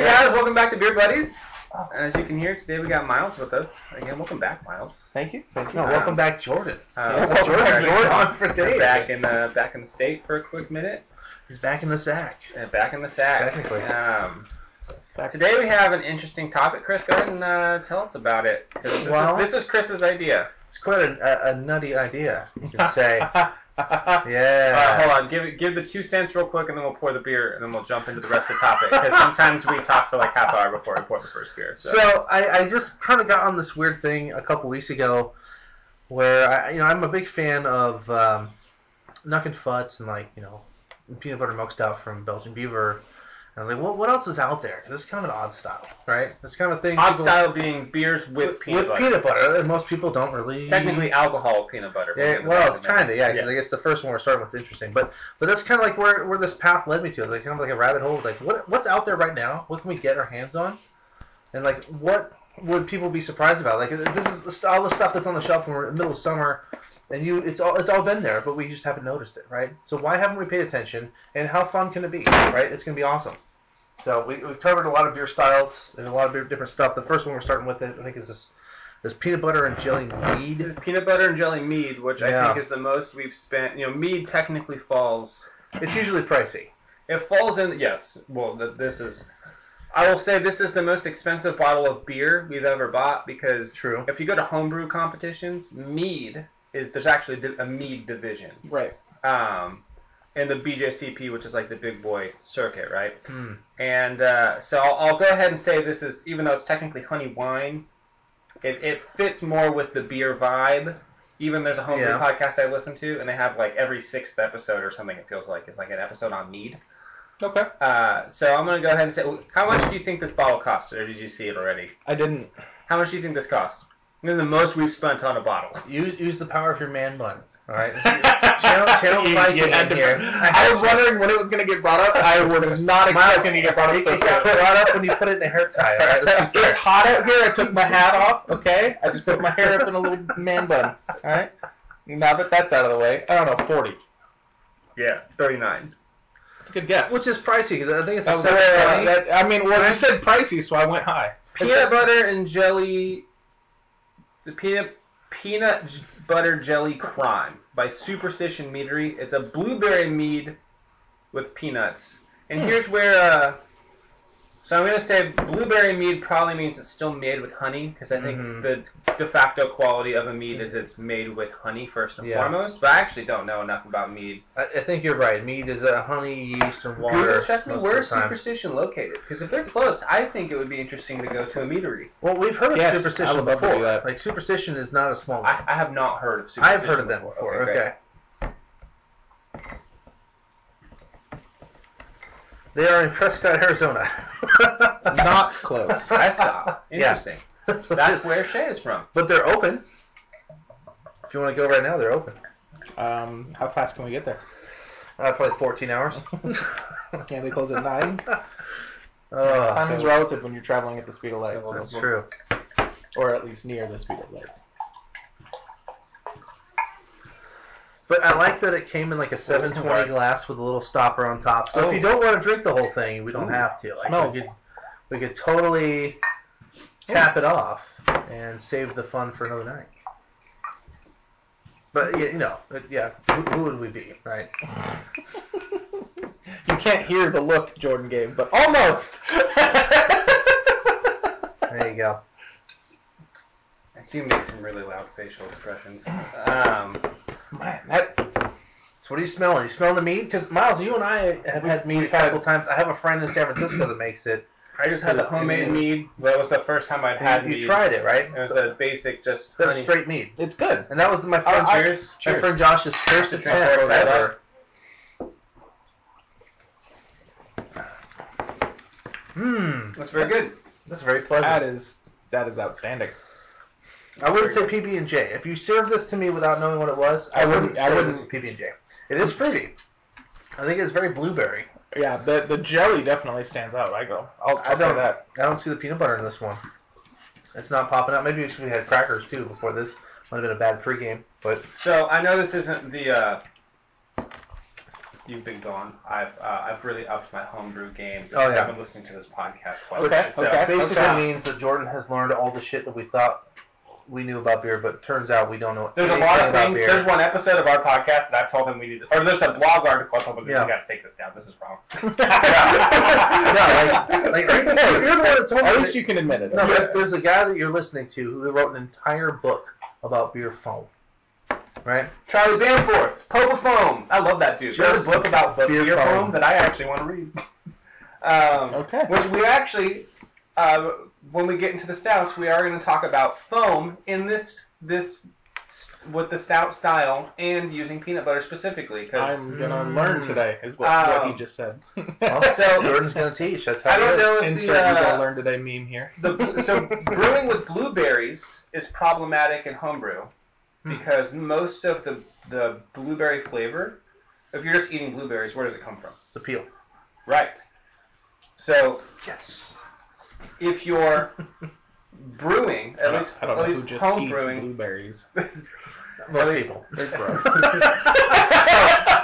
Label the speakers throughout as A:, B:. A: back to Beer Buddies.
B: Oh.
A: As you can hear, today we got Miles with us. Again, welcome back, Miles.
C: Thank you. Thank you.
B: No,
A: Um,
B: welcome back, Jordan.
A: Uh,
C: Yeah,
A: so
C: welcome back,
A: Jordan,
B: Jordan, for days.
A: Back in, uh, back in the state for a quick minute.
B: He's back in the sack.
A: and back in the sack.
B: Technically.
A: Um,
C: Back-
A: today we have an interesting topic. Chris, go ahead and uh, tell us about it. 'Cause This,
B: Well-
A: is, this is Chris's idea.
B: It's quite a, a, a nutty idea, you can say.
C: yeah.
A: All
B: yeah.
A: right, hold on. Give it- give the two cents real quick, and then we'll pour the beer, and then we'll jump into the rest of the topic. Because sometimes we talk for like half hour before we pour the first beer. So,
B: So I, I just kind of got on this weird thing a couple weeks ago, where I, you know I'm a big fan of um, Nuck and Futz and like you know peanut butter milk stout from Belgian Beaver. And I was like, well, what else is out there? This is kind of an odd style, right? This kind of thing.
A: odd
B: people-
A: style being beers with peanut
B: with
A: butter.
B: peanut butter that most people don't really
A: Technically, alcohol with peanut butter.
B: Yeah,
A: but-
B: well, kind of, yeah. Because
A: yeah.
B: I guess the first one we're starting with is interesting, but but that's kind of like where, where this path led me to. It's like kind of like a rabbit hole. Like what what's out there right now? What can we get our hands on? And like what would people be surprised about? Like this is the st- all the stuff that's on the shelf when we're in the middle of summer, and you it's all it's all been there, but we just haven't noticed it, right? So why haven't we paid attention? And how fun can it be, right? It's gonna be awesome. So we, we've covered a lot of beer styles and a lot of beer, different stuff. The first one we're starting with, I think, is this this peanut butter and jelly mead.
A: Peanut butter and jelly mead, which I
B: Yeah.
A: think is the most we've spent. You know, mead technically falls
B: It's usually pricey.
A: It falls in yes. Well, th- this is. I will say this is the most expensive bottle of beer we've ever bought because
B: True.
A: if you go to homebrew competitions, mead is there's actually di- a mead division.
C: Right.
A: Um, in the BJCP, which is like the big boy circuit, right?
B: Hmm.
A: And uh, so I'll, I'll go ahead and say this is even though it's technically honey wine, it, it fits more with the beer vibe. Even there's a homebrew
B: Yeah.
A: podcast I listen to, and they have like every sixth episode or something. It feels like is like an episode on mead.
C: Okay.
A: Uh, so I'm gonna go ahead and say, how much do you think this bottle costs, or did you see it already?
C: I didn't.
A: How much do you think this costs? This is the most we've spent on a bottle.
B: Use use the power of your man bun. All right. channel channel
C: You- you
B: Viking
C: had
B: in
C: to-
B: here.
C: I was wondering when it was going to get brought up. I was not expecting to get brought up
B: It,
C: so
B: it got
C: soon.
B: brought up when you put it in a hair tie. All right? Let's be
C: It's
B: fair.
C: hot out here. I took my hat off. Okay, I just put my hair up in a little man bun. All right. Now that that's out of the way, I don't know. Forty.
A: Yeah, 39.
C: That's a good guess.
B: Which is pricey because I think it's
C: That
B: a
C: was-
B: seven twenty.
C: uh, that- I mean, well, you said pricey, so I went high.
A: Peanut butter and jelly. The peanut peanut j- butter jelly crime by Superstition Meadery. It's a blueberry mead with peanuts. And
C: Hmm.
A: here's where. Uh, so I'm gonna say blueberry mead probably means it's still made with honey because I think
B: Mhm.
A: the de facto quality of a mead is it's made with honey first and
B: Yeah.
A: foremost. But I actually don't know enough about mead.
B: I, I think you're right. Mead is a honey, yeast, and water.
A: Google check me
B: most of
A: where
B: the
A: is
B: time.
A: Superstition located because if they're close, I think it would be interesting to go to a meadery.
B: Well, we've heard of
C: Yes, I
B: superstition
C: would love to
B: before.
C: do that.
B: Like superstition is not a small.
A: I, I have not heard of
B: I've
A: Superstition.
B: heard of them before. Okay.
A: great.
B: They are in Prescott, Arizona.
C: Not close.
A: Prescott. Interesting. That's
B: That's
A: where Shay is from.
B: But they're open. If you want to go right now, they're open.
C: Um, how fast can we get there?
B: Uh, probably 14 hours.
C: Can they close at nine?
B: Uh,
C: Time is
B: so-
C: relative when you're traveling at the speed of light, so-
B: That's true.
C: or at least near the speed of light.
B: But I like that it came in like a 720 glass with a little stopper on top. So
C: Oh.
B: if you don't want to drink the whole thing, we don't
C: Ooh,
B: have to. Like,
C: smells.
B: We could, we could totally cap it off and save the fun for another night. But yeah, you know, but yeah, who, who would we be, right?
C: You can't hear the look Jordan gave, but almost.
B: There you go.
A: And she makes some really loud facial expressions. Um,
C: Man, that
B: So what are you smelling? You smell the meat? Because Miles, you and I have had meat a couple times. I have a friend in San Francisco that makes it.
A: I just had the homemade mead. That was the first time I'd had
B: You,
A: mead.
B: you tried it, right?
A: It was the basic, just
B: That's
A: honey.
B: straight meat.
C: it's good.
B: And that was my
C: I-
B: friend's
C: I-
A: Cheers.
B: My friend Josh's first
A: Just
B: attempt
A: transfer that
B: ever. Hmm,
A: That's very good.
B: that's very
C: That
B: pleasant.
C: is that is outstanding.
B: I wouldn't say PB and J. If you served this to me without knowing what it was, I,
C: I
B: wouldn't.
C: wouldn't- I
B: say
C: wouldn't-
B: this is PB and J. It is fruity. I think it's very blueberry.
C: Yeah, the the jelly definitely stands out. I go. I'll,
B: I
C: I'll say
B: don't-
C: that.
B: I don't see the peanut butter in this one. It's not popping out. Maybe if we had crackers too before this, might have been a bad pregame. But
A: So I know this isn't the uh, you've been gone, I've uh, I've really upped my homebrew game.
B: Oh, yeah.
A: I've been listening to this podcast quite a
C: Okay,
A: bit. So,
C: okay.
B: Basically
C: Okay.
B: means that Jordan has learned all the shit that we thought we knew about beer, but turns out we don't know
A: There's a
B: anything
A: lot of
B: about
A: things.
B: beer.
A: There's one episode of our podcast that I've told him we need to, or there's a blog article I told him
B: Yeah.
A: we got to take this down. This is wrong.
B: yeah, like, like, you're the one that told me.
C: At
B: that-
C: least you can admit it.
B: No,
C: okay?
B: there's, there's a guy that you're listening to who wrote an entire book about beer foam, right?
A: Charlie Danforth, Popa Foam. I love that dude. There's
B: Just
A: a book about
B: beer
A: beer, foam.
B: foam.
A: that I actually want to read. Um,
C: Okay.
A: Which we actually, uh, when we get into the stouts, we are going to talk about foam in this this with the stout style and using peanut butter specifically. 'cause-
C: I'm gonna learn today is what, what he
A: Um,
C: just said.
B: Well,
A: So-
B: Jordan's gonna teach. That's how.
A: I don't
B: it is.
A: know if
C: Insert
A: the,
C: you
A: uh,
C: gonna learn today meme here.
A: the bl- so brewing with blueberries is problematic in homebrew
C: Hmm.
A: because most of the the blueberry flavor, if you're just eating blueberries, where does it come from?
B: The peel.
A: Right. So
B: Yes.
A: if you're brewing,
C: I
A: at
C: don't,
A: least,
C: I don't know
A: at
C: who
A: least
C: just
A: home
C: eats
A: brewing,
C: blueberries.
B: Most people.
C: They're gross.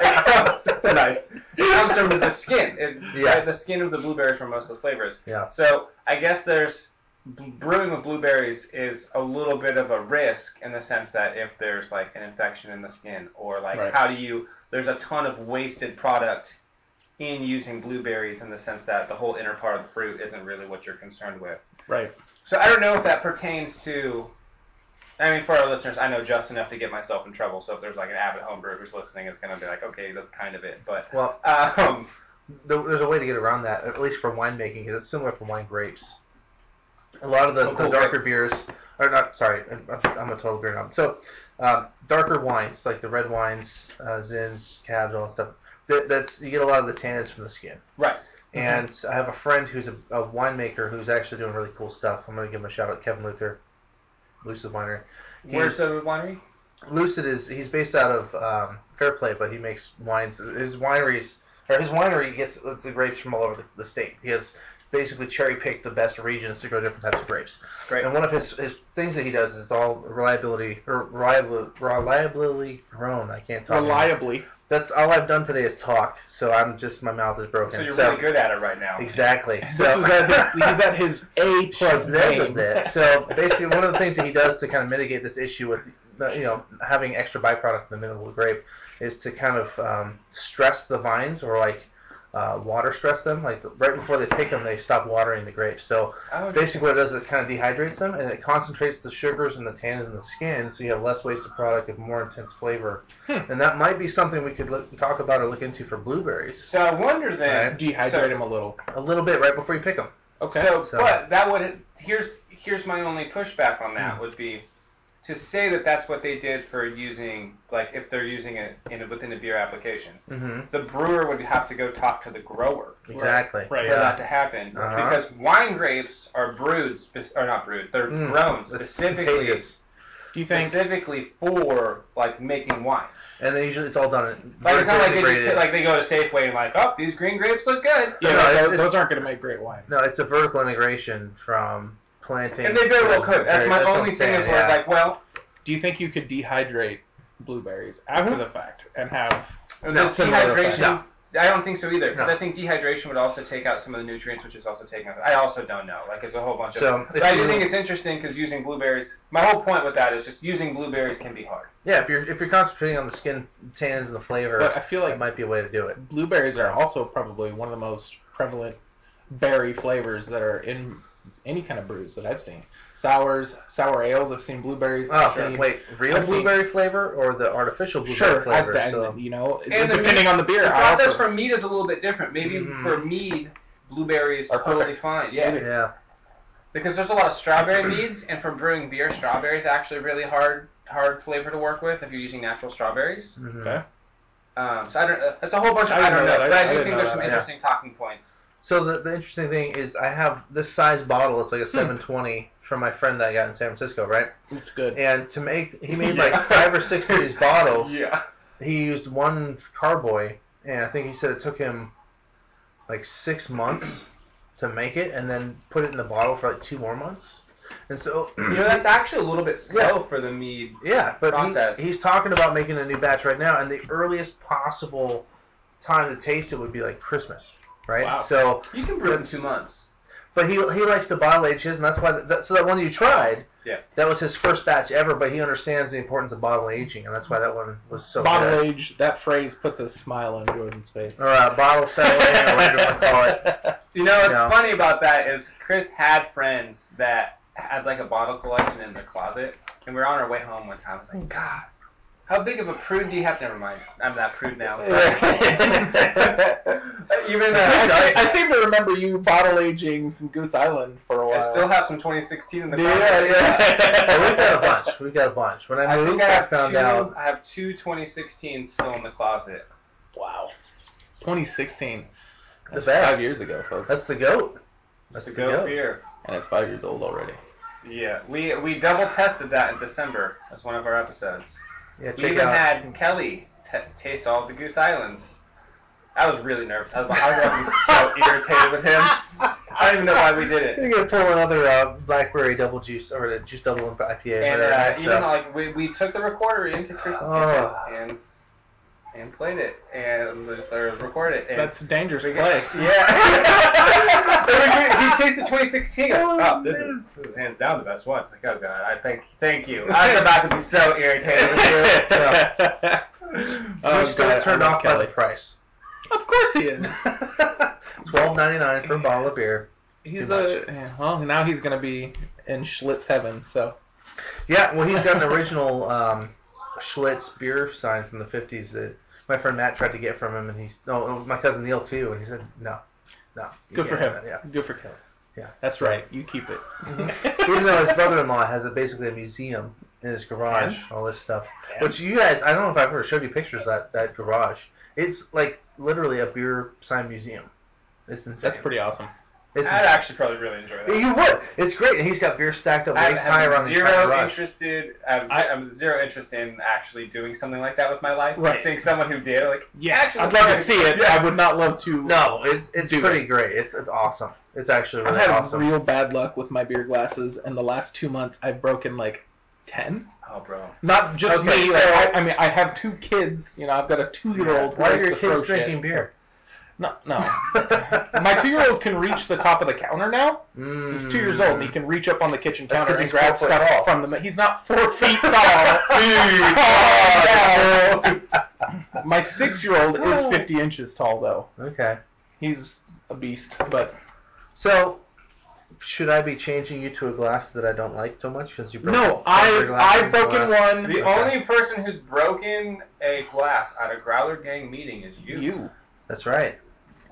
A: nice. It comes from the skin. It,
B: Yeah.
A: The skin of the blueberries from most of those flavors.
B: Yeah.
A: So I guess there's b- brewing with blueberries is a little bit of a risk in the sense that if there's like an infection in the skin or like
C: Right.
A: how do you there's a ton of wasted product in using blueberries in the sense that the whole inner part of the fruit isn't really what you're concerned with.
C: right.
A: So I don't know if that pertains to. I mean, for our listeners, I know just enough to get myself in trouble. So if there's like an avid home brewer who's listening, it's gonna be like, okay, that's kind of it. But
B: Well,
A: um,
B: there- there's a way to get around that, at least for winemaking, 'cause it's similar for wine grapes. A lot of the,
A: Oh, cool.
B: the darker beers, or not, sorry, I'm- I'm a total beer knob. So, um, darker wines, like the red wines, uh, Zins, Cabs, all that stuff, that, that's, you get a lot of the tannins from the skin.
A: right,
B: And I have a friend who's a, a winemaker who's actually doing really cool stuff. I'm going to give him a shout out, Kevin Luther, Lucid Winery.
A: where's
B: He's-
A: the winery?
B: Lucid is he's based out of um, Fairplay, but he makes wines. His wineries or his winery gets the grapes from all over the, the state. He has basically cherry picked the best regions to grow different types of grapes.
A: Great.
B: And one of his, his things that he does is it's all reliability or reliably reliably grown. I can't talk. anymore.
C: Reliably.
B: That's all I've done today is talk. So I'm just my mouth is broken.
A: So you're really good at it right now.
B: Exactly. So
C: this is at his, he's at his A plus name.
B: so basically, one of the things that he does to kind of mitigate this issue with the, you know having extra byproduct in the middle of the grape is to kind of um, stress the vines or like uh, water stress them. Like right before they pick them, they stop watering the grapes. So
A: Oh,
B: basically, what it does is it kind of dehydrates them and it concentrates the sugars and the tannins in the skin, so you have less wasted product of more intense flavor. And that might be something we could look, talk about or look into for blueberries
A: so I wonder then.
B: Right.
C: Dehydrate
A: so-
C: him a little.
B: a little bit right before you pick them.
C: Okay.
A: So,
B: So-
A: but that would here's here's my only pushback on that
B: Hmm.
A: would be to say that that's what they did for using like if they're using it in a, within a beer application.
B: Mm-hmm.
A: The brewer would have to go talk to the grower.
B: Exactly.
C: Right.
A: for
B: Yeah.
A: that to happen
B: Uh-huh.
A: because wine grapes are brewed spec- or not brewed they're
B: Mm,
A: grown
B: that's
A: specifically
B: contagious.
C: Do you think?
A: specifically for like making wine
B: And then usually it's all done. in-
A: like it's not like they,
B: vertically
A: just,
B: graded.
A: like they go to Safeway and like oh these green grapes look good
C: Yeah,
B: No,
C: those-
B: it's-
C: those,
B: it's-
C: aren't going to make great wine.
B: no, it's a vertical integration from planting.
A: and they very well
B: to-
A: could that's my
B: what
A: only
B: I'm
A: thing is
B: saying,
A: where it's
B: yeah.
A: like well
C: Do you think you could dehydrate blueberries after
B: Mhm.
C: the fact and have?
A: this
B: similar to
A: dehydration
B: that.
A: I don't think so either because
B: No.
A: I think dehydration would also take out some of the nutrients which is also taking out I also don't know like there's a whole bunch of
B: So
A: but
B: if
A: I do
B: you-
A: think it's interesting because using blueberries my whole point with that is just using blueberries can be hard
B: yeah, if you're if you're concentrating on the skin tannins and the flavor,
C: But I feel like
B: that might be a way to do it.
C: blueberries are also probably one of the most prevalent berry flavors that are in any kind of brews that I've seen. Sours, sour ales. I've seen blueberries.
B: Oh,
C: I've seen-
B: wait, real
C: I've seen-
B: blueberry flavor or the artificial blueberry
C: Sure,
B: flavor?
C: I've done,
B: so,
C: you know,
A: And the
C: depending
A: meat-
C: on the beer.
A: The
C: I
A: process
C: also, Mm-hmm.
A: for mead is a little bit different. Maybe
B: Mhm.
A: for mead, blueberries
C: Are
A: are totally fine. Yeah,
C: Maybe.
B: yeah,
A: because there's a lot of strawberry meads, and for brewing beer, strawberries actually really hard hard flavor to work with if you're using natural strawberries.
B: mhm.
C: Okay.
A: Um, so I don't. Uh, it's a whole bunch of
C: I
A: I,
C: didn't
A: don't
C: know
A: know,
C: that.
A: but
C: I-
A: I,
C: I
A: do
C: didn't
A: think
C: know
A: there's
C: that.
A: some
C: Yeah.
A: interesting talking points.
B: So the, the interesting thing is I have this size bottle. It's like
A: Hmm.
B: a 720 from my friend that I got in San Francisco, right?
C: it's good.
B: And to make he made
C: Yeah.
B: like five or six of these bottles. he used one carboy, and I think he said it took him like six months to make it, and then put it in the bottle for like two more months. And so,
A: You know, that's actually a little bit slow for the mead.
B: yeah, but
A: Process.
B: he, he's talking about making a new batch right now, and the earliest possible time to taste it would be like Christmas, right?
C: Wow.
B: So,
A: You can brew it in
B: That's-
A: two months.
B: but he he likes to bottle age his, and that's why that, so that one you tried.
A: Yeah.
B: That was his first batch ever, but he understands the importance of bottle aging, and that's why that one was so
C: Bottle
B: good.
C: age. That phrase puts a smile on Jordan's face.
B: Or uh, bottle settling, or whatever you want to call it.
A: You know, what's
B: No.
A: funny about that is Chris had friends that had like a bottle collection in their closet, and we were on our way home one time. I was like, God, how big of a prude do you have? Never mind, I'm not prude now. Even
C: I, I
A: uh,
C: seem to remember you bottle aging some Goose Island for a
A: I
C: while.
A: still have some 2016 in the
C: Yeah,
A: closet.
C: yeah.
B: But we've got a bunch. We've got a bunch. When I
A: I
B: moved,
A: think I
B: I,
A: have
B: found
A: two.
B: out.
A: I have two 2016 still in the closet.
C: wow. 2016. That's
B: best.
C: five years ago, folks,
B: That's the goat. That's
A: It's
B: the
A: a goat
B: goat.
A: beer.
C: and it's five years old already.
A: Yeah, we we double tested that in December as one of our episodes. We
B: Yeah, check it
A: even
B: out.
A: had Kelly t- taste all of the Goose Islands. I was really nervous. I was, I was so irritated with him. I don't even know why we did it.
B: You're gonna pull another uh, blackberry double juice or the juice double IPA.
A: And
B: whatever,
A: uh,
B: right?
A: even like we, we took the recorder into Chris's kitchen
B: Oh.
A: and and played it and just started to record it. And
C: That's a dangerous
A: we
C: play.
A: got, yeah. Then we- he tasted 2016. goes, oh, this is, this is hands down the best one. Like, oh god, I thank thank you. I was about to be so irritated with you.
B: so.
C: Oh,
B: we're still
C: God,
B: turned
C: I love
B: off by
C: Kelly.
B: the price.
C: Of course he is.
B: Twelve ninety nine for a bottle of beer.
C: He's
B: Too
C: a yeah, well. Now he's gonna be in Schlitz heaven. So
B: Yeah, well, he's got an original um, Schlitz beer sign from the fifties that my friend Matt tried to get from him, and he's no, oh, my cousin Neil too, and he said no, no. you
C: good for
B: can't
C: him.
B: have that, Yeah.
C: Good for Kelly.
B: Yeah.
C: That's right. You keep it.
A: Mm-hmm.
B: Even though his brother-in-law has a, basically a museum in his garage, all this stuff. Which you guys, I don't know if I've ever showed you pictures of that, that garage. It's like literally a beer sign museum. It's insane.
C: That's pretty awesome.
B: It's
A: I'd
B: insane.
A: actually probably really enjoy that.
B: You would. It's great. And he's got beer stacked up
A: I
B: waist high
A: have
B: around the entire
A: zero
B: garage.
A: interested. I'm,
C: I-
A: am zero interest in actually doing something like that with my life.
C: Right.
A: Seeing someone who did, like,
C: Yeah,
A: Actually,
C: I'd love to
A: that's
C: see
A: right.
C: it.
A: Yeah.
C: I would not love to.
B: No, it's it's
C: Do
B: pretty great. It's it's awesome. It's actually
C: I've
B: really
C: had
B: awesome.
C: real bad luck with my beer glasses, and the last two months I've broken like ten.
A: oh, bro.
C: Not just
B: Okay,
C: me.
B: so-
C: like, I, I mean, I have two kids. You know, I've got a two-year-old. who
B: Why are
C: likes
B: your
C: to throw
B: kids drinking
C: shit,
B: beer?
C: So, no, no. my two-year-old can reach the top of the counter now. He's two years old. and He can reach up on the kitchen
B: That's
C: counter
B: 'cause
C: and
B: he's
C: grab
B: four foot
C: stuff
B: tall.
C: from the. He's not four feet tall.
B: Mm.
C: Oh, no. My six-year-old is fifty inches tall, though.
B: Okay.
C: He's a beast, but
B: So, should I be changing you to a glass that I don't like so much? Because you broke
C: no,
B: broke your
C: I
B: glass
C: I've
B: into
C: broken
B: glass.
C: one.
A: The
B: Okay.
A: only person who's broken a glass at a Growler Gang meeting is you.
C: You.
B: That's right.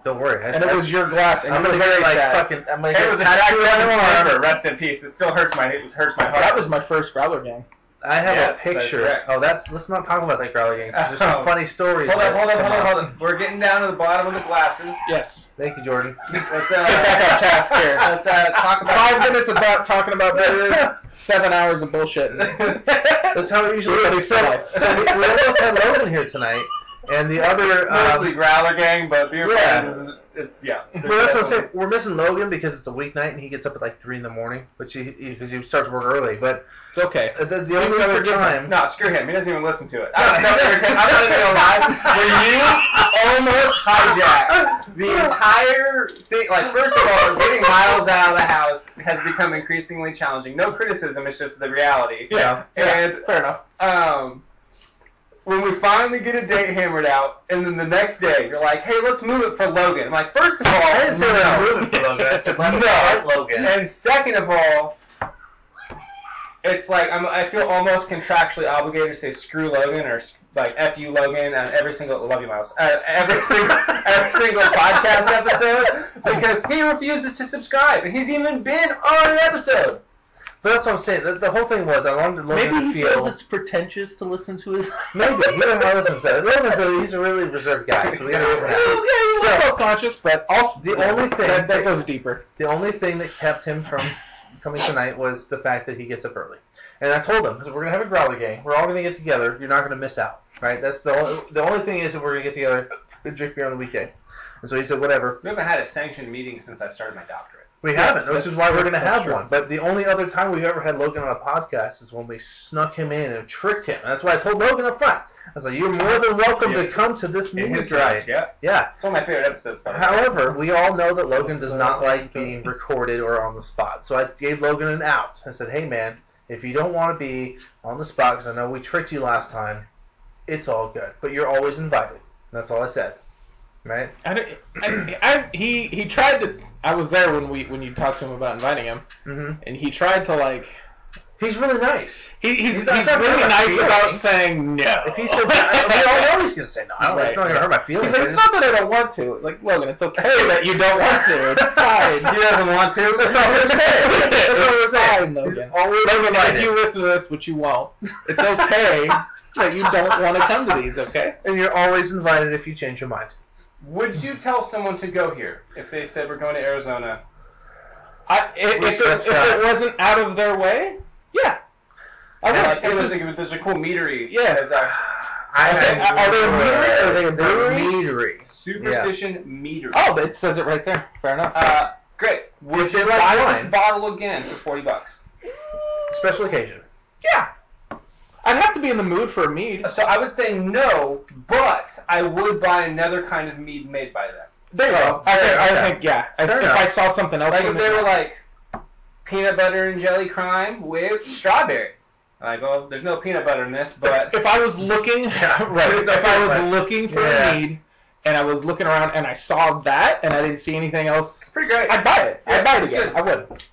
B: Don't worry. I,
C: And it was your glass, and
B: I'm
C: you were
B: gonna get
C: very
B: like
C: sad.
B: fucking. I'm gonna
A: It
B: get
A: was a
B: tattooed
A: tattoo
B: on my arm.
A: remember. Rest in peace. It still hurts my. It was- hurts my heart.
C: That was my first growler gang.
B: I have
A: Yes,
B: a
A: that's
B: picture.
A: correct.
B: oh, that's. Let's not talk about that growler game. 'cause There's some
A: Oh.
B: funny stories.
A: Hold
B: that
A: on, hold on,
B: come
A: hold on,
B: up.
A: hold on. We're getting down to the bottom of the glasses.
C: Yes.
B: Thank you, Jordan.
A: Let's,
C: Let's get back on
A: uh,
C: task here.
A: let's uh, talk about.
C: Five minutes about talking about beer, seven hours of bullshit.
B: That's how we usually
C: Really
B: so,
C: funny.
B: so we, we almost had Logan here tonight, and the other. Um,
A: Mostly Growler Gang, but beer
B: Yeah.
A: friends. is- It's yeah.
B: well, that's what I'm saying. We're missing Logan because it's a weeknight, and he gets up at like three in the morning, which he because he, starts work early. But
C: It's okay.
B: the, the only other time.
A: No, screw him. He doesn't even listen to it. I'm so irritated. I'm not even gonna lie. When you almost hijacked the entire thing, like first of all, getting Miles out of the house has become increasingly challenging. No criticism. It's just the reality.
C: Yeah.
A: And
C: Fair enough.
A: um, when we finally get a date hammered out, and then the next day you're like, "Hey, let's move it for Logan." I'm like, first of all,
B: I didn't say we were moving for Logan. I said let's invite Logan.
A: and second of all, it's like I'm, I feel almost contractually obligated to say screw Logan or like f you Logan on every single love you Miles uh, every single every single podcast episode because he refuses to subscribe and he's even been on an episode.
B: But that's what I'm saying. The, the whole thing was I wanted Logan
C: Maybe
B: to
C: he
B: feel.
C: feels it's pretentious to listen to his.
B: Maybe he doesn't know this himself. Logan's a, he's a really reserved guy, so we gotta give him that.
C: he's
B: So-
C: self-conscious, but also
B: The only thing
C: that,
B: that-
C: that goes deeper.
B: The only thing that kept him from coming tonight was the fact that he gets up early. And I told him, because we're gonna have a growler gang, we're all gonna get together. You're not gonna miss out, right? That's the only, the only thing is that we're gonna get together and drink beer on the weekend. And so he said, whatever.
A: We haven't had a sanctioned meeting since I started my doctorate.
B: We haven't, which
C: that's
B: is why we're
C: true,
B: going to
C: that's
B: have
C: true.
B: one. But the only other time we've ever had Logan on a podcast is when we snuck him in and tricked him. That's why I told Logan up front. I was like, "You're more than welcome to
A: Yeah.
B: come to this
A: In
B: meeting
A: his
B: tonight."
A: garage, yeah.
B: Yeah.
A: It's one of my favorite episodes. by the way.
B: However, we all know that Logan does not like being recorded or on the spot. So I gave Logan an out. I said, "Hey, man, if you don't want to be on the spot, because I know we tricked you last time, it's all good. But you're always invited." That's all I said. Right?
C: I, don't- I, I, he he tried to. I was there when we when you talked to him about inviting him,
B: Mm-hmm.
C: and he tried to like.
B: He's really nice.
C: He, he's
B: He's
C: he's,
B: not- he's not
C: really
B: gonna
C: nice
B: feel
C: about
B: me.
C: saying no.
B: If he said, I, we all know he's gonna say no. I don't, It's
C: Right.
B: not gonna hurt my feelings.
C: He's like,
B: I
C: it's
B: just-
C: not that I don't want to. Like, Logan, it's okay that you don't want to. It's fine.
B: He doesn't want to. That's all we're saying. That's all we're
C: It's
B: saying.
C: fine, Logan.
B: He's always
C: Logan, if
B: invited.
C: you listen to this, which you won't, it's okay that you don't want to come to these, okay?
B: and you're always invited if you change your mind.
A: Would you tell someone to go here if they said we're going to Arizona?
C: I, i- if,
B: With
C: if, it, if
B: Prescott.
C: it wasn't out of their way, yeah. I
A: Yeah, like,
C: would. It's
A: there's,
C: just-
A: a, there's a cool meadery.
C: Yeah.
A: That's a
B: I
C: Okay,
B: have-
C: are they a meadery or are they a
B: They're
C: brewery?
B: meadery.
A: superstition meadery.
C: oh, but it says it right there. Fair enough.
A: Uh, great.
B: Would you
A: Buy
B: like
A: this
B: wine?
A: bottle again for forty bucks.
B: Special occasion.
C: yeah. I'd have to be in the mood for a mead.
A: So I would say no, but I would buy another kind of mead made by them.
C: There you
B: Oh,
C: go. I think,
B: fair enough.
C: I think yeah. I,
B: Fair
C: if
B: enough.
C: I saw something else,
A: Like
C: in
A: if
C: the-
A: they were like peanut butter and jelly crime with strawberry. Like, oh, there's no peanut butter in this, but
C: if I was looking,
B: Yeah.
C: right? If I
B: Right.
C: was looking for
B: Yeah.
C: a mead, and I was looking around and I saw that, and I didn't see anything else,
A: it's pretty great.
C: I'd buy it.
A: Yeah,
C: I'd buy it
A: it's
C: again.
A: good.
C: I would.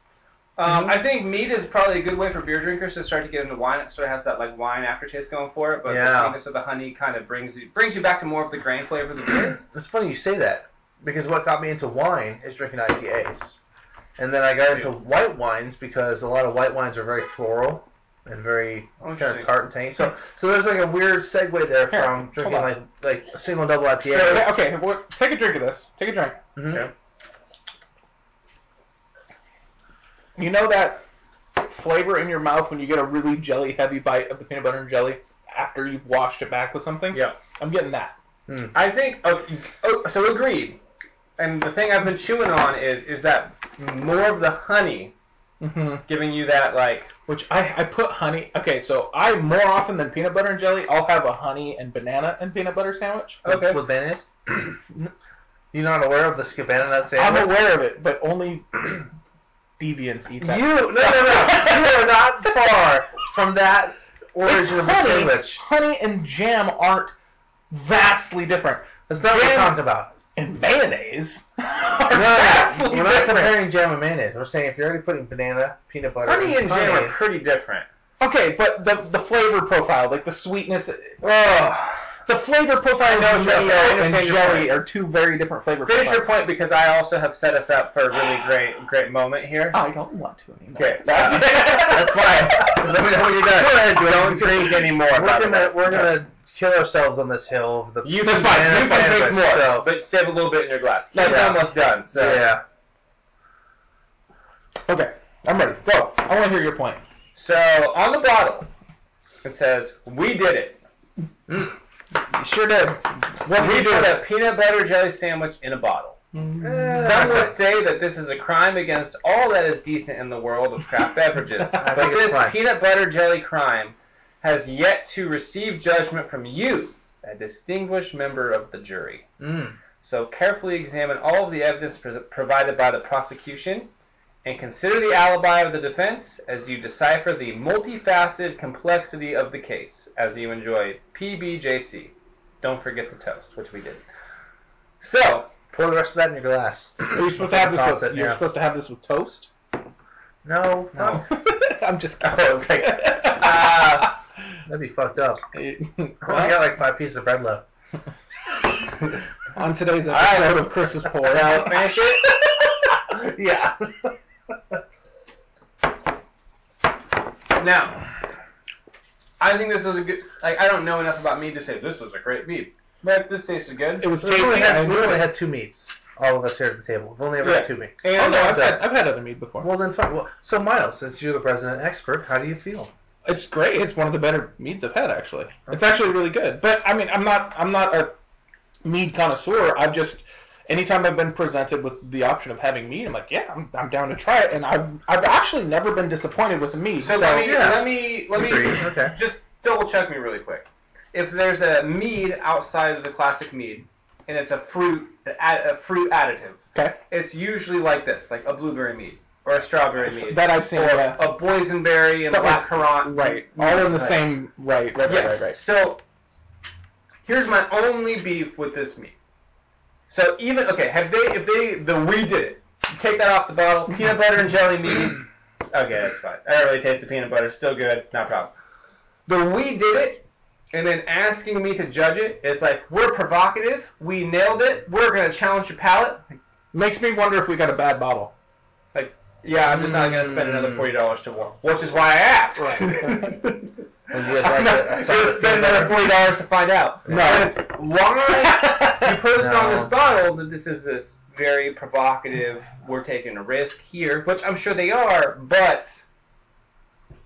A: Um,
C: Mhm.
A: I think mead is probably a good way for beer drinkers to start to get into wine. It sort of has that like wine aftertaste going for it, but
B: Yeah.
A: the sweetness of the honey kind of brings you brings you back to more of the grain flavor of the beer.
B: It's funny you say that because what got me into wine is drinking IPAs, and then I got into white wines because a lot of white wines are very floral and very kind of
A: Interesting.
B: tart and tangy. So, so there's like a weird segue there
C: Oh, Here,
B: from drinking
C: hold
B: like like a single and double IPAs.
C: So, yeah, okay, well, take a drink of this. Take a drink.
B: Mhm.
A: Okay.
C: You know that flavor in your mouth when you get a really jelly heavy bite of the peanut butter and jelly after you've washed it back with something?
A: Yeah.
C: I'm getting that.
A: I think okay, oh, so agreed. And the thing I've been chewing on is is that more of the honey
C: Mm-hmm.
A: giving you that like
C: Which I, I put honey. Okay, so I more often than peanut butter and jelly, I'll have a honey and banana and peanut butter sandwich.
B: With-
A: Okay.
B: With bananas. You're not aware of the Scabana nut sandwich?
C: I'm aware of it, but only deviants eat that.
B: You no no no. you are not far from that
C: it's
B: origin of the
C: honey.
B: sandwich.
C: Honey and jam aren't vastly different,
B: That's not what we're
C: Jam-
B: talking about.
C: and mayonnaise are
B: No, no,
C: vastly
B: no. We're not
C: different.
B: comparing jam and mayonnaise. We're saying if you're already putting banana, peanut butter,
A: honey and jam are
B: honey,
A: pretty different.
C: Okay, but the the flavor profile, like the sweetness,
B: Oh,
C: the flavor profile
A: know
C: of
A: what
C: mayo
A: you're- I
C: and
A: understand your
C: jelly
A: point.
C: are two very different flavor
A: Finish your
C: profiles.
A: point because I also have set us up for a really great great moment here.
C: I don't want to anymore.
A: Okay,
B: that's, that's fine. Just let me know when you're done.
A: Don't drink anymore.
B: We're
A: by the
B: gonna
A: way.
B: we're gonna kill ourselves on this hill. of The
A: You
C: That's
A: can,
C: fine.
A: banana
C: You can drink
A: sandwich,
C: more.
A: so- but save a little bit in your glass. That's
B: Yeah.
A: almost done. So
B: yeah.
C: Okay, I'm ready. Go. I want to hear your point.
A: So on the bottle, it says, "We did it.
B: Mm.
C: You sure did. What
A: We
C: we
A: put a
C: do?
A: peanut butter jelly sandwich in a bottle." Some would say that this is a crime against all that is decent in the world of craft beverages,
B: I
A: but
B: think it's
A: this
B: fine.
A: peanut butter jelly crime has yet to receive judgment from you, a distinguished member of the jury.
B: Mm.
A: So carefully examine all of the evidence pres provided by the prosecution and consider the alibi of the defense as you decipher the multifaceted complexity of the case as you enjoy PBJC. Don't forget the toast, which we did. So,
B: Pour the rest of that in your glass.
C: Are you supposed to have
B: Toss
C: this
B: it,
C: with? You're
B: yeah.
C: supposed to have this with toast?
B: No,
A: No.
B: no,
C: I'm just
B: I was
C: kidding.
A: uh,
B: that'd be fucked up. I only
C: Well,
B: got like five pieces of bread left.
C: on today's
A: right.
C: episode of Chris's pour out.
A: finish it.
B: yeah.
A: Now, I think this is a good. Like, I don't know enough about meat to say this is a great meat, but this tastes good.
C: It was
B: We've only
C: tasty. I
B: had, we
C: enjoyed
B: only
C: it.
B: had two meats. All of us here at the table. We've only ever
A: Yeah.
B: had two meats.
C: Oh
A: And uh,
C: no, I've
B: that.
C: had, I've had other meat before.
B: Well then, fine. Well, so Miles, since you're the president expert, how do you feel?
C: It's great. It's one of the better meads I've had actually. It's actually really good. But I mean, I'm not I'm not a mead connoisseur. I've just anytime I've been presented with the option of having meat, I'm like, yeah, I'm, I'm down to try it. And I've I've actually never been disappointed with the meat.
A: So,
C: So,
A: let me
B: yeah.
A: let me let me
B: Agreed. Okay.
A: just double check me really quick. If there's a mead outside of the classic mead, and it's a fruit a, add- a fruit additive,
C: okay,
A: it's usually like this, like a blueberry mead or a strawberry mead,
C: that I've seen. yeah.
A: a boysenberry and
C: Something
A: black
C: like-
A: currant.
C: right, all in the
A: Right.
C: same. Right, right,
A: Yeah.
C: right, right, right.
A: So here's my only beef with this meat. So even okay, have they if they the we did it. Take that off the bottle. Peanut butter and jelly meat. Okay, that's fine. I don't really taste the peanut butter. Still good. Not a problem. The we did it, and then asking me to judge it is like we're provocative. We nailed it. We're gonna challenge your palate.
C: Makes me wonder if we got a bad bottle.
A: Like, yeah, I'm just not gonna spend another
C: Mm.
A: forty dollars to warm, which is why I asked.
B: And with
A: I'm
B: like
A: not
B: a,
A: gonna
B: a side of
A: spend
B: peanut
A: another
B: butter.
A: forty dollars to find out.
C: No.
A: But it's why you posted on
B: No.
A: this bottle that this is this very provocative. We're taking a risk here, which I'm sure they are, but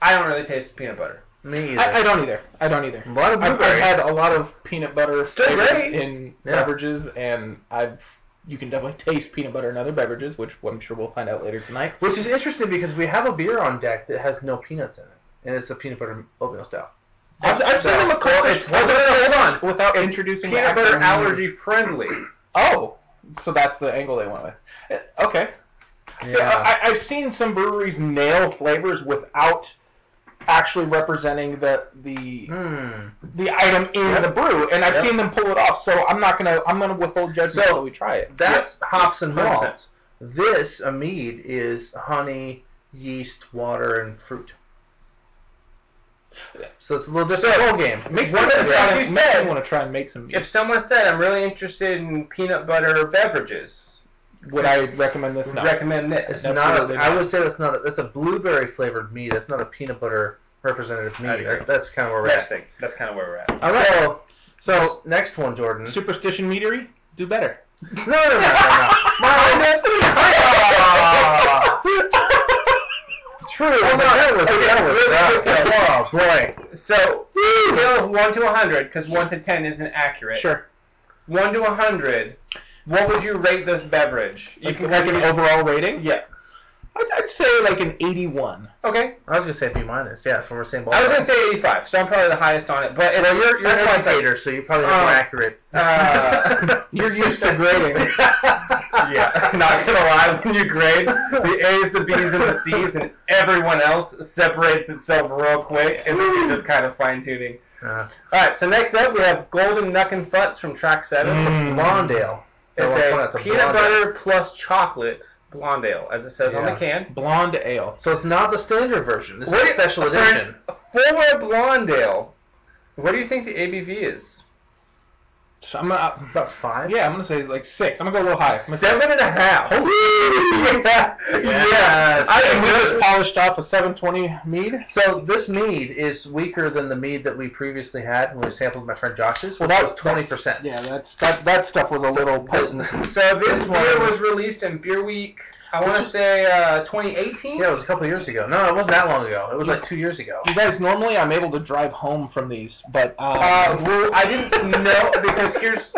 A: I don't really taste peanut butter.
B: Me either.
C: I, I don't either. I don't either.
B: a lot of
C: I've, I've
B: blueberry.
C: had a lot of peanut butter
A: Still
C: flavors
A: great.
C: in
B: Yeah.
C: beverages, and I've you can definitely taste peanut butter in other beverages, which I'm sure we'll find out later tonight.
B: Which is interesting because we have a beer on deck that has no peanuts in it, and it's a peanut butter oatmeal stout.
C: I've, I've seen them accomplish
A: Well, no, no, no, hold on.
C: without
A: It's
C: introducing the
A: Peanut butter
C: actual-
A: allergy friendly.
C: Oh, so that's the angle they went with. Eh, Okay. So I, I've seen some breweries nail flavors without actually representing the the
B: Hmm.
C: the item in the brew, and I've
B: Yep.
C: seen them pull it off. So I'm not gonna I'm gonna withhold judgment
B: So,
C: until we try it.
B: That's hops and
C: 100%.
B: malt. This a mead is honey, yeast, water, and fruit. So it's a little different ball game.
C: It makes me
A: One
C: want
A: of
C: to
A: the
C: try.
A: things you
C: makes me
A: said-
C: wanna try and make some.
A: If someone said I'm really interested in peanut butter beverages,
C: Would I recommend this? No.
A: recommend
B: It's
A: this.
C: No,
B: not. A,
C: absolutely
B: I
C: not.
B: would say that's not. A, that's a blueberry flavored mead. That's not a peanut butter representative mead.
A: agree.
B: That, that's kind of where we're
A: That's,
B: at.
A: thing. that's kind of where we're at.
B: All right. So,
C: so
B: next one, Jordan.
C: superstition meadery, do better.
B: no, no, no, no, no.
C: True.
B: Oh, no, that was, that was, that was, oh, boy.
A: So, scale of 1 to 100, because 1 to 10 isn't accurate.
C: Sure.
A: 1 to 100, what would you rate this beverage? You
C: Like,
A: can
C: like an overall rating.
A: Yeah.
C: I'd, I'd say like an 81.
A: Okay.
B: I was gonna say B minus. Yes, when we're saying ball.
A: I was going to say 85, so I'm probably the highest on it. But it's,
B: well, you're you're an
A: that's why it's
B: educator, so you probably have
A: Oh.
B: more accurate.
A: Uh,
C: You're used to grading.
A: like- yeah, not going to lie, when you grade, the A's, the B's, and the C's, and everyone else separates itself real quick, and then you're just kind of fine-tuning.
B: Uh,
A: All right, so next up, we have Golden Nuck and Futz from track 7.
C: Mm.
B: Blondale.
A: mm. It's
B: Everyone
A: a
B: calls it
A: peanut
B: Blondale.
A: butter plus chocolate blonde ale, as it says on the
B: Yeah.
A: can.
C: Blonde ale.
B: So it's not the standard version. This
A: What
B: is
A: do
B: a
A: you-
B: special edition.
A: For a blonde ale, what do you think the ABV is?
C: So I'm gonna, uh,
B: About five.
C: yeah, I'm gonna say like six. I'm gonna go a little high. I'm gonna say-
A: Seven and a half.
C: Holy! yeah.
B: Yes.
C: I think we just polished off a 720 mead.
B: So this mead is weaker than the mead that we previously had when we sampled my friend Josh's. Well, that was twenty percent.
C: Yeah, that's that. That stuff was a little
B: This,
C: potent.
A: So this
B: This one-
A: beer was released in Beer Week, I want to say uh, 2018?
B: yeah, it was a couple years ago. No, it wasn't that long ago. It was like two years ago.
C: You guys, normally I'm able to drive home from these, but
A: Uh,
C: uh,
A: well, I didn't know because here's.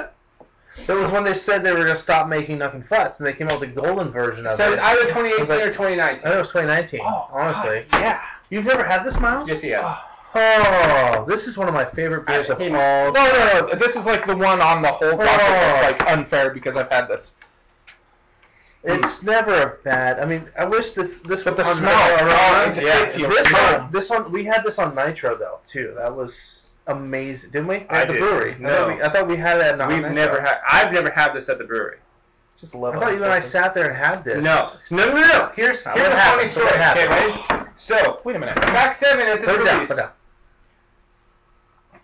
B: That was when they said they were going to stop making Nothing Fuss, and they came out with the golden version of
A: So it's Oh.
B: it.
A: either 2018 or
B: I think
A: 2019.
B: it was 2019.
C: oh,
B: honestly,
C: God, yeah.
B: you've never had this, Miles?
A: Yes, he has.
B: Oh, this is one of my favorite beers
A: I-
B: of
A: he-
B: all.
C: No, no, no. This is like the one on the whole docket that's
A: Oh.
C: like unfair because I've had this.
B: It's never bad. I mean, I wish this this
C: But the
B: on-
C: smell, oh, it just
B: yeah,
C: hits you.
B: This
C: Yeah.
B: one, this one, we had this on Nitro though too. That was amazing, didn't we? At
A: I
B: the
A: did.
B: brewery. I
A: No.
B: thought, we, I thought we had it. At
A: We've
B: Nitro.
A: never had. I've never had this at the brewery.
C: Just love
B: I
C: it.
B: thought you and I sat there and had this.
A: No, no, no, no. Here's
B: I
A: here's
B: would've
A: a
B: had
A: funny
B: it,
A: story.
B: would've had
A: Okay,
B: it.
A: ready? So
C: Wait a minute.
A: track seven at this
B: Put it down.
A: release.
B: Put it down.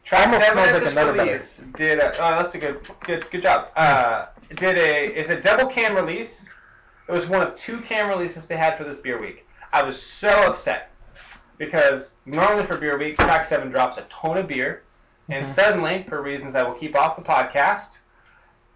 A: Track
C: Almost
A: seven
C: smells
A: at
C: like
A: this
C: another better.
A: release did. A, oh, that's a good good good job. Uh, did a it's a double can release. It was one of two can releases they had for this beer week. I was so upset because normally for beer week, track seven drops a ton of beer, and
B: Mm-hmm.
A: suddenly, for reasons I will keep off the podcast,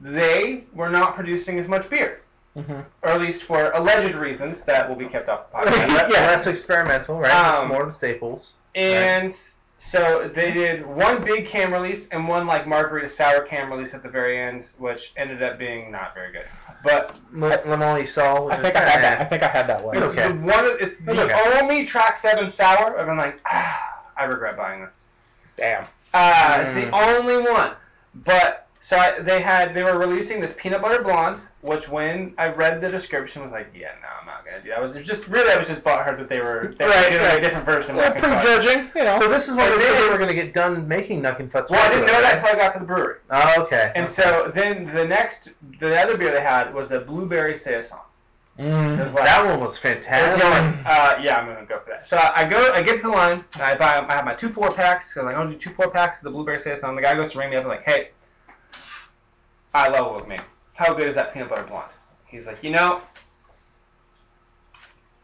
A: they were not producing as much beer.
C: Mhm.
A: Or at least for alleged reasons that will be kept off the podcast.
B: Yeah,
C: Yeah.
B: less experimental, right? It's
A: Um,
B: more to staples.
A: And So they did one big can release and one like margarita sour can release at the very end, which ended up being not very good. But
B: Limoni Sol.
C: I think I had that. I think I had that one.
A: it's
B: okay.
A: the one it's the
C: okay.
A: only track seven sour. I've been like, ah, I regret buying this.
C: Damn.
A: Uh, It's the
C: Hmm.
B: Mm.
A: only one. But so I, they had they were releasing this peanut butter blonde, which when I read the description was like, yeah, no, I'm not gonna do that. I was just really I was just butthurt that they were they
C: Right,
A: were doing
C: right.
A: a different version. of
C: Well,
A: Mac and Fudge.
C: prejudging, you know.
B: So this is when
A: And
B: they
A: then-
B: said they were going to get done making Nuck and Futz.
A: Well, I didn't know that
B: regular,
A: until I got to the brewery.
B: right? Oh, okay.
A: And so then the next, the other beer they had was a blueberry saison.
C: Mm.
B: Mm-hmm.
A: It was like,
B: that one was
A: I was
B: fantastic.
A: going, uh, yeah, I'm gonna go for that. So I, I go, I get to the line, and I buy, I have my two four packs. 'cause I'm like, I'm gonna do two four packs of the blueberry saison. The guy goes to ring me up and like, hey, I level with me. How good is that peanut butter blonde? He's like, you know,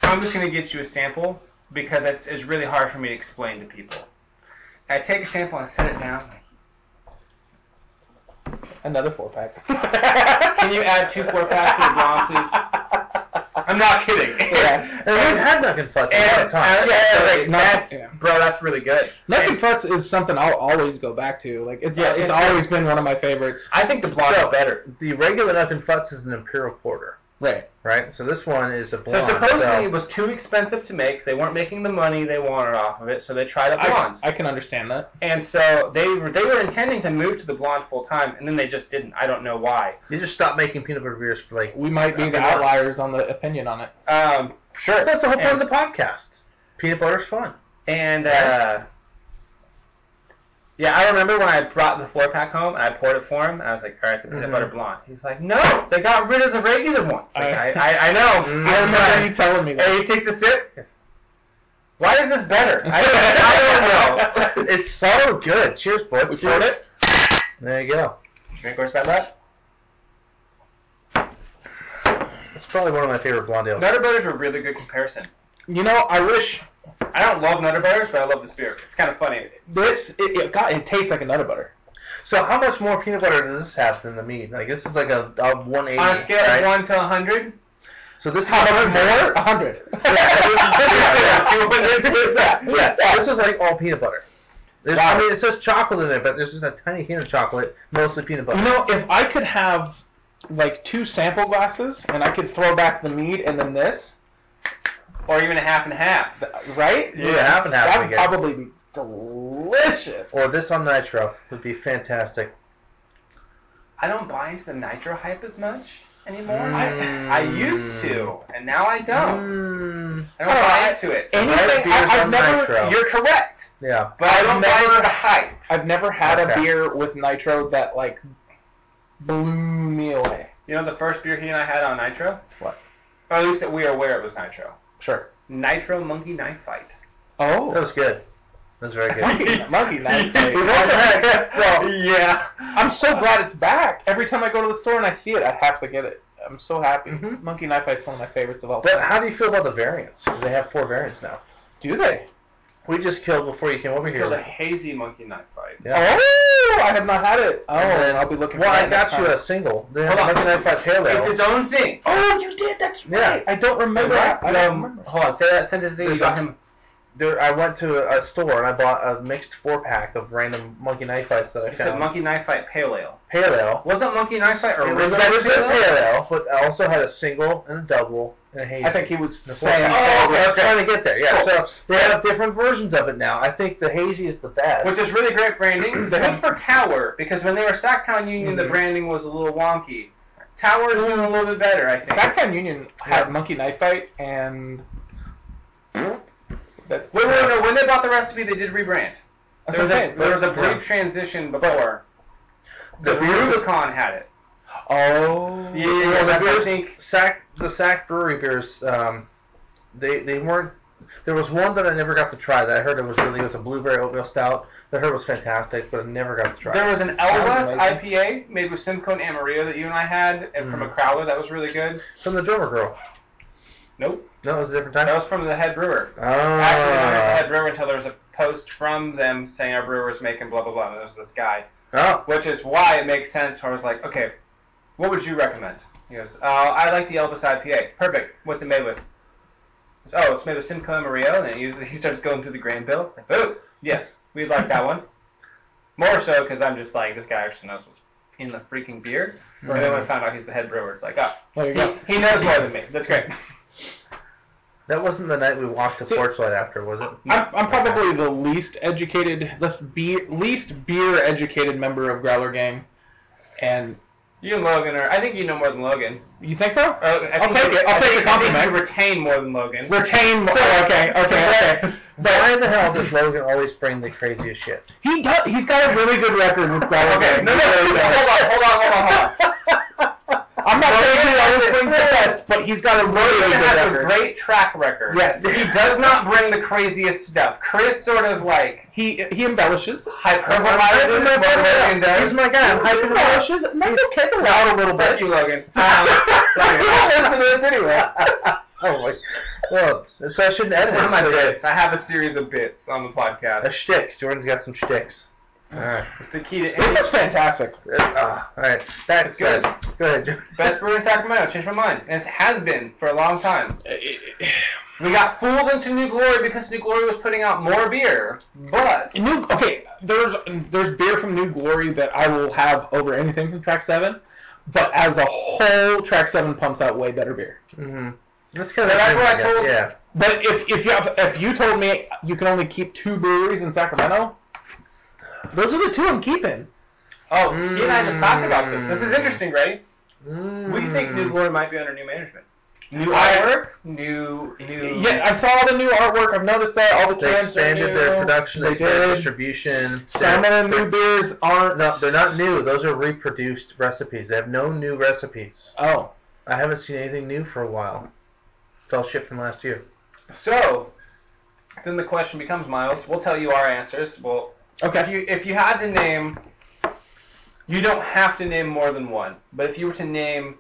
A: I'm just gonna get you a sample because it's, it's really hard for me to explain to people. I take a sample and I set it down.
C: Another four pack.
A: Can you add two four packs to the blonde, please? I'm not kidding.
C: Yeah.
B: And we've had Nuck and Futz at a time.
A: And- and-
C: Yeah,
A: like,
C: like, no,
A: that's,
C: yeah.
A: bro, that's really good.
C: Nothing
A: And
C: Futz is something I'll always go back to. Like it's
A: Yeah,
C: it's
A: yeah.
C: always been one of my favorites.
A: I think the blonde
B: So-
A: is better.
B: The regular Nuck and Futz is an imperial porter,
C: Right.
B: right? So this one is a
A: So
B: blonde.
A: supposedly
B: so-
A: it was too expensive to make. They weren't making the money they wanted off of it, so they tried a
C: I,
A: blonde.
C: I can understand that.
A: and so they were they were intending to move to the blonde full time, and then they just didn't. I don't know why.
B: They just stopped making peanut butter beers for like.
C: We might be the
B: Yeah.
C: outliers on the opinion on it.
A: Um, sure.
B: That's the whole point
A: And-
B: of the podcast. Peanut butter's fun.
A: And uh, yeah, I remember when I brought the four pack home and I poured it for him. I was like, "All right, it's a peanut
B: Mhm.
A: butter blonde." He's like, "No, they got rid of the regular one." It's Like, Mm-hmm. I, Mm-hmm.
C: I-
A: I, I know.
B: Mm.
C: I
A: I was
C: remember
A: like-
C: you telling me
A: and
C: that.
A: he takes a sip. Why is this better? I don't, I don't know.
B: It's so good. Cheers, boys.
C: We poured it?
B: There you go.
A: Drink horse bad luck.
B: It's probably one of my favorite blonde ales.
A: Nutter butters are a really good comparison.
C: You know, I wish
A: I don't love nutter butters, but I love this beer. It's kind of funny.
C: this. It, it, God, it tastes like a nutter butter.
B: So how much more peanut butter does this have than the meat? Like this is like a, a 180.
A: On a scale
B: right?
A: of one to hundred,
B: So this
C: How
B: is
C: much more? A hundred.
B: yeah, this is like all peanut butter. There's,
C: Wow.
B: I mean, it says chocolate in it, but there's just a tiny hint of chocolate, mostly peanut butter.
C: You know, if I could have like two sample glasses and I could throw back the mead and then this,
A: or even a half and half.
C: th- right?
A: Yeah,
B: half and half would
C: That would
B: be good.
C: probably be delicious.
B: or this on nitro would be fantastic.
A: I don't buy into the nitro hype as much anymore.
B: Mm.
A: I, I used to, and now I don't.
B: Mm,
A: I don't
C: Oh,
A: buy
C: I-
A: into it.
C: Anything
B: Red beers
C: I, I've
B: on
C: never
B: nitro.
A: You're correct,
B: yeah.
A: but I don't buy
C: Never-
A: into the hype.
C: I've never had
B: Okay.
C: a beer with nitro that like blew me away.
A: You know the first beer he and I had on nitro?
C: What?
A: Or at least that we are aware it was nitro.
C: Sure.
A: Nitro monkey knife fight.
B: That
C: Oh.
B: was good. That was very good.
C: Monkey, monkey knife.
A: We've also had-
C: well,
A: yeah.
C: I'm so glad it's back. Every time I go to the store and I see it, I have to get it. I'm so happy.
B: Mhm.
C: Monkey Knife Fight's one of my favorites of all
B: But
C: time.
B: how do you feel about the variants? Because they have four variants now.
C: Do they?
B: We just killed before you came over
A: Killed a
B: here.
A: hazy monkey knife fight.
B: Yeah.
C: Oh, I have not had it. Oh,
B: And then-
C: I'll be looking.
B: Well,
C: for
B: I
C: it next
B: got you
C: time.
B: a single. They
A: Hold
B: have
A: on.
B: Lucky Night by Pale Ale.
A: It's its own thing.
C: Oh, you did. That's right. I don't remember.
A: Right?
C: that. I don't
A: Um,
C: remember.
A: hold on, say that sentence again. You
B: There's
A: got
B: a-
A: him.
B: There, I went to a store and I bought a mixed four pack of random Monkey Knife Ice that I
A: You said
B: found.
A: monkey knife fight pale ale.
B: Pale Ale.
A: Wasn't monkey knife fight
B: It was
A: originally
B: that was a
A: pale ale?
B: pale ale, but I also had a single and a double and a hazy.
C: I think he was
B: The four pack.
C: saying.
A: Oh, okay,
B: I was
A: okay.
B: trying to get there. Yeah,
A: Cool.
B: so they have different versions of it now. I think the hazy is the best.
A: Which is really great branding. Good for Tower because when they were Sacktown Union, the
C: Mhm.
A: branding was a little wonky. Tower's doing a little bit better, I think.
C: Sacktown Union had
B: Yeah.
C: Monkey Knife Fight and. That,
A: Wait, wait, no. When they bought the recipe, they did rebrand. There was,
C: that's what I'm
A: a,
C: saying.
A: there was a brief
B: Yeah.
A: transition before. The
B: The beer-
A: Rubicon had it.
C: Oh.
A: Yeah,
B: You know,
A: yeah,
B: the
A: that's- I
B: beers,
A: think-
B: Sack the Sack Brewery beers. Um, they they weren't. There was one that I never got to try that I heard it was really it was a blueberry oatmeal stout that I heard was fantastic, but I never got to try.
A: There
B: it.
A: was an
C: Sounds
A: Elwes IPA made with Simcoe and Amarillo that you and I had, and from a crowler that was really good.
B: From the drummer girl.
A: Nope,
B: No, it was a different time.
A: that was from the head brewer.
B: Oh.
A: Actually, there was a head brewer until there was a post from them saying our brewer was making blah blah blah, and there was this guy,
B: oh.
A: which is why it makes sense. Where I was like, okay, what would you recommend? He goes, uh, I like the Elvis IPA. Perfect. What's it made with? I said, Oh, it's made with Simcoe and Amarillo, and he, was, he starts going through the grain bill. Like, oh, yes, We like that one. More so because I'm just like, this guy actually knows what's in the freaking beer. And then when I found out he's the head brewer, it's like, oh,
C: There you go.
A: he, he knows more than me. That's great.
B: That wasn't the night we walked to Porchlight after, was it?
C: I'm, I'm probably the least educated, least beer, least beer educated member of Growler Gang, and
A: You and Logan are, I think you know more than Logan.
C: you think so?
A: Or, I
C: I'll
A: think
C: take
A: you-
C: it. I'll
A: I
C: take
A: think-
C: the
A: I think
C: compliment.
A: You retain more than Logan.
C: Retain. oh, okay, okay, okay.
B: Why the hell does Logan always bring the craziest shit?
C: He does, he's got a really good record with Growler
A: okay,
C: Gang.
A: no, no,
C: He really does.
A: hold on, hold on, hold on, hold on.
C: I'm not saying he always brings the best, but he's got a really
A: Logan
C: good
A: has a
C: record.
A: great track record.
C: Yes.
A: He does not bring the craziest stuff. Chris sort of like
C: He he embellishes.
A: Uh, hyperbolizes
C: He's
A: what Logan does.
C: He's my guy. I'm hyping embellishes. No, it's okay. It's allowed a little
A: Thank
C: bit.
A: you, Logan.
C: Um,
A: Logan.
C: you don't listen to this anyway.
B: Oh my! Well, so I shouldn't edit
A: One of my
B: it.
A: bits. I have a series of bits on the
B: A
A: podcast.
B: shtick. Jordan's got some shticks. All right.
A: It's the key to
C: This
A: any
C: is fantastic.
B: Uh, all right. That's
A: It's good.
B: good. Go ahead. Jordan.
A: best brewer in Sacramento. Changed my mind, and it has been for a long time. uh, We got fooled into New Glory because New Glory was putting out more beer, but
C: New okay, there's there's beer from New Glory that I will have over anything from Track Seven, but as a whole, Track Seven pumps out way better beer.
B: Mm-hmm. That's kind of
A: That's what I told-
B: Yeah.
C: But if if you have, if you told me you can only keep two breweries in Sacramento, those are the two I'm keeping.
A: oh, he and I just talked about this. This is
B: Mm.
A: interesting, right? We think New
B: Mm.
A: Glory might be under new management. New
C: I-
A: artwork, new new.
C: Yeah, I saw all the new artwork. I've noticed that all the
B: Mm. They
C: cans are
B: expanded
C: new.
B: their production. They
C: They
B: expanded
C: did.
B: distribution.
C: Some
B: They're-
C: of the new beers aren't.
B: No, they're not new. Those are reproduced recipes. They have no new recipes.
C: Oh,
B: I haven't seen anything new for a while. It's all shit from last year.
A: So then the question becomes, Miles. We'll tell you our answers. Well, if
C: okay.
A: you if you had to name, you don't have to name more than one. But if you were to name,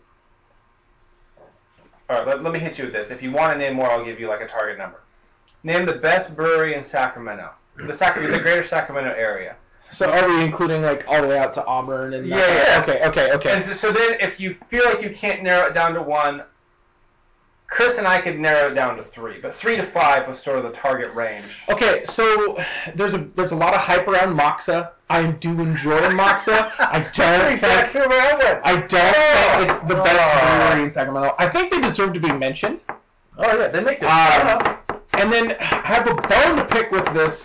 A: all right, let, let me hit you with this. If you want to name more, I'll give you like a target number. Name the best brewery in Sacramento, the Sacramento, the greater Sacramento area.
C: So are we including like all the way out to Auburn and?
A: Yeah, yeah.
C: Okay. Okay. Okay.
A: And so then, if you feel like you can't narrow it down to one, Chris and I could narrow it down to three. But three to five was sort of the target range.
C: Okay, so there's a there's a lot of hype around Moxa. I do enjoy Moxa. I don't think
B: where I went.
C: I don't think it's the
B: Oh.
C: best brewery in Sacramento. I think they deserve to be mentioned.
B: Oh yeah, they make this. Uh-huh.
C: Um, and then I have a bone to pick with this,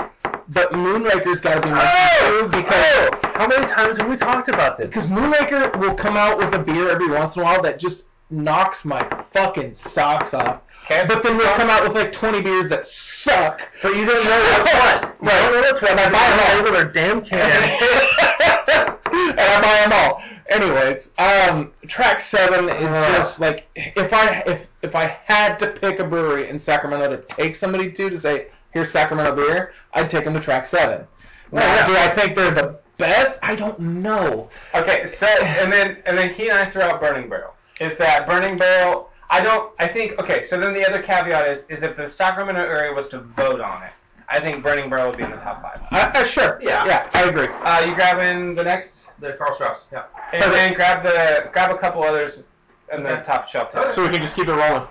C: but Moonraker's got to be mentioned
B: Oh!
C: too because
B: Oh! how many times have we talked about this?
C: because Moonraker will come out with a beer every once in a while that just knocks my fucking socks off.
A: Okay.
C: But then they'll come out with like 20 beers that suck.
B: But you don't know what's what. You don't know what's what. I buy them all over their damn cans.
C: and I buy them all. Anyways, um, track seven is
A: Uh.
C: just like if I if if I had to pick a brewery in Sacramento to take somebody to to say here's Sacramento beer, I'd take them to track seven. Now,
A: Oh, yeah.
C: do I think they're the best? I don't know.
A: Okay, so and then and then he and I threw out Burning Barrel. Is that Burning Barrel? I don't. I think okay. So then the other caveat is is if the Sacramento area was to vote on it, I think Burning Barrel would be in the top five.
C: I, I Uh, sure.
A: Yeah.
C: Yeah, I agree.
A: Uh, you grabbing the next,
B: The Carl Strauss. Yeah.
A: and then grab the grab a couple others in the top shelf. Top.
C: So we can just keep it rolling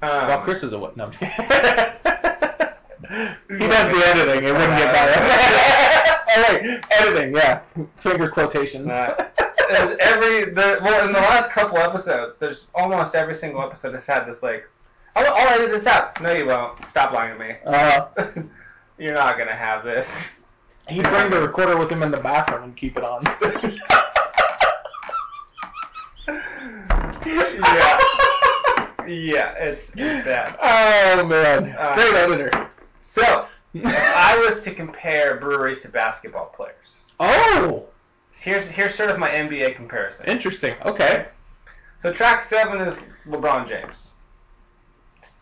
A: um,
C: while Chris is away. No. I'm kidding. he does the editing. It wouldn't get better. oh wait, editing. Yeah, finger quotations.
A: Uh, there's every the well in the last couple episodes, there's almost every single episode has had this like, I'll, I'll edit this out. No, you won't. Stop lying to
C: Uh,
A: me. You're not gonna have this.
C: He'd bring the recorder with him in the bathroom and keep it on.
A: yeah. Yeah, it's, it's that.
C: Oh man,
A: Uh,
C: great editor.
A: So, if I was to compare breweries to basketball players,
C: oh,
A: here's here's sort of my NBA comparison.
C: interesting. Okay.
A: So, track seven is LeBron James.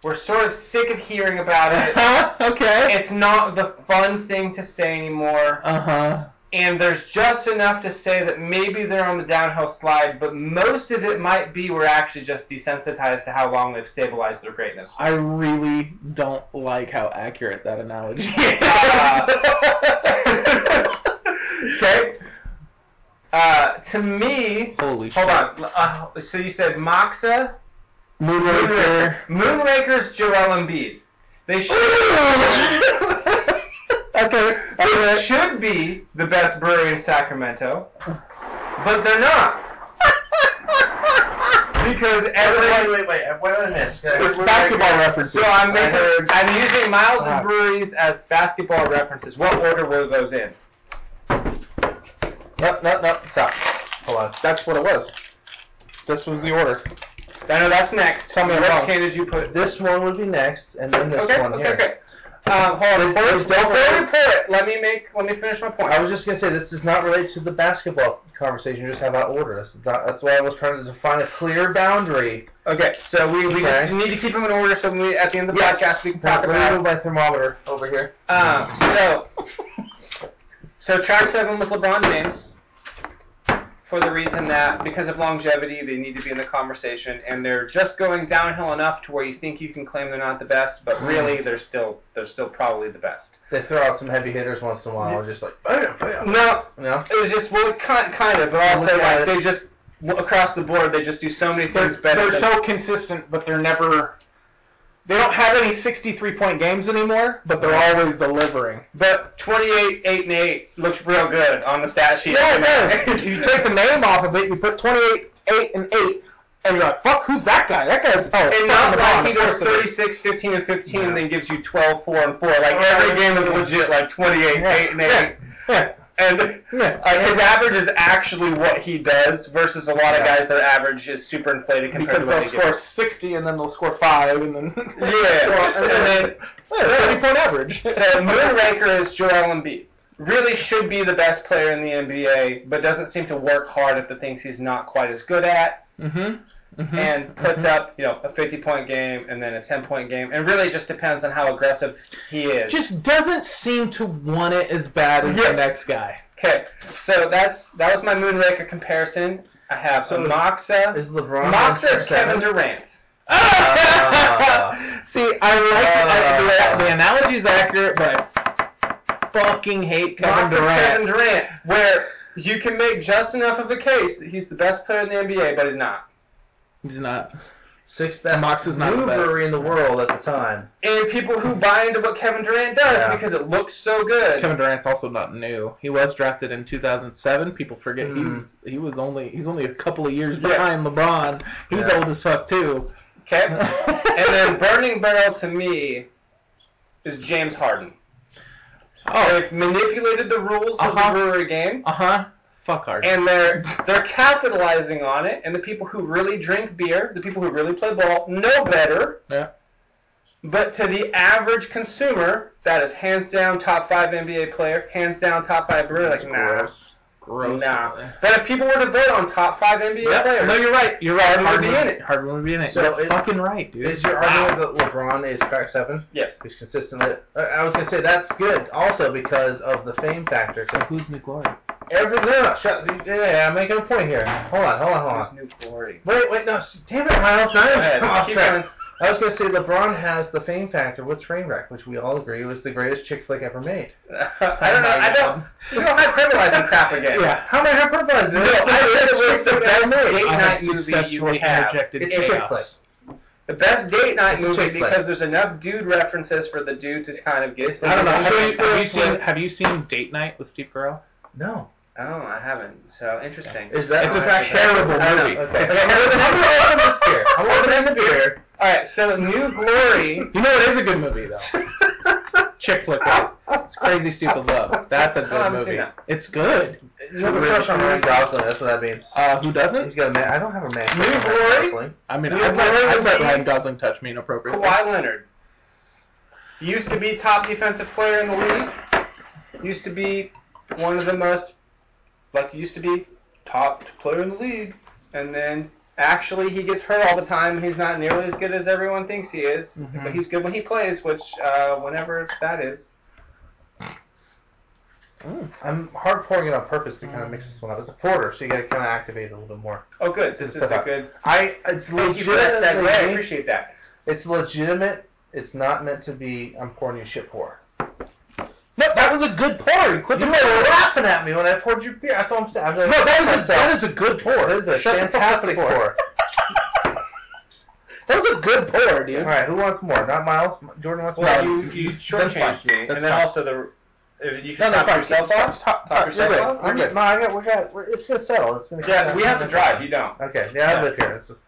A: We're sort of sick of hearing about it.
C: Uh-huh, okay.
A: It's not the fun thing to say anymore,
C: Uh huh.
A: and there's just enough to say that maybe they're on the downhill slide, but most of it might be we're actually just desensitized to how long they've stabilized their greatness.
C: I really don't like how accurate that analogy is.
A: okay. Uh, to me,
C: Holy
A: hold
C: shit.
A: on. Uh, so you said Moxa,
C: Moonraker.
A: Moonraker's Joel Embiid. They should.
C: I Okay.
A: It
C: Okay.
A: should be the best brewery in Sacramento, but they're not. Because every
B: wait, wait. What did I miss?
C: It's basketball references.
A: so I'm making, I'm using Miles'
C: Ah.
A: breweries as basketball references. What order were those in?
C: No, no, no. Stop.
B: Hold on.
C: That's what it was. This was the order.
A: I know that's next.
C: Tell me I'm
A: what
C: wrong.
A: can did you put?
B: This one would be next, and then this
A: Okay,
B: one
A: okay,
B: here.
A: okay. Um, hold on.
B: There's-
A: Before,
B: there's
A: before
B: definitely-
A: we pour it, let me make, let me finish my point.
B: I was just gonna say this does not relate to the basketball conversation. You just have that order. That's, not, that's why I was trying to define a clear boundary.
A: okay, so we, we
B: Okay.
A: just need to keep them in order so when we, at the end of the podcast we can
B: Now,
A: talk
B: let me
A: about
B: move my thermometer over here.
A: Um, so, so track seven was LeBron James for the reason that because of longevity, they need to be in the conversation, and they're just going downhill enough to where you think you can claim they're not the best, but really they're still they're still probably the best.
B: They throw out some heavy hitters once in a while, just like bam, bam.
A: No,
B: No,
A: it was just well, kind kind of, but also like they just across the board they just do so many
C: They're,
A: things better. than-
C: they're so consistent, but they're never. They don't have any 63 point games anymore, but they're always delivering.
A: but 28, 8, and 8 looks real good on the stat sheet.
C: Yeah, it does. you take the name off of it, you put 28, 8, and 8, and you're like, fuck, who's that guy? That guy's. Oh,
A: And
C: fucking
A: not like he
C: LeBron, of
A: goes
C: course it
A: 36, 15, and 15, and then gives you 12, 4, and 4. Like, every game is legit, like 28, 8, and 8.
C: Yeah. is.
A: And
C: Yeah.
A: uh, his average is actually what he does versus a lot of
B: Yeah.
A: guys that average is super inflated compared
C: Because
A: to
C: they'll
A: what they
C: score 60 and then they'll score 5 and then.
A: give. Yeah.
C: Well, and then- Yeah, 30 point average.
A: so Moon Ranker is Joel Embiid. Really should be the best player in the NBA, but doesn't seem to work hard at the things he's not quite as good at.
C: mm-hmm. Mm-hmm.
A: and puts up you know a 50 point game and then a 10 point game and really just depends on how aggressive he is
C: just doesn't seem to want it as bad as
A: Yeah.
C: the next guy.
A: okay so that's that was my moonraker comparison i have
B: So is-
A: moxa
B: is LeBron?
A: moxa
B: on
A: is kevin durant Uh,
B: Ah.
C: See, I like I- the, the analogy's accurate, but I fucking hate Kevin
A: moxa
C: Durant.
A: is kevin durant where you can make just enough of a case that he's the best player in the nba but he's not
C: He's not.
B: Sixth best
C: Mox is not
B: new
C: the best.
B: brewery in the world at the time.
A: and people who buy into what kevin durant does
B: Yeah.
A: because it looks so good
C: Kevin Durant's also not new. He was drafted in 2007. People forget
B: Mhm.
C: he's he was only he's only a couple of years
A: Yeah.
C: behind LeBron. He's
B: Yeah.
C: old as fuck too.
A: okay and then burning barrel to me is james harden
C: oh,
A: They've manipulated the rules
C: Uh-huh.
A: of the brewery game,
C: uh huh. Fuck hard.
A: and they're they're capitalizing on it. And the people who really drink beer, the people who really play ball, know better.
C: Yeah.
A: But to the average consumer, that is hands down top five NBA player, hands down top five brewer. Like nah,
C: gross. Gross.
A: nah. But if people were to vote on top five NBA
C: Yeah,
A: players,
C: no, you're right. You're right.
A: Harden
C: Harden
A: would be in it.
C: Harden would be in it.
B: So
C: you're
B: it-
C: fucking right, dude.
B: Is your argument that LeBron is track seven?
A: yes,
B: He's consistent. I I was gonna say that's good, also because of the fame factor. 'cause
C: who's McLaurin?
B: Every no, no, shut. Yeah, yeah, I'm making a point here. Hold on, hold on, hold on.
A: Who's new glory.
B: Wait, wait, no, s- damn it, Miles, now
A: Go ahead,
B: you've come off
A: keep
B: track.
A: going.
B: I was gonna say LeBron has the fame factor with Trainwreck, which we all agree was the greatest chick flick ever made.
A: I don't know. I don't. You don't have criminalizing crap again.
C: Yeah.
B: How am I gonna verbalize
A: No, I
B: this?
A: said it was the best
B: made.
A: date
C: I
A: night
C: have
A: movie you
C: successfully
A: would have.
C: interjected
B: It's
C: chaos.
B: chick flick.
A: The best date night
B: It's a
A: movie
B: chick flick.
A: because there's enough dude references for the dude to kind of get.
C: I don't know. Have you,
B: Chick
C: have you seen Have you seen Date Night with Steve Carell?
B: No,
A: Oh, I haven't. So interesting.
B: is that
C: It's a
B: Oh,
C: fact-
B: I see that.
C: terrible
B: I know,
C: movie.
B: Okay,
C: It's
B: okay, I'm
C: terrible.
B: opening this beer. I'm opening the beer.
A: All right. So New Glory.
C: You know it is a good movie though. chick flick guys. It's Crazy Stupid Love. That's a
A: I
C: good
A: haven't seen
C: movie.
A: that.
C: It's good.
B: You have a crush on Ryan Gosling. That's what that means.
C: Uh, who
B: He's
C: doesn't?
B: got a man. I don't have a man.
A: New
B: Ryan
A: Glory?
B: Gosling.
C: I mean,
A: Yeah,
C: I'd let, I'd let
A: Ryan-
C: Ryan Gosling touch me inappropriately.
A: Kawhi Leonard. Used to be top defensive player in the league. Used to be one of the most, like, used to be top player in the league. And then actually he gets hurt all the time. and He's not nearly as good as everyone thinks he is.
C: Mhm.
A: But he's good when he plays, which uh, whenever that is.
B: I'm hard pouring it on purpose to kind of mix this one up. It's a porter, so you gotta kind of activate it a little bit more.
A: Oh, good. This is a good.
B: I it's
A: Thank you for that segue. I
B: legitimate.
A: appreciate that.
B: It's legitimate. It's not meant to be. I'm pouring you shit pour.
C: No, that was a good pour. You quit
B: You
C: the
B: were
C: pour.
B: laughing at me when I poured you beer. That's all I'm saying. I'm
C: No, that was a, that is a good pour.
B: that is a
C: Shut the fuck up
B: fantastic pour.
C: That was a good pour, dude.
B: all right, who wants more? Not Miles. Jordan wants
A: Well,
B: more.
A: you, you
B: That's fine.
A: shortchanged me,
B: That's
A: and then
B: fine.
A: also the uh,
D: You should
C: No, no,
D: stop
C: fine.
D: yourself
C: Stop,
D: off. Stop
C: stop, stop.
B: You're
D: yourself
B: good.
D: off.
B: I'm good. No, I got, we got, we're- it's gonna settle. It's gonna.
D: Yeah, we have to drive. You don't.
B: Okay. Yeah,
D: Yeah.
B: I live here. It's just.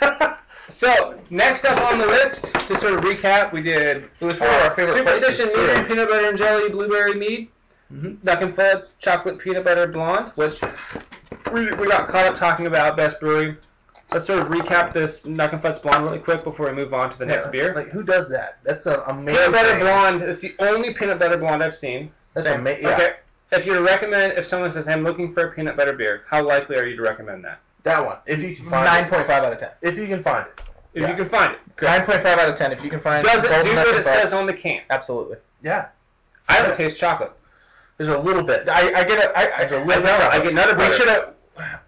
A: So next up on the list,
D: To sort of recap, we did.
A: it was
C: One of our favorite
A: superstition
C: places,
A: mead,
C: too.
A: peanut butter and jelly, blueberry mead, Dunkin' Fudds, chocolate peanut butter blonde, which we, we got caught up talking about best brewery. Let's sort of recap this Dunkin' Fudds blonde really quick before we move on to the next
B: yeah,
A: beer.
B: Like who does that? That's an amazing.
A: peanut butter blonde is the only peanut butter blonde I've seen.
B: That's
A: Same.
B: amazing. Yeah.
A: Okay. If you recommend, if someone says, "I'm looking for a peanut butter beer," how likely are you to recommend that?
B: That one. If you can find
C: Nine
B: it.
C: point five out of ten.
B: If you can find it.
A: If
C: Yeah.
A: you can find it.
C: Nine point five out of ten. If you can find
A: Does it
C: golden
A: do what
C: Nugget
A: it
C: Bucks.
A: says on the can?
C: Absolutely.
B: Yeah.
A: I don't taste chocolate.
B: There's a little bit.
C: I, I get a, I, I, I,
A: I don't. I get another
C: We
A: butter.
C: should have.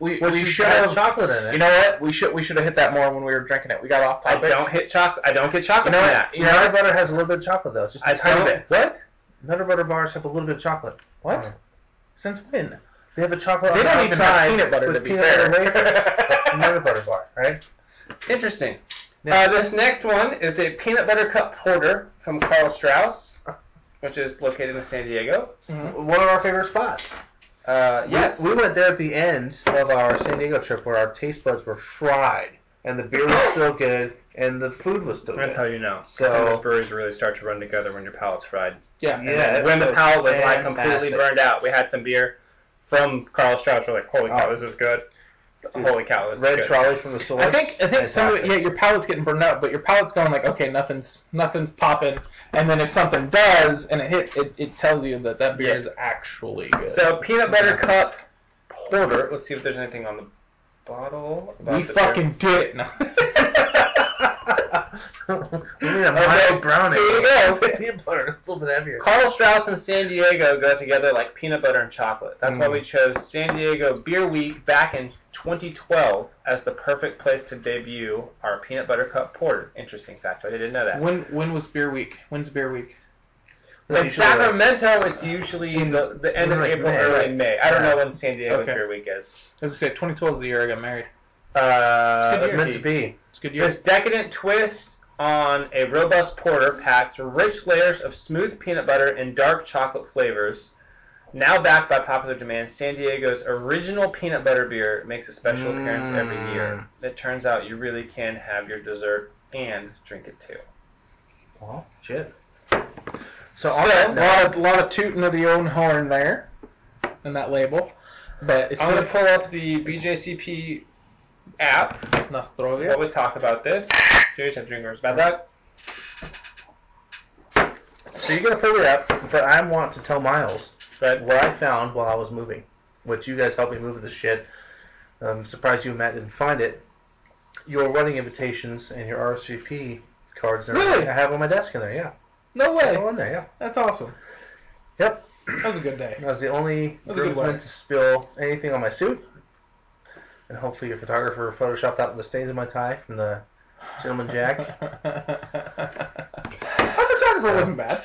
C: We,
B: Which
C: we
B: is-
C: should
B: has
C: have.
B: chocolate in it.
C: You know what? We should we should have hit that more when we were drinking it. We got off
A: I
C: topic.
A: don't hit chocolate. I don't get chocolate
C: You know
A: from
C: what?
A: that.
C: You know
B: Nutter
C: what?
B: butter has a little bit of chocolate though. It's just a
A: I
B: tiny
A: don't.
B: bit.
C: What?
B: Nutter butter bars have a little bit of chocolate.
C: What?
B: Oh.
C: Since when?
B: They have a chocolate.
C: They
B: on the
C: don't even have
B: outside
C: peanut butter
B: with
C: to be
B: peanut
C: fair.
B: butter wafers. That's a Nutter butter bar, right?
A: Interesting.
B: Yeah.
A: Uh, this next one is a peanut butter cup porter from Carl Strauss, which is located in San Diego.
B: Mm-hmm. One of our favorite spots.
A: Uh,
B: We-
A: yes.
B: We, went there at the end of our San Diego trip where our taste buds were fried and the beer was still good and the food was still
A: That's
B: good.
A: how you know.
B: So-
A: Some of those breweries really start to run together when your palate's fried.
C: Yeah.
B: Yeah.
A: And when the
B: that's
A: palate was like
B: fantastic.
A: completely burned out, we had some beer from Carl Strauss. We're like, holy cow, this is good. Holy cow, this
B: Red
A: is good.
B: trolley from the source.
C: I think I think some of it,
B: Fantastic.
C: yeah your palate's getting burned out, but your palate's going like okay nothing's nothing's popping, and then if something does and it hits it, it tells you that that beer
A: Yeah.
C: is actually good.
A: So peanut butter cup porter. Let's see if there's anything on the bottle. about
C: we
A: the
C: fucking did it. No.
B: we need a mild brownie.
A: there you go.
B: Peanut butter. It's a little bit heavier.
A: beer. Carl Strauss and San Diego go together like peanut butter and chocolate. That's
B: Mm.
A: why we chose San Diego Beer Week back in 2012 as the perfect place to debut our peanut butter cup porter. Interesting fact. I didn't know that.
C: when when was beer week? When's beer week?
A: In Sacramento, it's usually the, the end of
B: like
A: April,
B: May,
A: early
B: right?
A: May. I don't
B: Yeah.
A: know when San Diego's
C: Okay.
A: Beer Week is.
C: As I say, 2012 is the year I got married.
A: Uh,
B: It's meant
A: let's
B: to
A: see.
B: be.
C: It's a good year.
A: This decadent twist on a robust porter packed rich layers of smooth peanut butter and dark chocolate flavors. Now backed by popular demand, San Diego's original peanut butter beer makes a special appearance every year. It turns out you really can have your dessert and drink it too.
B: Well, shit. So,
C: So,
B: on
C: a
B: that note,
C: lot of, lot of tooting of the own horn there, in that label. But it's
A: I'm going to pull up the BJCP app while
C: Nostrovia.
A: we talk about this. Cheers, have drinkers about that.
B: so you're gonna pull it up, but I want to tell Miles
A: But
B: what I found while I was moving. Which you guys helped me move this shit. I'm surprised you and Matt didn't find it. Your wedding invitations and your RSVP cards. and
C: Really?
B: everything. I have on my desk in there. Yeah,
C: No
B: it's
C: way.
B: all in there. Yeah.
C: That's awesome.
B: Yep.
C: That was a good day.
B: I was the only
C: was a good
B: groomsman
C: wedding.
B: to spill anything on my suit, and hopefully your photographer photoshopped out the stains of my tie from the gentleman jack.
C: Our photographer wasn't bad.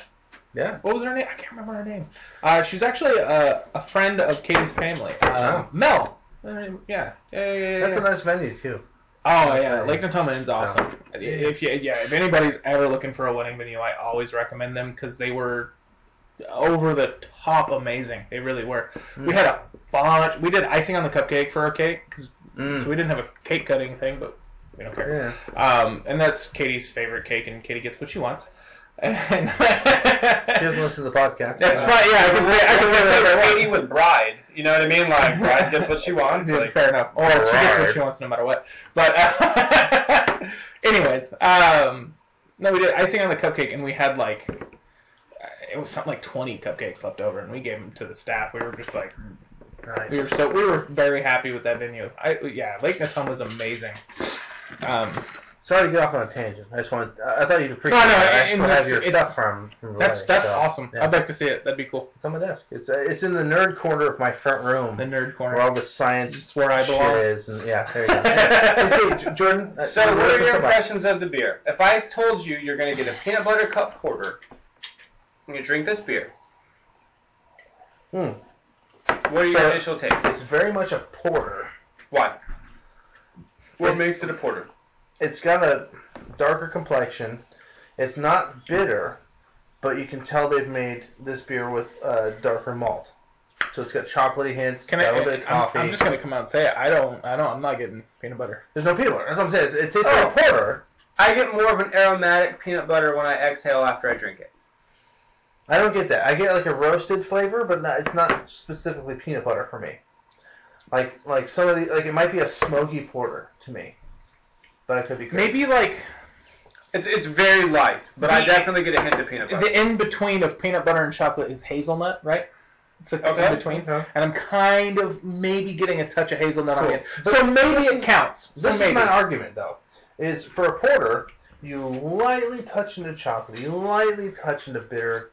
B: Yeah.
C: What was her name? I can't remember her name. Uh, she's actually a, a friend of Katie's family. Uh,
B: Oh.
C: Mel. Uh, Yeah. Yeah, yeah, yeah,
B: That's
C: yeah.
B: a nice venue too.
C: Oh yeah,
B: Definitely.
C: Lake Natomin's awesome. If you, yeah, if anybody's ever looking for a wedding venue, I always recommend them because they were over the top amazing. They really were. We had a bunch. We did icing on the cupcake for our cake because so we didn't have a cake cutting thing, but we don't
B: Yeah.
C: care. Um, and that's Katie's favorite cake, and Katie gets what she wants. And
B: She doesn't listen to the podcast.
C: that's right. Yeah, I can say I can say whatever I
A: Katie
C: want.
A: with Bride, you know what I mean? Like, Bride did what she wanted.
C: Yeah,
A: Like,
C: fair enough. Or she gets what she wants no matter what. But uh, anyways, um, no, we did icing on the cupcake, and we had like uh, it was something like 20 cupcakes left over, and we gave them to the staff. We were just like
B: Nice.
C: we were so we were very happy with that venue. I yeah, Lake Natoma was amazing. Um,
B: Sorry to get off on a tangent. I just wanted. I I thought you'd appreciate.
C: No, no,
B: it. I
C: and-
B: still have
C: and that's-
B: your
C: it-
B: stuff from. from the
C: that's
B: wedding,
C: that's
B: so,
C: awesome.
B: yeah.
C: I'd like to see it. That'd be cool.
B: It's on my desk. It's uh, it's in the nerd corner of my front room,
C: The nerd corner.
B: where all the science
C: it's where I
B: shit
C: belong.
B: is. And, yeah, there you go. Hey, J- Jordan. uh,
A: So,
B: you were
A: what are
B: looking
A: your
B: for something.
A: impressions of the beer? If I told you you're going to get a peanut butter cup porter, and you drink this beer,
B: Hmm.
A: what are your
B: So-
A: initial takes?
B: It's very much a porter.
A: Why? What
B: It's-
A: makes it a porter?
B: It's got a darker complexion. It's not bitter, but you can tell they've made this beer with uh, darker malt. So it's got chocolatey hints,
C: Can
B: got
C: I,
B: a little bit of
C: I'm-
B: coffee.
C: I'm, just gonna come out and say it. I don't. I don't. I'm not getting peanut butter.
B: There's no peanut butter. That's what I'm saying. It's- It tastes
A: Oh.
B: like porter.
A: I get more of an aromatic peanut butter when I exhale after I drink it.
B: I don't get that. I get like a roasted flavor, but not, it's not specifically peanut butter for me. Like like some of the like it might be a smoky porter to me, but it could be great.
C: Maybe like
A: It's it's very light, but I
C: The-
A: definitely get a hint of peanut butter.
C: the in between of peanut butter and chocolate is hazelnut, right? It's like
A: Okay.
C: in between,
B: Okay.
C: and I'm kind of maybe getting a touch of hazelnut on
B: Cool.
C: it. So maybe
B: this
C: it
B: is-
C: counts. So
B: This
C: maybe.
B: is my argument, though, is for a porter, you lightly touch into chocolate, you lightly touch into bitter,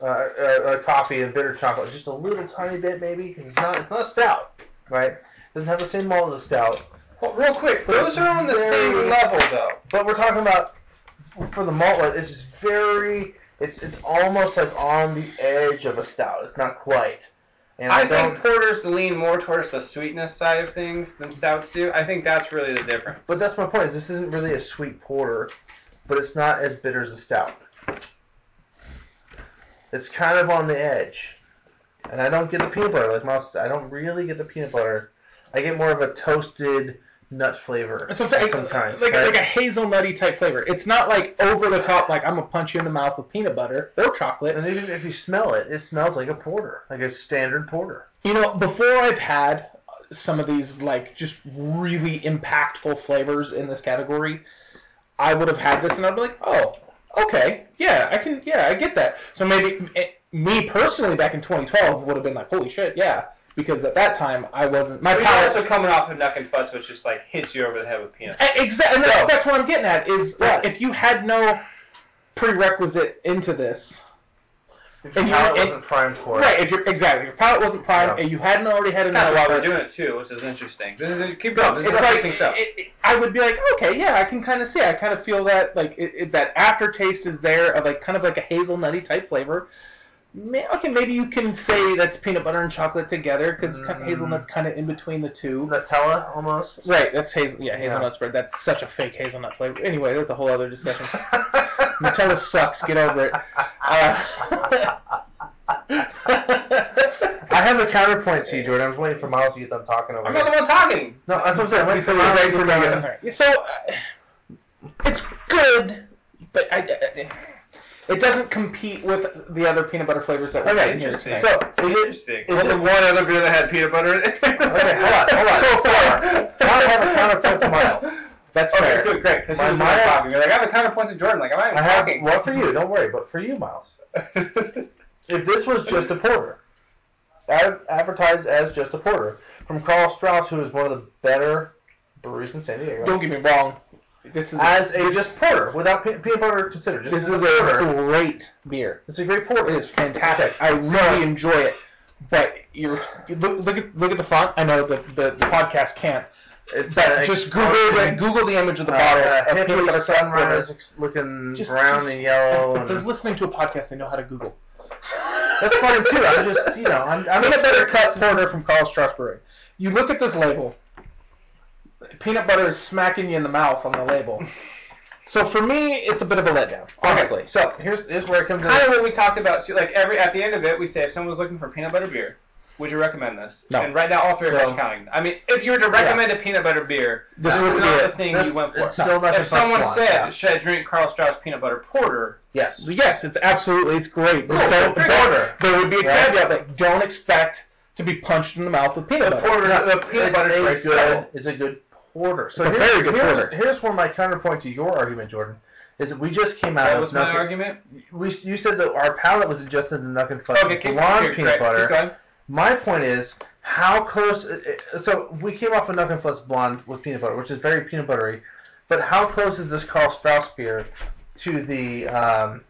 B: uh, uh, uh, coffee and bitter chocolate, just a little tiny bit maybe, because it's not it's not a stout, right? Doesn't have the same malt as a stout,
A: Well, real quick, those are on the
B: Very-
A: same level though.
B: but we're talking about for the malt. one, It's just very, it's it's almost like on the edge of a stout. It's not quite, and I,
A: I
B: don't.
A: think porters lean more towards the sweetness side of things than stouts do. I think that's really the difference.
B: But that's my point. Is this isn't really a sweet porter, but it's not as bitter as a stout. It's kind of on the edge, and I don't get the peanut butter like most. I don't really get the peanut butter. I get more of a toasted nut flavor
C: That's what I'm saying.
B: of some kind.
C: like,
B: right?
C: like a hazelnutty type flavor. It's not like over the top, like I'm gonna punch you in the mouth with peanut butter or chocolate.
B: and even if you smell it, it smells like a porter, like a standard porter.
C: You know, before I've had some of these like just really impactful flavors in this category, I would have had this and I'd be like, oh, okay, yeah, I can, yeah, I get that. So maybe it, me personally back in 2012 would have been like, holy shit, yeah, because at that time I wasn't my
A: But you're
C: palate.
A: also coming off of Nuck and Futz, which just like hits you over the head with peanuts.
C: Exactly.
B: So-
C: eh, that's, that's what I'm getting at. Is like,
B: Yeah.
C: if you had no prerequisite into this,
B: If
C: And
B: your
C: you-
B: palate
C: and-
B: wasn't primed for it.
C: right? If you're exactly, if your palate wasn't primed
B: Yeah.
C: and you hadn't already had
A: Kind
C: enough.
A: of why
C: of
A: we're
C: it,
A: doing it too, which is interesting. This is keep going. This is
C: It's like
A: interesting stuff.
C: it- it- I would be like, okay, yeah, I can kind of see. I kind of feel that like it, it, that aftertaste is there of like kind of like a hazelnutty type flavor. May, okay, maybe you can say that's peanut butter and chocolate together because
B: Mm.
C: hazelnut's kind of in between the two.
B: Nutella almost.
C: Right, that's hazel. Yeah,
B: Yeah.
C: hazelnut spread. That's such a fake hazelnut flavor. Anyway, that's a whole other discussion. Nutella sucks. Get over it. Uh,
B: I have a counterpoint to you, Jordan. I was waiting for Miles to get done talking over.
A: I'm
B: here.
A: not the one talking.
B: No, that's what I'm saying. Wait, so
C: All
B: we're
C: right,
B: ready for
C: we're
B: me.
C: done. All right. So uh, it's good, but I, I- it doesn't compete with the other peanut butter flavors that we're
B: Okay,
C: getting here
A: interesting.
C: tonight.
B: So, is
A: Interesting.
B: it? Is it
A: one other beer that had peanut butter in it. okay,
B: okay, hold on, hold on. So far, now I have a counterpoint to Miles.
C: that's fair.
A: good, great. This
B: My
A: is my
B: mind-
A: talking. You're like, I have a counterpoint to Jordan. Like, I'm not even
B: I have
A: talking.
B: one for you. Don't worry, but for you, Miles. If this was just a porter, ad- advertised as just a porter, from Carl Strauss, who is one of the better breweries in San Diego,
C: Don't get me wrong. This is
B: as a just porter without pe- peanut butter considered. Just
C: this is
B: a
C: a
B: porter.
C: great beer.
B: It's a great porter.
C: It is fantastic.
B: Okay,
C: I really enjoy it. But you're you look, look at look at the font. I know the the, the podcast can't.
B: It's
C: But
B: that
C: just Google
B: explosion,
C: the, Google the image of the
B: uh,
C: bottle
B: uh,
C: of peanut
B: hippie
C: butter chocolate.
B: sunrise ex- looking
C: Just-
B: brown
C: just-
B: and yellow.
C: If They're
B: And,
C: listening to a podcast. They know how to Google.
B: that's fine too. I'm just you know I'm, I'm
C: peanut butter cut porter from Carl Strasberg. You look at this label. Peanut butter is smacking you in the mouth on the label. So for me, it's a bit of a letdown, honestly.
B: Okay, so here's here's where it comes in.
A: kind of what we talked about too. Like every at the end of it, we say if someone was looking for peanut butter beer, would you recommend this?
C: No.
A: And right now, all three of us
B: So-
A: are counting. I mean, if you were to recommend a peanut butter beer,
C: This
A: this is
C: would be
A: not
C: it.
A: the thing
B: This-
A: you went for.
B: it's still not
A: if
B: the first
A: someone
B: one,
A: said,
B: yeah.
A: "Should I drink Carl Strauss peanut butter porter?"
B: yes.
C: Yes, it's absolutely it's great. Just
B: Cool.
C: don't-
B: Great.
C: don't- there would be a
B: Right.
C: caveat like don't expect to be punched in the mouth with peanut butter.
A: Porter, the peanut butter
B: It's
A: is
B: a
A: very
B: good
A: subtle.
B: is a good porter. So
C: It's a
B: here's,
C: very good
B: here's,
C: porter.
B: Here's where my counterpoint to your argument, Jordan, is that we just came out
A: That
B: of
A: was my
B: Nuck-
A: argument.
B: We you said that our palate was adjusted to Nuck and Fudge
A: Okay,
B: with
A: keep,
B: blonde
A: keep,
B: peanut
A: keep
B: butter.
A: going.
B: My point is how close. uh, So we came off of Nuck and Fudge blonde with peanut butter, which is very peanut buttery. But how close is this Carl Strauss beer to the um,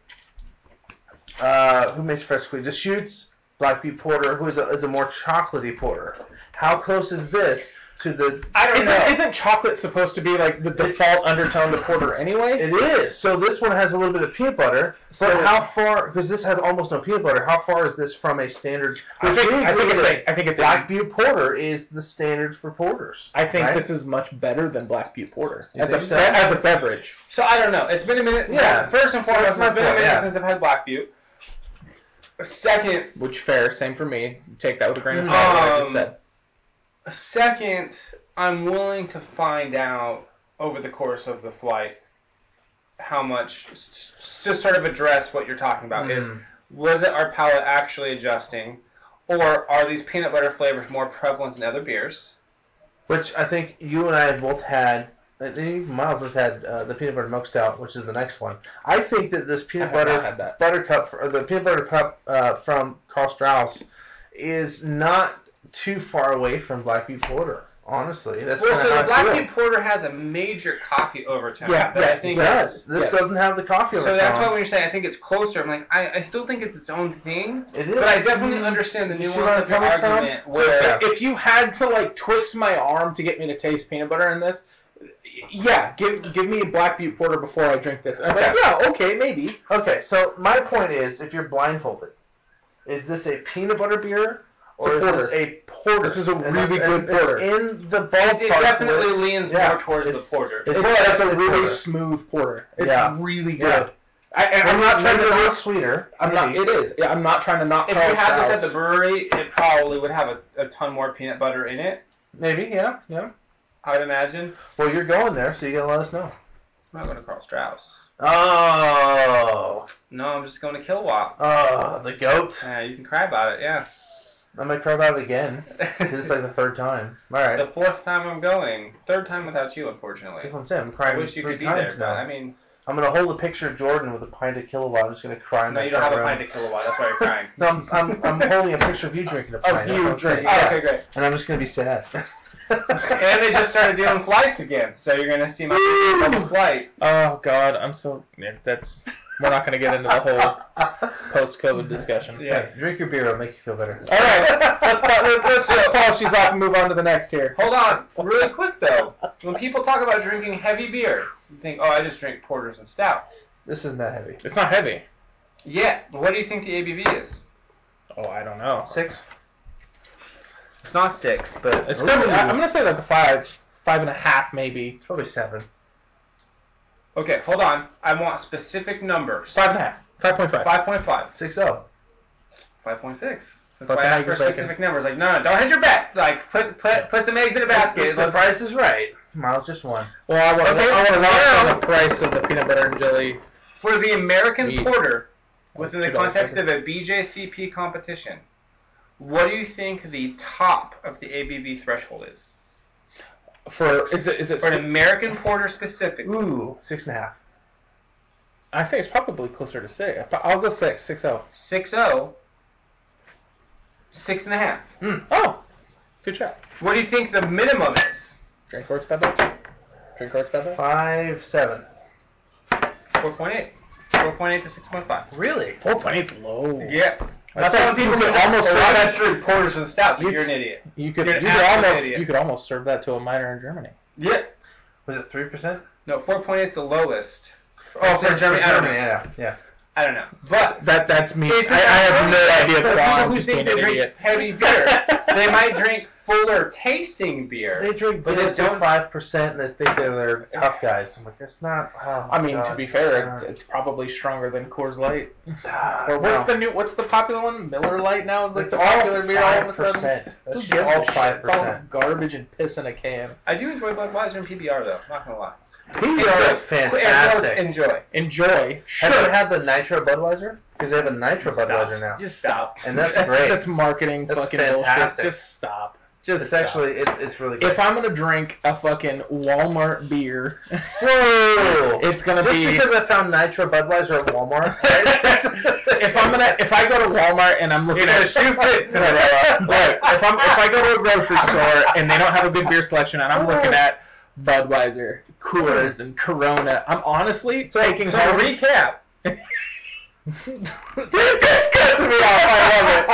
B: uh, who makes fresh squeeze? The Shoots Black Butte Porter, who is a, is a more chocolatey porter. How close is this to the?
A: I don't know.
C: Isn't, isn't chocolate supposed to be like the
B: It's-
C: default undertone to porter anyway?
B: It is. So this one has a little bit of peanut butter. But
C: So-
B: how far? Because this has almost no peanut butter. How far is this from a standard?
C: I think, I think it's like, I think it's
B: Black Butte Porter is the standard for porters.
C: I think
B: right?
C: this is much better than Black Butte Porter
B: You
C: as a,
B: think so?
C: as a beverage.
A: So I don't know. It's been a minute.
B: Yeah.
A: First and
B: So
A: foremost,
B: that's my
A: it's been a
B: point,
A: minute
B: yeah.
A: since I've had Black Butte. Second,
C: Which fair, same for me. Take that with a grain of salt. what I just
A: Um,
C: said.
A: second, I'm willing to find out over the course of the flight how much, s- s- to sort of address what you're talking about is
B: Mm.
A: was it our palate actually adjusting, or are these peanut butter flavors more prevalent in other beers?
B: Which I think you and I have both had. I think Miles has had uh, the peanut butter milk stout, which is the next one. I think that this peanut
C: I have not
B: butter
C: had that.
B: buttercup, or the peanut butter cup uh, from Carl Strauss, is not too far away from Black Butte Porter. Honestly, that's
A: well,
B: kind
A: so
B: of
A: the Black
B: feel.
A: Butte Porter has a major coffee overtone.
B: Yeah,
A: that I
B: yes, it
A: think is-
B: does. This
C: yes.
B: doesn't have the coffee.
A: So
B: overtone.
A: that's why when you're saying I think it's closer, I'm like I, I still think it's its own thing,
B: It is.
A: but I definitely understand the
B: You see
A: nuance
B: where I'm
A: of your
B: coming from?
A: argument.
B: So
A: Where
C: if you had to like twist my arm to get me to taste peanut butter in this, yeah, give give me a black butte porter before I drink this. I'm like,
B: Okay.
C: yeah, okay, maybe.
B: Okay, so my point is, if you're blindfolded, is this a peanut butter beer or
C: It's a
B: is this a porter?
C: This is a
B: And
C: really
B: that's-
C: good
B: and it's
C: porter.
B: in the
A: it,
B: ballpark.
A: it definitely
B: with-
A: leans
B: yeah,
A: more towards the
B: it's-
A: porter.
B: it's
C: It's,
B: not
C: that's a
B: a
C: really
B: porter.
C: smooth porter. It's
B: Yeah.
C: really good.
B: Yeah.
C: I, and I'm not trying to.
B: Maybe
C: knock-
B: not sweeter.
C: I'm not.
B: maybe.
C: It is. Yeah, I'm not trying to knock.
A: If
C: Carl
A: you had this at
C: Strauss.
A: the brewery, it probably would have a, a ton more peanut butter in it.
B: Maybe, yeah, yeah.
A: I would imagine.
B: Well, you're going there, so you gotta let us know.
A: I'm not going to Carl Strauss.
B: Oh,
A: No, I'm just going to Kilwop.
B: oh, the goat.
A: Yeah, you can cry about it. Yeah,
B: I might cry about it again. 'cause It's like the third time. All right.
A: the fourth time I'm going. Third time without you,
B: That's
A: unfortunately.
B: what I'm saying. I'm
A: I
B: crying
A: wish you
B: three
A: could be there,
B: times
A: but
B: now.
A: I mean,
B: I'm gonna hold a picture of Jordan with a pint of kilowatt. I'm just gonna cry. in
A: no,
B: that
A: you don't have a
B: front row.
A: pint of Kilwop. That's why you're crying.
B: No, I'm, I'm, I'm holding a picture of you drinking a pint.
C: you
B: that's what I'm
C: drinking.
B: saying.
A: Oh, okay, great.
B: And I'm just gonna be sad.
A: and they just started doing flights again, so you're gonna see my double flight.
C: Oh God, I'm so. yeah, That's. We're not gonna get into the whole post-COVID discussion.
A: Yeah.
B: Drink your beer, it'll make you feel better.
C: All right, let's, pa- let's, let's pause these off and move on to the next here.
A: Hold on, really quick though. When people talk about drinking heavy beer, you think, oh, I just drink porters and stouts.
B: This is not heavy.
C: It's not heavy.
A: Yeah. but What do you think the ABV is?
C: Oh, I don't know.
B: Six.
E: It's not six, but
C: It's gonna, I- I'm gonna say like a five, five and a half maybe.
B: Probably seven.
A: Okay, hold on. I want specific numbers.
C: Five and a half. Five point five.
A: 5.5, 5.6.
B: Six oh.
A: That's
C: But
A: why I
C: now
A: asked
C: you're
A: for
C: bacon.
A: specific numbers. Like, no, no, don't hit your bet. Like, put put put some eggs in a basket.
B: the
A: Let's-
B: price is right. Miles just won.
C: Well, I want to
A: Okay,
C: I want to
A: well-
C: lock down the price of the peanut butter and jelly.
A: For the American
C: Meat.
A: porter, within the
C: $2
A: context of a BJCP competition, what do you think the top of the ABV threshold is?
C: For is it is it?
A: For an American porter specifically.
B: Ooh, six and a half.
C: I think it's probably closer to six. I- I'll go six, six oh.
A: 6 0, 6.5.
C: Mm. Oh, good job.
A: What do you think the minimum is?
C: Drink horse pepper. Drink horse pepper.
B: Five seven.
A: 4.8. 4.8 to 6.5.
B: Really?
C: Four point eight's low.
A: Yeah.
C: That's
A: That's
C: like
A: why people
C: you could
A: can almost
C: almost serve that-
A: drink porters and stouts. Like,
C: You-
A: you're an idiot.
C: You could
A: You're
C: you
A: an
C: could
A: absolute
C: almost
A: idiot.
C: you could almost serve that to a minor in Germany.
A: Yeah.
B: Was it three percent?
A: No, 4.8 is the lowest. Oh, for Germany, I don't know.
B: Yeah, yeah.
A: I don't know. But
C: That that's me.
A: It's
C: I, I have no idea
A: For
C: why I'm
A: people who
C: just
A: think
C: being
A: they
C: an
A: drink
C: idiot.
A: heavy beer, they might drink fuller tasting
B: They
A: beer.
B: drink
A: But they
B: beer
A: don't-
B: to five percent, and they think they're, they're tough guys. I'm like, that's not. Oh,
C: I mean, to
B: God.
C: be fair, it's,
B: God.
C: it's probably stronger than Coors Light.
B: Ah,
C: Or what's
B: no.
C: the new? What's the popular one? Miller Light now is like
B: It's
C: the
B: all
C: popular beer all of a sudden.
B: 5%.
C: Who
B: That's
C: gives
B: all
C: a shit? It's all
B: 5%.
C: garbage and piss in a can.
A: I do enjoy Budweiser and PBR though. Not gonna lie.
B: PBR is
A: Eric,
B: fantastic.
A: Enjoy.
C: Enjoy.
B: Have you had the Nitro Budweiser? Because they have a Nitro Budweiser now.
C: Just stop.
B: And that's great.
C: That's marketing
B: That's
C: fucking
B: fantastic.
C: bullshit. Just stop. Just
B: It's
C: stop.
B: actually it's, it's really good.
C: If I'm gonna drink a fucking Walmart beer,
B: Whoa!
C: it's gonna
B: just
C: be.
B: because I found Nitro Budweiser at Walmart.
C: if I'm gonna, if I go to Walmart and I'm looking
A: You're gonna
C: at
A: shoot fits in a row.
C: Look, if I'm if I go to a grocery store and they don't have a big beer selection and I'm looking at Budweiser, Coors, and Corona, I'm honestly taking
A: So to
C: home.
A: recap.
C: this cuts me off. I love it.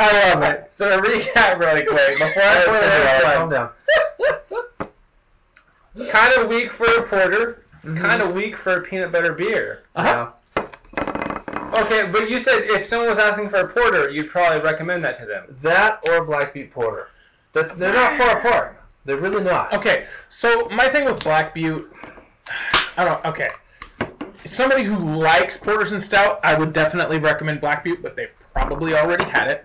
C: I love it. So to recap really quick before I
B: Yes,
C: put it
B: Cinderella,
C: in,
B: calm down.
A: Kind of weak for a porter. Kind of weak for a peanut butter beer.
C: Mm-hmm. Uh-huh.
A: Okay, but you said if someone was asking for a porter, you'd probably recommend that to them.
B: Yeah. That or Black Beet Porter. That's, they're not far apart. They're really not.
C: Okay, so my thing with Black Butte, I don't. Okay, somebody who likes porters and stout, I would definitely recommend Black Butte, but they've probably already had it.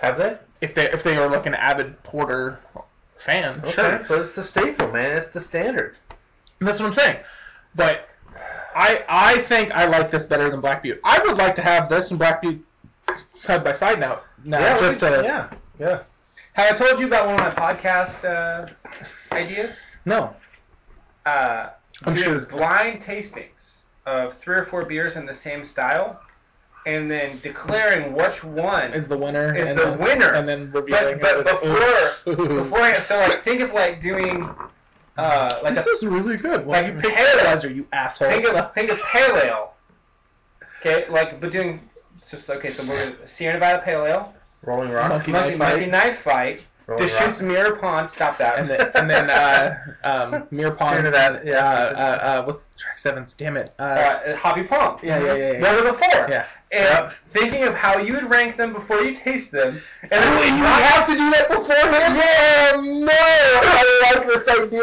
B: Have they?
C: If they if they are like an avid porter fan,
B: Okay.
C: sure.
B: But it's the staple, man. It's the standard.
C: And that's what I'm saying. But I I think I like this better than Black Butte. I would like to have this and Black Butte side by side now. Now
B: yeah.
C: just
B: we-
C: to
B: yeah. Yeah.
A: Have I told you about one of my podcast uh, ideas?
C: no.
A: Uh,
C: I'm
A: do
C: sure-
A: blind tastings of three or four beers in the same style, and then declaring which one
C: Is the winner
A: Is
C: and
A: the
C: then,
A: winner.
C: and then reviewing
A: But, but
C: it with,
A: before,
C: ooh, ooh.
A: beforehand, so like think of like doing uh, like a
C: this is really good. Why
A: like
C: you picked
A: pale-
C: Budweiser, you asshole?
A: think of think of pale ale. Okay, like but doing just okay. So we're gonna Sierra Nevada pale ale,
B: Rolling Rock.
C: Monkey
A: Monkey
C: Knife
A: Monkey
C: Fight.
A: Knife Fight,
B: Rolling
A: The Shoots Mirror Pond. Stop that.
C: and then, and then uh, um, Mere Pond.
B: Sooner that, yeah.
C: Uh, uh, uh, what's track seven's? Damn it. Uh,
A: uh, Hobby Pump.
C: yeah, yeah, yeah, yeah.
A: Those are the four.
C: yeah.
A: And thinking of how you would rank them before you taste them, and
C: Oh,
A: then
C: and
A: we
C: you
A: rock-
C: have to do that beforehand? Yeah, no! I like this idea.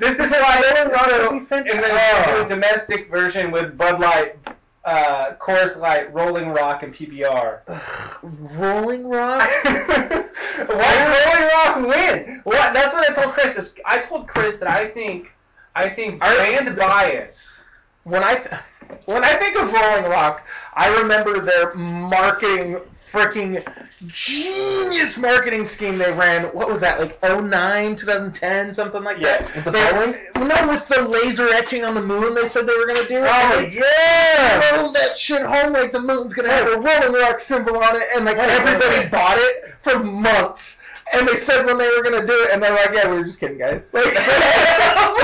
A: this is this is why Colorado, and then
C: Oh.
A: do a domestic version with Bud Light, uh, Coors Light, Rolling Rock, and PBR.
C: Rolling Rock?
A: Why Rolling Rock win? What? That's what I told Chris. Is, I told Chris that I think I think brand bias.
C: When I, th- when I think of Rolling Rock, I remember their marketing, freaking genius marketing scheme they ran. What was that, like 09, 2010, something like
A: Yeah,
C: that?
A: with the
C: They-
A: bowling?
C: No, with the laser etching on the moon they said they were going to do.
B: Oh,
C: And they- yeah! Drove that shit home like the moon's gonna have a Rolling Rock symbol on it, and like
B: Wait, wait,
C: everybody
B: wait.
C: bought it for months. And they said when they were gonna do it, and they're like, "Yeah, we were just kidding, guys." Like,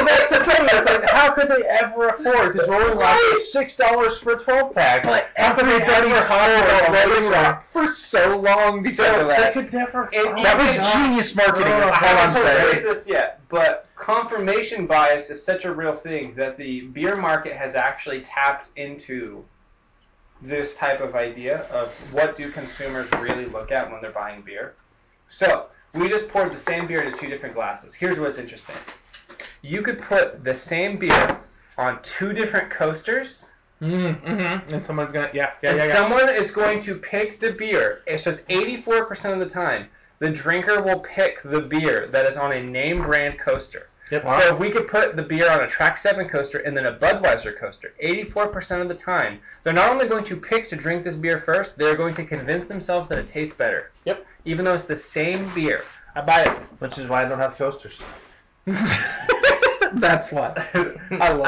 C: but that's the thing. It's like, how could they ever afford? Because Rolling Rock is six dollars for a twelve pack. But everybody
B: ever
C: talked
B: afford
C: about Rolling
B: Rolling
C: Rock for so long because
A: So
C: of that.
B: They could never.
A: And
C: that was
A: even-
C: genius marketing.
A: I
C: is all I'm
A: haven't told Chris
C: saying.
A: this yet, but confirmation bias is such a real thing that the beer market has actually tapped into this type of idea of what do consumers really look at when they're buying beer. So we just poured the same beer into two different glasses. Here's what's interesting: you could put the same beer on two different coasters.
C: Mm-hmm. And someone's gonna, yeah, yeah,
A: And
C: yeah, yeah.
A: someone is going to pick the beer. It says 84% of the time, the drinker will pick the beer that is on a name brand coaster.
B: Yep.
A: So if we could put the beer on a Track 7 coaster and then a Budweiser coaster, 84% of the time, they're not only going to pick to drink this beer first, they're going to convince themselves that it tastes better.
C: Yep.
A: Even though it's the same beer.
C: I buy it.
B: Which is why I don't have coasters.
C: That's what. I love.
A: Um,
B: Of all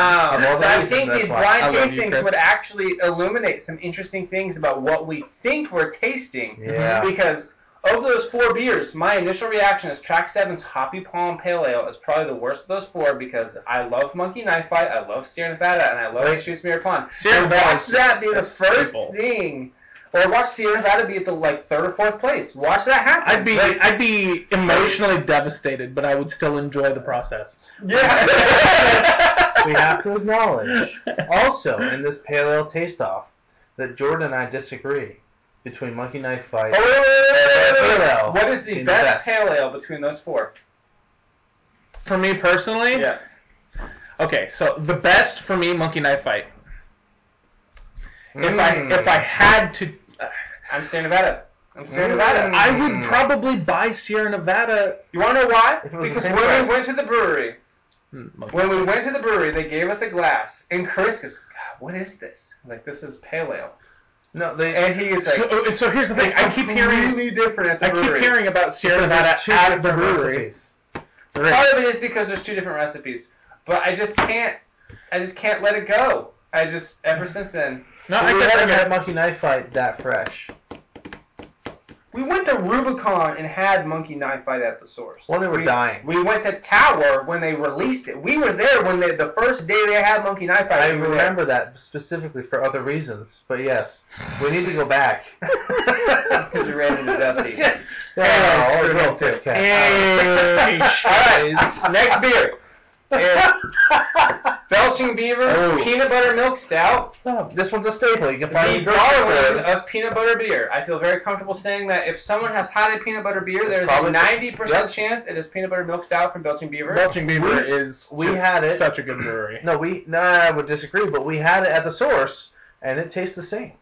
A: so
B: the
A: I
B: reasons,
A: think
B: that's
A: these
B: why. I
A: blind
B: love you,
A: tastings
B: Chris.
A: would actually illuminate some interesting things about what we think we're tasting.
B: Yeah.
A: Because of those four beers, my initial reaction is Track 7's Hoppy Palm Pale Ale is probably the worst of those four because I love Monkey Knife Fight, I love Sierra Nevada, and I love
B: Wait.
A: Shoot Smear Pond.
C: Sierra
A: And
C: Nevada
A: watch
C: is
A: that be
C: just
A: the
C: a
A: first
C: staple.
A: thing. Or watch Sierra Nevada be at the like third or fourth place. Watch that happen.
C: I'd be
A: Like,
C: I'd be emotionally devastated, but I would still enjoy the process.
A: yeah.
B: we have to acknowledge also in this pale ale taste off that Jordan and I disagree between Monkey Knife Fight.
A: Oh, wait, wait, wait, wait, wait, wait.
B: Pale ale
A: What is
B: being
A: the
B: the
A: best
B: best.
A: pale ale between those four?
C: For me personally,
A: Yeah.
C: Okay, so the best for me, Monkey Knife Fight. If
B: Hmm.
C: I if I had to,
A: I'm Sierra Nevada. I'm Sierra
B: Mm.
A: Nevada.
C: I would
B: Mm.
C: probably buy Sierra Nevada.
A: you want to know why?
B: If it was the
A: Because
B: same
A: when we
B: price.
A: went to the brewery, When we went to the brewery, they gave us a glass, and Chris goes, God, "What is this?" I'm like, "This is pale ale,"
B: no, they
A: and he is like,
C: So, oh, so here's the thing.
A: "It's
C: I keep hearing
A: completely different at the
C: I keep
A: brewery."
C: hearing about Sierra
B: there's
C: Nevada
B: two
C: out of the
B: different
C: brewery.
B: recipes.
C: There is.
A: Part of it is because there's two different recipes, but I just can't, I just can't let it go. I just ever since then,
C: No,
B: But
C: I
B: we
C: get
B: haven't had
C: that.
B: Monkey Knife Fight that fresh.
A: we went to Rubicon and had Monkey Knife Fight at the source.
B: When they were
A: we,
B: dying.
A: we went to Tower when they released it. We were there when they, the first day they had Monkey Knife Fight.
B: I
A: we were there.
B: remember that specifically for other reasons, but yes, we need to go back.
A: because you ran into Dusty.
B: Yeah,
C: Yeah, oh,
B: all
C: screw
B: the
C: it.
B: piss cat.
C: Hey,
A: Alright, next beer.
C: Oh,
A: Belching Beaver
B: Oh.
A: Peanut Butter Milk Stout,
B: No, Oh, this one's a staple. You can
A: the
B: find it in grocery
A: darling
B: stores.
A: of peanut butter beer. I feel very comfortable saying that if someone has had a peanut butter beer, there is a
B: Probably-
A: 90%
B: Yep.
A: chance it is Peanut Butter Milk Stout from Belching Beaver.
C: Belching Beaver
B: We-
C: is
B: we
C: is
B: had it.
C: Such a good brewery.
B: No, we. No, I would disagree, but we had it at the source, and it tastes the same.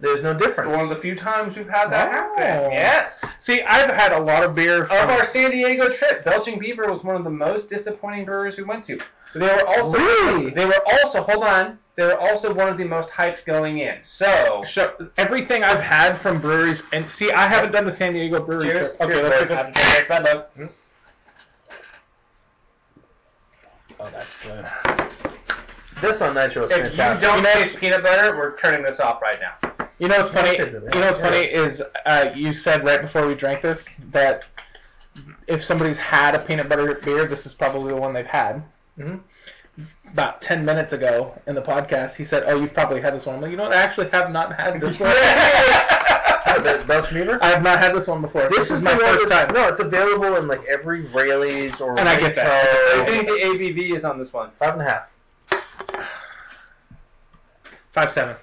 B: There's no difference.
A: One of the few times we've had that
C: Wow.
A: happen. Yes.
C: See, I've had a lot of beer.
A: Of
C: From,
A: our San Diego trip, Belching Beaver was one of the most disappointing breweries we went to. They were also
C: Really?
A: they were also hold on they were also one of the most hyped going in. So
C: So, everything I've had from breweries, and see, I haven't done the San Diego brewery
A: cheers,
C: trip. Okay,
A: cheers,
C: let's
A: boys.
C: do
A: Have a
C: this.
A: drink. Bad luck.
C: Oh, that's good.
B: this on Nitro is
A: If
B: fantastic.
A: you don't taste peanut butter, we're turning this off right now.
C: You know what's funny?
B: Yeah,
C: You
B: sure,
C: know
B: yeah.
C: what's
B: Yeah.
C: funny is uh, you said right before we drank this that if somebody's had a peanut butter beer, this is probably the one they've had.
B: Mhm.
C: About ten minutes ago in the podcast, he said, "Oh, you've probably had this one." I'm like, you know what? I actually have not had this one.
B: Uh,
C: Oh,
B: the Belch Beaver?
C: I have not had this one before. This, is,
B: the
C: my
B: one
C: first
B: that's-
C: time.
B: No, it's available in like every Rayleigh's or
C: And I get that.
A: I
B: Rico.
A: think the ABV is on this one.
B: Five and a half.
C: Five seven.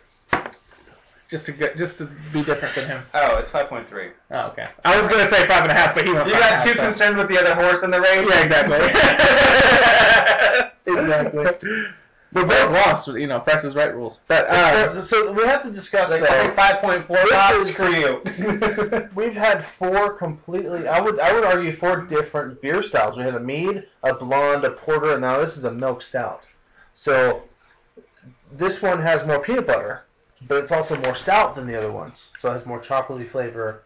C: Just to get, just to be different than him.
A: Oh, it's 5.3.
C: Oh, okay. I was gonna say five and a half, but he went.
A: You
C: five
A: got
C: and a half,
A: too
C: so-
A: concerned with the other horse in the race.
C: Yeah, exactly. exactly. We're both lost, you know, Price is Right rules. But uh,
B: Uh, so we have to discuss
A: Like,
B: though.
A: I think 5.4
B: This
A: pops
B: is-
A: for you.
B: We've had four completely. I would I would argue four different beer styles. We had a mead, a blonde, a porter, and now this is a milk stout. So this one has more peanut butter, but it's also more stout than the other ones. So it has more chocolatey flavor.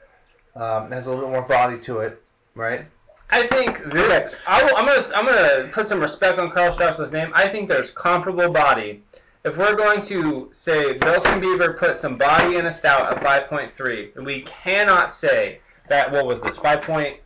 B: Um, it has a little bit more body to it, right?
A: I think this. I will, I'm gonna I'm gonna put some respect on Carl Strauss's name. I think there's comparable body. If we're going to say Belgian Beaver put some body in a stout at 5.3, we cannot say that what was this 5. point-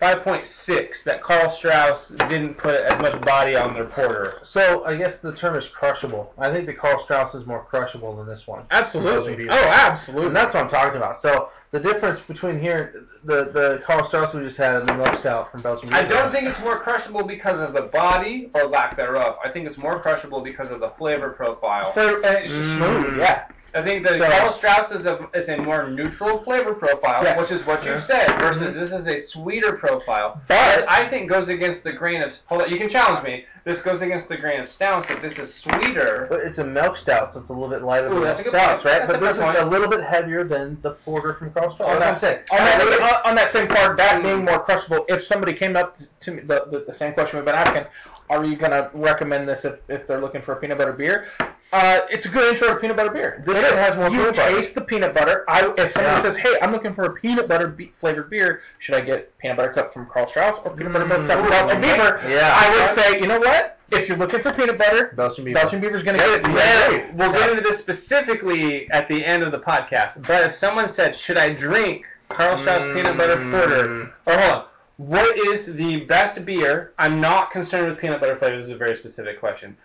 A: 5.6 that Carl Strauss didn't put as much body on their porter.
B: So I guess the term is crushable. I think the Carl Strauss is more crushable than this one.
C: absolutely. Oh, absolutely.
B: And that's what I'm talking about. So the difference between here, the the Carl Strauss we just had and the milk stout from Belgium.
A: I don't think it's more crushable because of the body or lack thereof. I think it's more crushable because of the flavor profile.
C: So, and it's just
B: Mm,
C: smooth, yeah.
A: I think the
C: So-
A: Carl Strauss is a, is a more neutral flavor profile,
C: Yes. Mm-hmm.
A: which is what you said, versus this is a sweeter profile.
C: But
A: That I think goes against the grain of. Hold on, you can challenge me. This goes against the grain of stouts that this is sweeter.
B: But it's a milk stout, so it's a little bit lighter
A: Ooh,
B: than the
A: that's a good
B: stouts,
A: point.
B: right?
A: That's
B: But
A: a
B: this is
A: good point.
B: a little bit heavier than the porter from Carl Strauss.
C: on
B: That's what I'm saying.
C: that, on, that,
B: It's-
C: same- on that same part, that being more crushable, if somebody came up to me, the, the, the same question we've been asking, are you going to recommend this if, if they're looking for a peanut butter beer? Uh, it's a good intro to peanut butter beer.
B: This
C: It
B: one
C: is.
B: has more
C: you
B: peanut butter.
C: taste the peanut butter. I, if somebody
B: Yeah.
C: says, "Hey, I'm looking for a peanut butter be- flavored beer," should I get peanut butter cup from Carl Strauss or peanut butter milk stout from Belgian Beaver?
B: Mm-hmm. Yeah.
C: I would say, you know what? If you're looking for peanut butter,
B: Belgian beef.
C: Belgian Beaver's going to get it. to you.
A: Yeah, we'll
C: Yeah.
A: get into this specifically at the end of the podcast. But if someone said, "Should I drink Carl Strauss peanut butter porter?"
B: Mm.
A: Or hold on, what is the best beer? I'm not concerned with peanut butter flavor. This is a very specific question.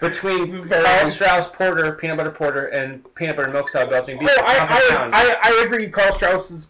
A: Between Carl Strauss porter, peanut butter porter, and peanut butter milk style Belgian beer.
C: No, Oh, I,
A: compound.
C: I, I, I agree. Carl Strauss's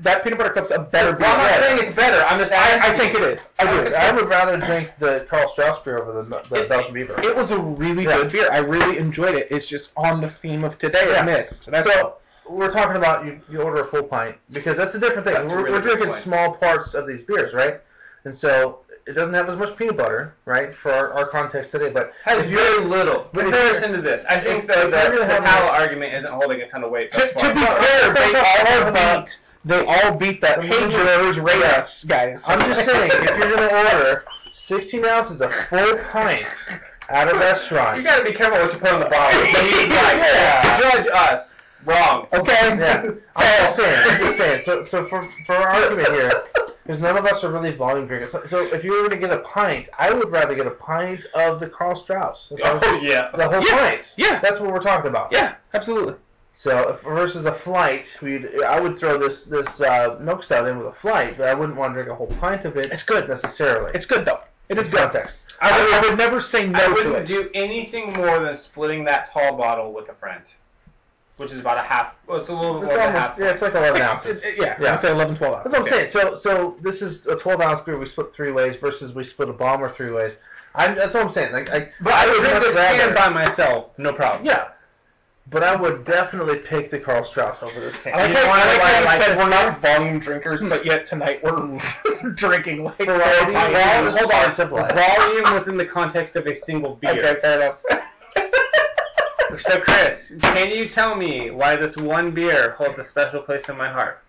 C: that peanut butter cup's a better beer.
A: Well, I'm not saying it's better. I'm just
C: I,
A: asking.
C: I think it is. I
B: I
C: do.
B: would, I would rather drink the Carl Strauss beer over the, the
C: It-
B: Belgian beaver.
C: It was a really
B: Yeah.
C: good beer. I really enjoyed it. It's just on the theme of today.
B: Yeah.
C: I missed. That's
B: so
C: all.
B: we're talking about you, you order a full pint because that's a different thing.
A: That's a
B: we're,
A: really
B: we're
A: good
B: drinking
A: point.
B: small parts of these beers, right? And so it doesn't have as much peanut butter, right, for our, our context today. But
A: Has
B: if
A: very little
B: but if
A: comparison to this. I think
B: if-
A: the,
B: if
A: the,
B: you're gonna
A: the
B: have a-
A: Powell argument isn't holding a ton of weight.
C: To,
A: thus far.
C: to be fair, they all beat. They all beat that.
B: The
C: Hey,
B: minimum-
C: jurors, rate us, guys.
B: I'm just saying, if you're gonna order 16 ounces of full pint at a restaurant,
A: You gotta be careful what you put on the bottle. But he's like,
C: Yeah.
A: judge us. Wrong.
C: okay.
B: Yeah, I'm just saying. I'm just saying. So, so for for our argument here, because none of us are really volume drinkers. So, so if you were going to get a pint, I would rather get a pint of the Carl Strauss. If I was-
A: Oh, yeah.
B: The whole
C: Yeah,
B: pint.
C: yeah.
B: That's what we're talking about.
C: Yeah, absolutely.
B: So if, versus a flight, we'd I would throw this this uh, milk stout in with a flight, but I wouldn't want to drink a whole pint of it.
C: It's good.
B: necessarily.
C: It's good though. It is
B: In
C: good.
B: context.
C: I would, I would never say no
A: I
C: to
A: wouldn't
C: it.
A: do anything more than splitting that tall bottle with a friend, which is about a half. Well, it's a little bit more
B: It's
A: than
B: almost
A: half.
B: yeah, it's like 11 ounces.
C: It's- it- yeah,
B: Yeah.
C: I'd say 11, 12 ounces.
B: That's what I'm saying. So, so this is a 12 ounce beer. We split three ways versus we split a bomber three ways. I'm, that's what I'm saying. Like, I,
A: But I would drink
B: much
A: this
B: rather-
A: can by myself, no problem.
B: yeah, but I would definitely pick the Carl Strauss over this can.
C: I like
A: You
C: how,
A: wanna
C: I like
A: buy
C: how
A: a
C: you said
A: licensed
C: we're not volume drinkers, but yet tonight we're drinking like
B: Variety.
C: five
B: Well,
C: beers.
B: this is
C: Hold on.
B: civilized.
A: Volume within the context of a single beer.
C: Okay, fair enough.
E: So Chris, can you tell me why this one beer holds a special place in my heart?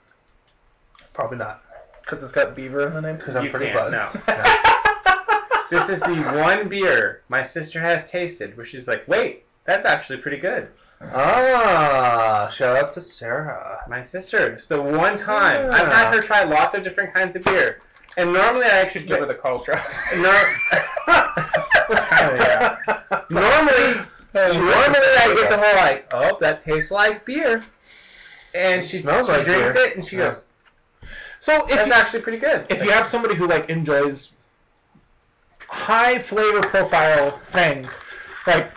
B: Probably not.
C: Because it's got beaver in the name.
B: Because I'm
E: You
B: pretty
E: can't,
B: buzzed.
E: no.
B: Yeah.
E: This is the one beer my sister has tasted where she's like, wait, that's actually pretty good.
B: Ah, shout out to Sarah.
E: My sister, it's the one time I've had her try lots of different kinds of beer, and normally I actually
C: Should give her the Carl Strauss.
E: No.
B: Yeah.
E: Normally, normally I get the whole like, oh, that tastes like beer, and
B: It
E: she, she
B: smells like
E: drinks
B: beer.
E: it and she
B: Yeah.
E: goes,
C: so if
E: that's
C: you,
E: actually pretty good.
C: if you have somebody who like enjoys high flavor profile things, like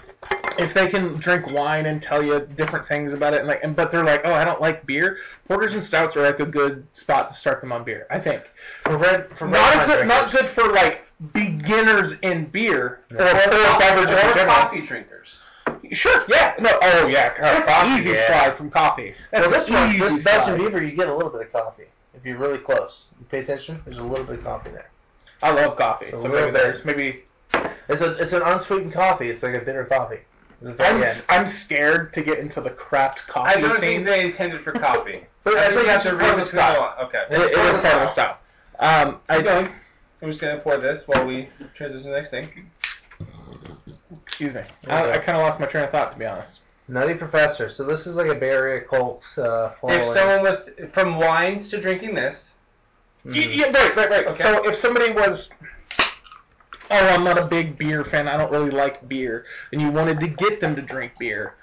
C: if they can drink wine and tell you different things about it, and like, and but they're like, oh, I don't like beer. Porters and stouts are like a good spot to start them on beer. I think
B: For red, for red
C: not a
B: wine
C: good, not
B: drinkers.
C: good for like beginners in beer
B: No.
C: or, or beverage in
A: Or
C: general.
A: coffee drinkers.
C: Sure. Yeah. No. Oh, yeah. That's
B: coffee,
C: an easy
B: yeah.
C: slide from coffee. That's
B: Well, this
C: an
B: one,
C: easy
B: this Belgian
C: slide.
B: Beaver, you get a little bit of coffee if you're really close. You pay attention. There's a little bit of coffee there.
C: I love coffee,
B: It's a
C: so
B: little
C: maybe there's
B: bit.
C: maybe.
B: It's a, it's an unsweetened coffee. It's like a bitter coffee. It's a
C: I'm,
B: very-
C: s- I'm scared to get into the craft coffee
A: I don't
C: scene.
A: think they intended for coffee.
B: But
A: I think
B: you
A: that's
B: should
A: a
B: pour
A: reason
B: the
A: to
B: style.
A: go on. Okay.
C: it, it is part of the style. Um, I don't.
A: I'm just gonna pour this while we transition to the next thing.
C: Excuse me.
B: There you
C: I,
B: go.
C: I kind of lost my train of thought, to be honest.
B: Nutty Professor. So this is like a Bay Area cult uh, following.
A: If someone was from wines to drinking this,
B: Mm.
C: Y- Yeah, right, right, right.
A: Okay.
C: So if somebody was, oh, I'm not a big beer fan. I don't really like beer, and you wanted to get them to drink beer,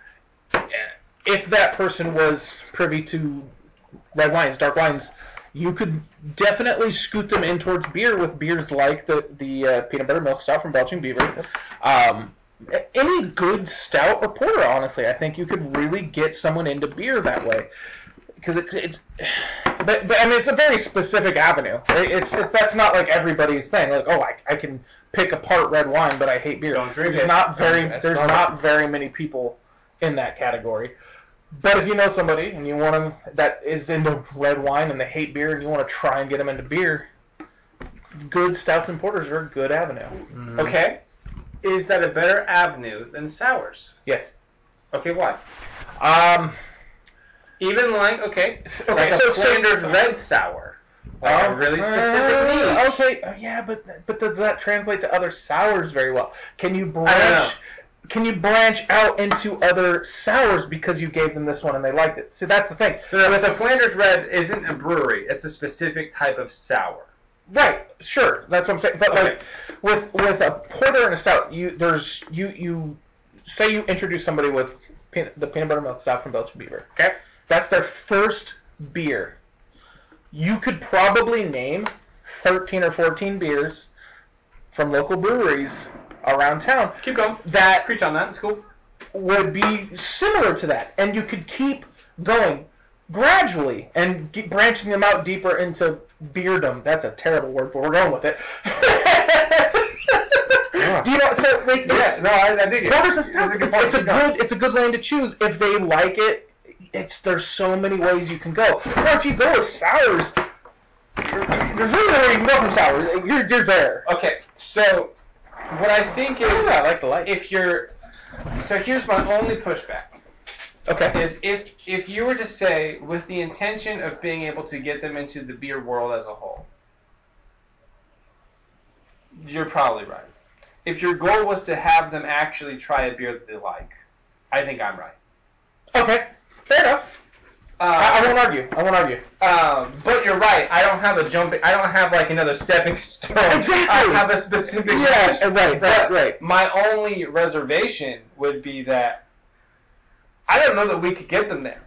C: if that person was privy to red wines, dark wines, you could definitely scoot them in towards beer with beers like the the uh, peanut butter milk stout from Belching Beaver. Um, a- any good stout or porter, honestly, I think you could really get someone into beer that way because it, it's but, but I mean it's a very specific avenue. It- It's, it's that's not like everybody's thing. Like oh I, I can pick apart red wine, but I hate beer.
A: Don't drink
C: there's
A: it.
C: not very
A: Don't-
C: there's
A: don't.
C: not very many people in that category. But if you know somebody and you want them that is into red wine and they hate beer and you want to try and get them into beer, good stouts and porters are a good avenue.
B: Mhm.
A: okay,
E: Is that a better avenue than sours?
C: Yes.
A: okay, why?
C: Um.
E: Even like okay,
C: s-
E: like
C: Okay.
E: a
C: so, so-
E: Flanders red sour, like a
C: Oh,
E: really specific
C: uh,
E: niche.
C: Okay, uh, yeah, but but does that translate to other sours very well? Can you
E: know.
C: branch? Can you branch out into other sours because you gave them this one and they liked it? See, that's the thing.
E: With a Flanders red isn't a brewery; it's a specific type of sour.
C: Right, sure, that's what I'm saying. But
E: Okay.
C: like with with a porter and a stout, you there's you you say you introduce somebody with peanut, the peanut butter milk stout from Belgian Beaver.
E: Okay.
C: That's their first beer. You could probably name 13 or 14 beers from local breweries around town
E: Keep going.
C: that
E: Preach on that. It's cool.
C: would be similar to that, and you could keep going gradually and ge- branching them out deeper into beardom. That's a terrible word, but we're going with it. Do you know? So like,
A: Yeah,
C: it's-
A: no, I, I dig it.
C: Brothers and
A: That's
C: stouts, it's, it's a good it's a good lane to choose if they like it. It's there's so many ways you can go. Or if you go with sours, you're- there's really nowhere you can go from sours. You're you're there.
A: Okay, so what I think is
C: Yeah, I like the lights.
A: if you're so here's my only pushback
C: Okay.
A: is if if you were to say with the intention of being able to get them into the beer world as a whole, you're probably right. If your goal was to have them actually try a beer that they like, I think I'm right.
C: Okay. Fair enough. I, I
A: Uh,
C: won't argue. I won't argue.
A: um, but you're right. I don't have a jumping. I don't have like another stepping stone.
C: Exactly.
A: I have a specific.
C: Yeah. Right. Right. Right.
A: My only reservation would be that I don't know that we could get them there.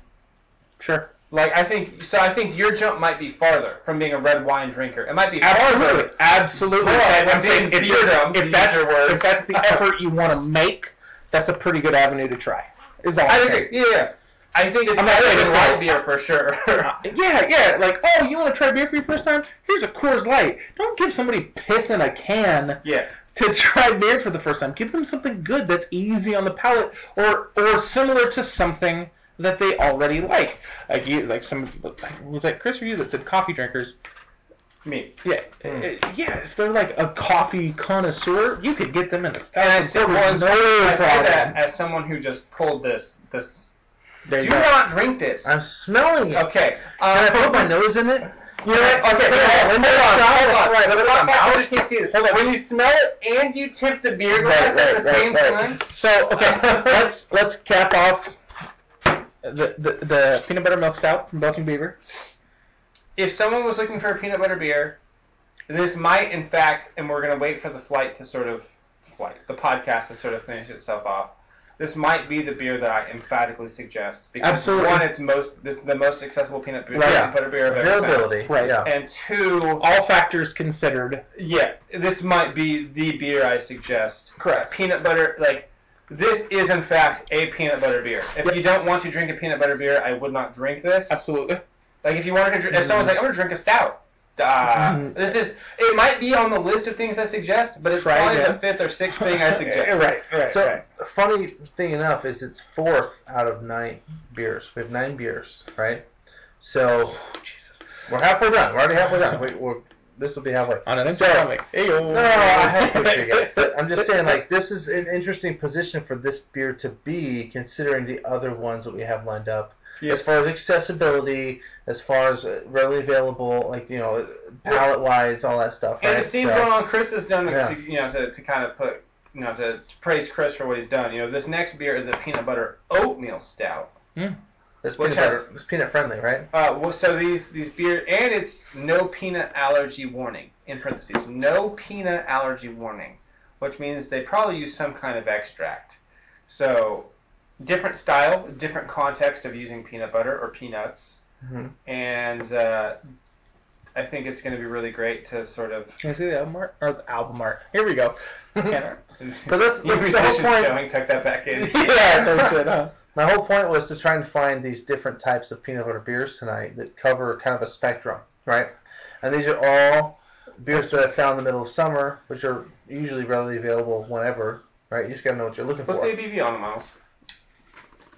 C: Sure.
A: Like I think so. I think your jump might be farther from being a red wine drinker. It might be
C: Absolutely.
A: farther.
C: Absolutely.
A: Well,
C: And
A: I'm
C: I'm saying
A: being
C: if, you're-
A: beardom, to
C: if
A: use
C: that's
A: your words.
C: if that's the effort you want to make, that's a pretty good avenue to try. Is all
A: I
C: I'm
A: agree.
C: saying.
A: Yeah, yeah. I think it's
C: I'm not
A: better
C: saying
A: than
C: it's
A: light
C: right.
A: beer for sure.
C: Yeah, yeah. Like, oh, you want to try beer for your first time? Here's a Coors Light. Don't give somebody piss in a can
A: yeah.
C: to try beer for the first time. Give them something good that's easy on the palate, or or similar to something that they already like. Like you, like some was that Chris or you that said coffee drinkers?
A: me.
C: Yeah,
A: Hmm.
C: uh, yeah. If they're like a coffee connoisseur, you could get them in a
A: And I
C: Starbucks.
A: say,
C: There was
A: well,
C: no
A: I say that
C: problem.
A: as someone who just pulled this. This
C: There
A: do
C: you go.
A: not drink this.
B: I'm smelling it.
A: Okay.
B: Can
A: Uh,
B: I put my nose in it?
C: You know what? Okay,
A: Hold on,
C: hold on, hold on. Hold on.
A: I just can't see this.
C: Hold on.
A: When you smell it and you tip the beer glass
C: Right, right,
A: at the same
C: right,
A: time.
C: right. So okay, let's let's cap off the, the the peanut butter milk stout from Belgian Beaver.
A: if someone was looking for a peanut butter beer, this might, in fact, and we're going to wait for the flight to sort of flight, the podcast to sort of finish itself off. This might be the beer that I emphatically suggest because
C: Absolutely.
A: one, it's most this is the most accessible peanut beer,
C: Right.
A: peanut butter beer I've ever found.
B: Availability.
C: Right.
B: Yeah.
A: And two,
C: All factors considered.
A: yeah, this might be the beer I suggest.
C: Correct.
A: Peanut butter, like this is in fact a peanut butter beer. If
C: Yep.
A: you don't want to drink a peanut butter beer, I would not drink this.
C: Absolutely.
A: Like if you wanted to, drink, if someone's like, I'm gonna drink a stout. Uh,
C: Mhm.
A: this is. It might be on the list of things I suggest, but it's
C: Try
A: probably
C: again.
A: the fifth or sixth thing I
C: Yeah,
A: suggest.
C: Eh, right, right,
B: So
C: right.
B: funny thing enough is it's fourth out of nine beers. We have nine beers, right? So
C: Oh,
B: Jesus, we're halfway done. We're already halfway done. We, we're this will be halfway.
C: On an
B: So-
C: economic. Hey,
B: No, no, no, Oh, I have faith for you guys, but I'm just saying like this is an interesting position for this beer to be, considering the other ones that we have lined up.
A: Yeah.
B: As far as accessibility, as far as uh, readily available, like you know, palette wise, all that stuff.
A: And
B: right?
A: if Steve
B: So-
A: going on, Chris has done
B: Yeah.
A: to, you know to, to kind of put you know to, to praise Chris for what he's done. You know, this next beer is a peanut butter oatmeal stout.
B: It's
A: Which
B: peanut,
A: has-
B: butter, it's peanut friendly, right?
A: Uh, well, so these these beer and it's no peanut allergy warning in parentheses. No peanut allergy warning, which means they probably use some kind of extract. So different style, different context of using peanut butter or peanuts,
B: Mm-hmm.
A: and uh, I think it's going to be really great to sort of.
C: Can I say the album art? Or the album art. Here we go.
A: But
B: But that's,
A: you
B: that's the whole point.
A: showing, tuck that back in.
C: yeah, no shit, huh?
B: My whole point was to try and find these different types of peanut butter beers tonight that cover kind of a spectrum, right? And these are all beers that I found in the middle of summer, which are usually readily available whenever, right? You just gotta know what you're looking
A: What's
B: for.
A: the ABV on the miles?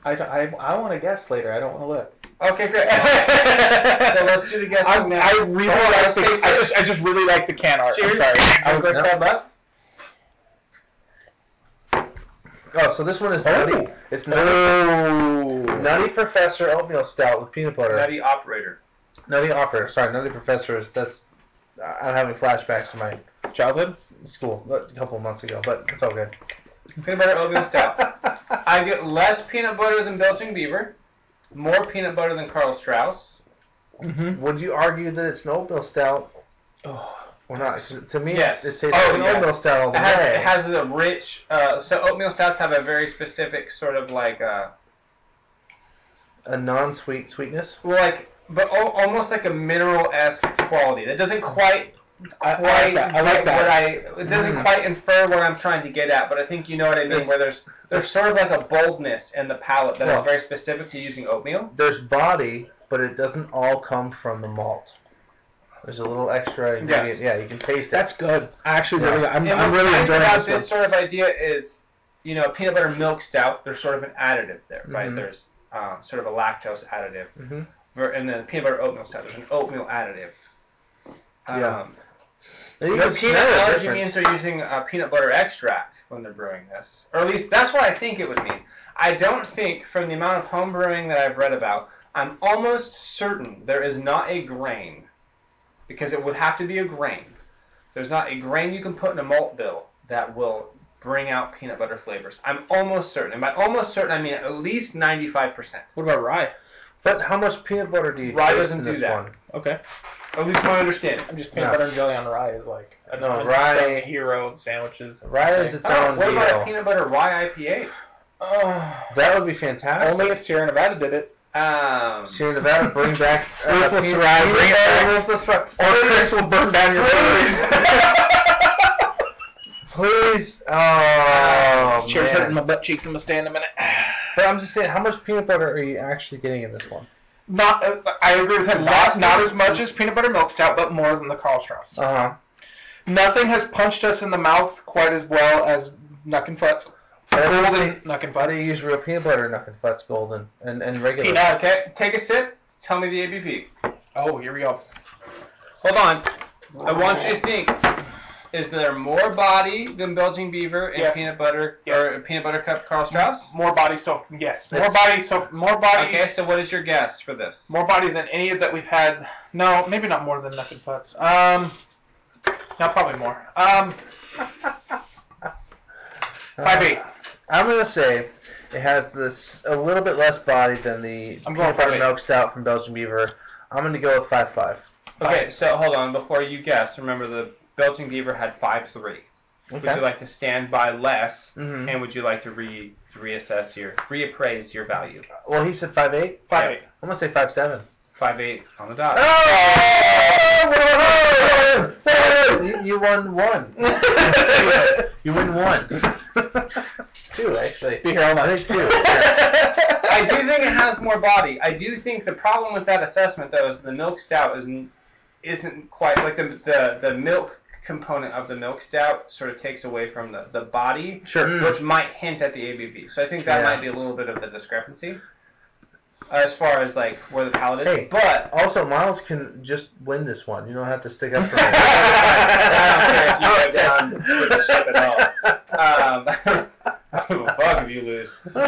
C: I, don't- I, I want to guess later. I don't want to look.
A: Okay, great. so let's do the guessing
C: I,
A: now.
C: Oh, I really
A: Hold on,
C: like
A: let's
C: the,
A: taste
C: I
A: it.
C: just I just really like the can art.
A: Cheers.
C: I'm sorry. I was
A: Let's
C: like,
A: grab up.
B: Oh, so this one is nutty. It's nutty,
C: oh.
B: nutty Professor Oatmeal Stout with peanut butter. Nutty,
A: Nutty operator.
B: Operator. Sorry, Nutty Professor is that's. I'm having flashbacks to my
C: Childhood.
B: school a couple of months ago, but it's all good.
A: Peanut butter oatmeal stout. I get less peanut butter than Belgian Beaver, more peanut butter than Carl Strauss.
C: Mm-hmm.
B: Would you argue that it's an oatmeal stout
C: Oh.
B: Well, not to me.
A: Yes.
B: It tastes
A: Oh,
B: like an
A: yes.
B: oatmeal stout all
A: It
B: the
A: has,
B: way.
A: it has a rich. Uh, so oatmeal stouts have a very specific sort of like, uh,
B: a non-sweet sweetness.
A: well, like, but al- almost like a mineral esque quality that doesn't quite.
C: I, I
A: Quite
C: like that. I like
A: get
C: that.
A: What I, it doesn't
B: Mm.
A: quite infer what I'm trying to get at, but I think you know what I mean.
B: It's-
A: where there's there's sort of like a boldness in the palate that is
B: Well-
A: very specific to using oatmeal.
B: There's body, but it doesn't all come from the malt. There's a little extra ingredient. Yeah, you can taste it.
C: That's good. I actually
B: Yeah.
C: really, I'm,
A: And
C: I'm
A: what's
C: really
A: nice
C: enjoying
A: about
C: this,
A: this
C: one.
A: sort of idea is, you know, peanut butter milk stout. There's sort of an additive there, right?
C: Mm-hmm.
B: Mhm.
A: There's um, sort of a lactose additive,
B: Mhm.
A: Ver- and then peanut butter oatmeal stout. There's an oatmeal additive.
B: Yeah.
A: Um,
B: And you
A: the
B: can
A: peanut
B: smell the
A: allergy
B: difference.
A: means they're using uh, peanut butter extract when they're brewing this, or at least that's what I think it would mean. I don't think, from the amount of home brewing that I've read about, I'm almost certain there is not a grain, because it would have to be a grain. There's not a grain you can put in a malt bill that will bring out peanut butter flavors. I'm almost certain, and by almost certain I mean at least 95%.
C: What about rye?
B: But how much peanut butter do you
A: Rye
B: taste
A: doesn't
B: in
A: do
B: this
A: that.
B: one?
C: Okay.
A: At least my understanding.
C: I'm just peanut
B: No.
C: butter and jelly on rye is like a
B: No,
C: non
B: rye-
C: hero sandwiches.
B: Rye is its
A: Oh,
B: own
A: what about a
B: deal.
A: peanut butter rye IPA?
C: Oh.
B: That would be fantastic.
C: Only if Sierra Nevada did it.
A: Um,
B: Sierra Nevada bring back uh,
C: Ruthless
B: peanut-
C: Rye,
B: peanut
C: bring it
B: butter
C: back.
B: Ruthless Rye.
C: Or Chris will burn down your
B: Please, oh
C: Chair's
B: man.
C: hurting my butt cheeks. I'm gonna stand a minute.
B: But I'm just saying, how much peanut butter are you actually getting in this one?
C: Not, uh, I agree with him. Not, not as much as peanut butter milk stout, but more than the Karl Strauss.
B: Uh huh.
C: Nothing has punched us in the mouth quite as well as Nuckin' Futz. Golden Nuckin'
B: How do you
C: Futz.
B: use real peanut butter? Nothing that's golden and, and regular.
F: Uh,
C: Peanuts.
A: okay, take a sip. Tell me the ABV.
C: Oh, here we go. Hold on.
A: I want you to think: Is there more body than Belgian Beaver and
F: Yes.
A: peanut butter
F: Yes.
A: or peanut butter cup Carl Strauss?
F: More body soap. Yes. More
B: It's-
F: body soap. More body.
A: Okay, so what is your guess for this?
F: More body than any of that we've had. No, maybe not more than nothing putts. Um, no, probably more. Um, five eight.
B: Uh, I'm gonna say it has this a little bit less body than the
F: I'm going
B: peanut butter
F: five-eight.
B: milk stout from Belgian Beaver. I'm gonna go with five five.
A: Okay, so hold on. Before you guess, remember the Belgian Beaver had five three. Would you like to stand by less,
F: Mm-hmm.
B: Mhm.
A: and would you like to re reassess your reappraise your value?
B: Well, he said five eight.
F: Five
A: Yeah.
F: eight.
B: I'm gonna say five seven.
A: Five eight on the dot.
B: You, you won one. you win one. two actually.
C: Be here all
B: I
C: night.
B: think two. yeah.
A: I do think it has more body. I do think the problem with that assessment though is the milk stout isn't isn't quite like the the, the milk component of the milk stout sort of takes away from the, the body,
C: Sure.
B: Mm.
A: which might hint at the ABV. So I think that
B: Yeah.
A: might be a little bit of the discrepancy uh, as far as like where the palate is.
B: Hey.
A: But
B: Also, Miles can just win this one. You don't have to stick up for
A: I don't care if you go down with the ship at all.
B: Uh,
A: Um, I don't give a fuck if you lose. Um,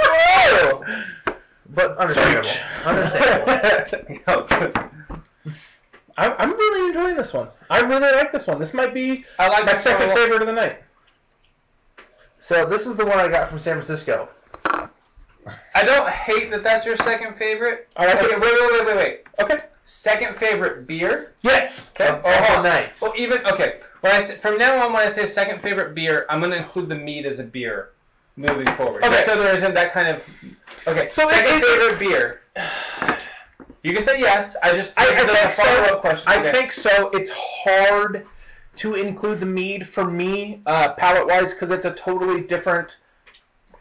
B: Whoa! But understandable. Understandable.
C: I'm, I'm really enjoying this one. I really like this one. This might be
A: I like
C: my
A: this one a
C: second
A: lot.
C: favorite of the night.
B: So this is the one I got from San Francisco.
A: I don't hate that that's your second favorite.
C: I like
A: Okay,
C: it.
A: wait, wait, wait, wait, wait.
C: Okay.
A: Second favorite beer.
C: Yes.
A: Okay.
B: Of- of the night.
A: Well, even okay. When I say, from now on, when I say second favorite beer, I'm gonna include the mead as a beer moving forward.
C: Okay.
A: So there isn't that kind of. Okay.
C: So it-
A: second
C: it's-
A: favorite beer. You can say yes. I just
C: I, I
A: there's a
C: think so.
A: follow-up question.
C: I
A: Okay.
C: think so. It's hard to include the mead for me, uh, palate wise, because it's a totally different uh,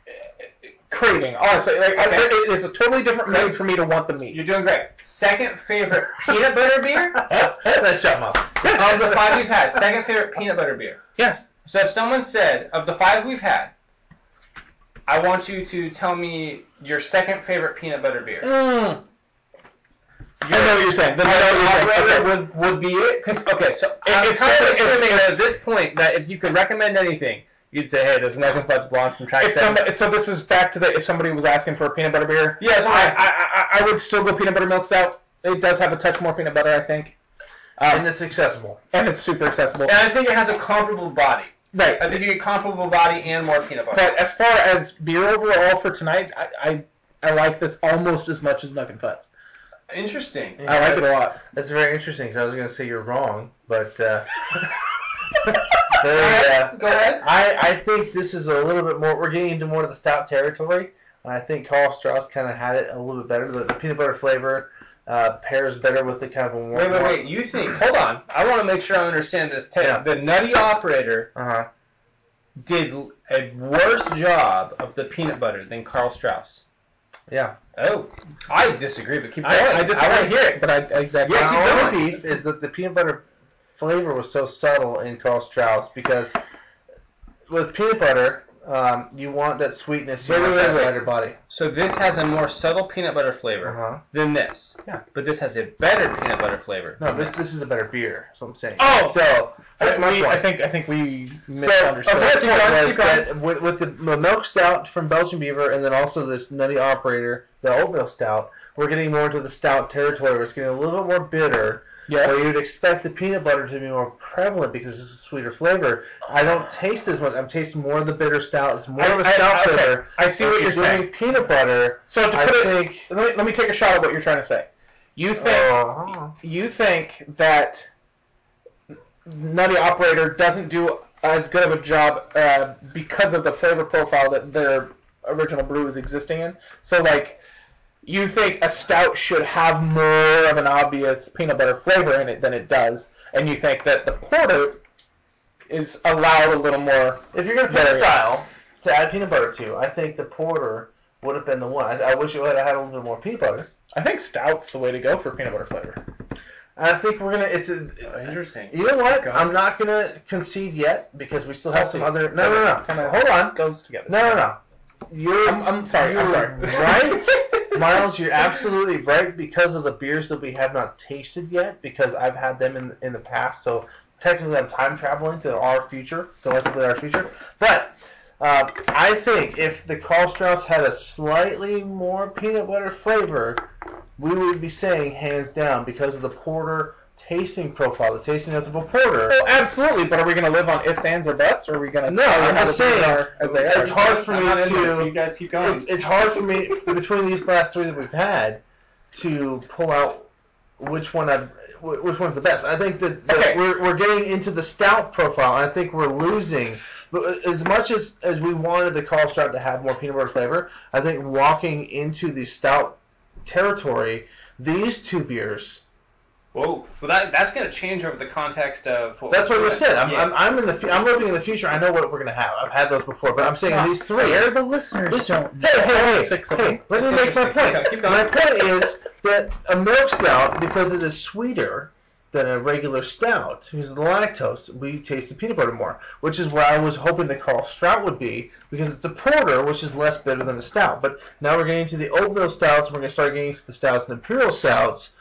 C: craving. Honestly, like I-
A: Okay.
C: it is a totally different mood for me to want the mead.
A: you're doing great. Second favorite peanut butter beer
B: Nice job, Miles.
A: of Um, the five we've had. Second favorite peanut butter beer.
C: Yes.
A: So if someone said, of the five we've had, I want you to tell me your second favorite peanut butter beer.
C: Mm. I know what you're saying. Then I know what you're saying.
A: I'd rather-
C: Okay.
A: would, would be it? 'Cause- okay, so I'm
C: if
A: kind of
C: someone- if-
A: assuming that at this point that if you could recommend anything, you'd say, hey, there's nothing Fudge Blonde from Track
C: If
A: 7.
C: somebody, so this is back to the if somebody was asking for a peanut butter beer.
A: Yeah, that's what I'm
C: I,
A: asking.
C: I, I, I would still go peanut butter milk stout. It does have a touch more peanut butter, I think,
B: And it's accessible.
C: um, and it's super accessible.
A: and I think it has a comparable body.
C: Right.
A: I think you get comparable body and more peanut butter.
C: But as far as beer overall for tonight, I, I, I like this almost as much as Nuggin Putts.
A: Interesting.
C: I like it a lot.
B: That's very interesting because I was going to say you're wrong, but uh, they, uh,
A: Go ahead.
B: I, I think this is a little bit more. We're getting into more of the stout territory. And I think Carl Strauss kind of had it a little bit better. The, the peanut butter flavor uh, pairs better with the kind of a warm.
A: Wait, wait, wait. You think, hold on. I want to make sure I understand this. Ted.
B: Yeah.
A: The nutty operator
B: Uh huh.
A: did a worse job of the peanut butter than Carl Strauss.
B: Yeah.
A: Oh, I disagree, but keep going.
C: I, I just I
A: want
C: want
A: to
C: hear it, but I I exactly.
A: Yeah, keep
B: My
A: going.
B: only beef is that the peanut butter flavor was so subtle in Carl Strauss because with peanut butter, um, you want that sweetness, you
A: Wait,
B: want
A: wait,
B: that
A: wait, wait.
B: lighter body.
A: So this has a more subtle peanut butter flavor
B: Uh-huh.
A: than this.
B: Yeah.
A: But this has a better peanut butter flavor.
B: No, this, this is a better beer. That's what I'm saying.
C: Oh!
B: so that's my
C: we,
B: point.
C: I think I think we
B: so my
C: misunderstood.
B: point was
C: Keep going, keep
B: that with, with the, the milk stout from Belgian Beaver and then also this Nutty Operator, the oatmeal stout, we're getting more into the stout territory. Where it's getting a little bit more bitter. Where
C: Yes.
B: you'd expect the peanut butter to be more prevalent because it's a sweeter flavor. I don't taste as much. I'm tasting more of the bitter stout. It's more
C: I,
B: of a stout
C: I, okay.
B: flavor.
C: I see what
B: If
C: you're saying.
B: doing Peanut butter.
C: So to
B: I
C: put it,
B: think.
C: let me, let me take a shot at what you're trying to say. You think
B: Oh.
C: you think that Nutty Operator doesn't do as good of a job uh, because of the flavor profile that their original brew is existing in. So, like, you think a stout should have more of an obvious peanut butter flavor in it than it does, and you think that the porter is allowed a little more.
B: If you're gonna pick
C: Various.
B: a style to add peanut butter to, I think the porter would have been the one. I, I wish it would have had a little bit more peanut butter.
C: I think stout's the way to go for peanut butter flavor.
B: I think we're gonna. It's a.
A: Interesting.
B: You know what?
A: Okay.
B: I'm not gonna concede yet because we still have some
C: Salty.
B: other. No, no, no.
C: Kinda
B: Hold on.
C: goes together.
B: No, no, no. You're.
C: I'm, I'm sorry. I'm
B: you're
C: sorry.
B: right. Miles, you're absolutely right because of the beers that we have not tasted yet, because I've had them in in the past. So technically, I'm time traveling to our future, collectively our future. But uh, I think if the Karl Strauss had a slightly more peanut butter flavor, we would be saying hands down because of the porter tasting profile, the tasting notes of a porter.
C: Oh, absolutely. But are we going to live on ifs, ands, or buts? Or are we going to?
B: No, I'm
C: how
B: just
C: the beers
B: saying,
C: are As they are.
B: it's hard for
A: I'm
B: me
A: not in
B: to-
A: this, so you guys keep going.
B: it's, it's hard for me between these last three that we've had to pull out which one I wh- which one's the best. I think that, that
C: Okay.
B: we're, we're getting into the stout profile. and I think we're losing. But uh, as much as, as we wanted the Carl Stout to have more peanut butter flavor, I think walking into the stout territory, these two beers.
A: Whoa. Well, that, that's going to change over the context of. What
B: That's
A: we're
B: what we
A: doing.
B: said. I'm,
A: Yeah.
B: I'm, I'm in the fu- I'm living in the future. I know what we're gonna have. I've had those before, but I'm saying
C: not
B: these three.
C: fair. The listeners don't. know.
B: Hey, hey, hey,
C: Six of
B: hey,
C: them.
B: let me make my
A: Keep going,
B: point.
A: keep going.
B: My point is that a milk stout, because it is sweeter than a regular stout, because of the lactose, we taste the peanut butter more, which is where I was hoping the Carl Strout would be, because it's a porter, which is less bitter than a stout. But now we're getting to the oatmeal stouts, and we're going to start getting to the stouts and imperial stouts.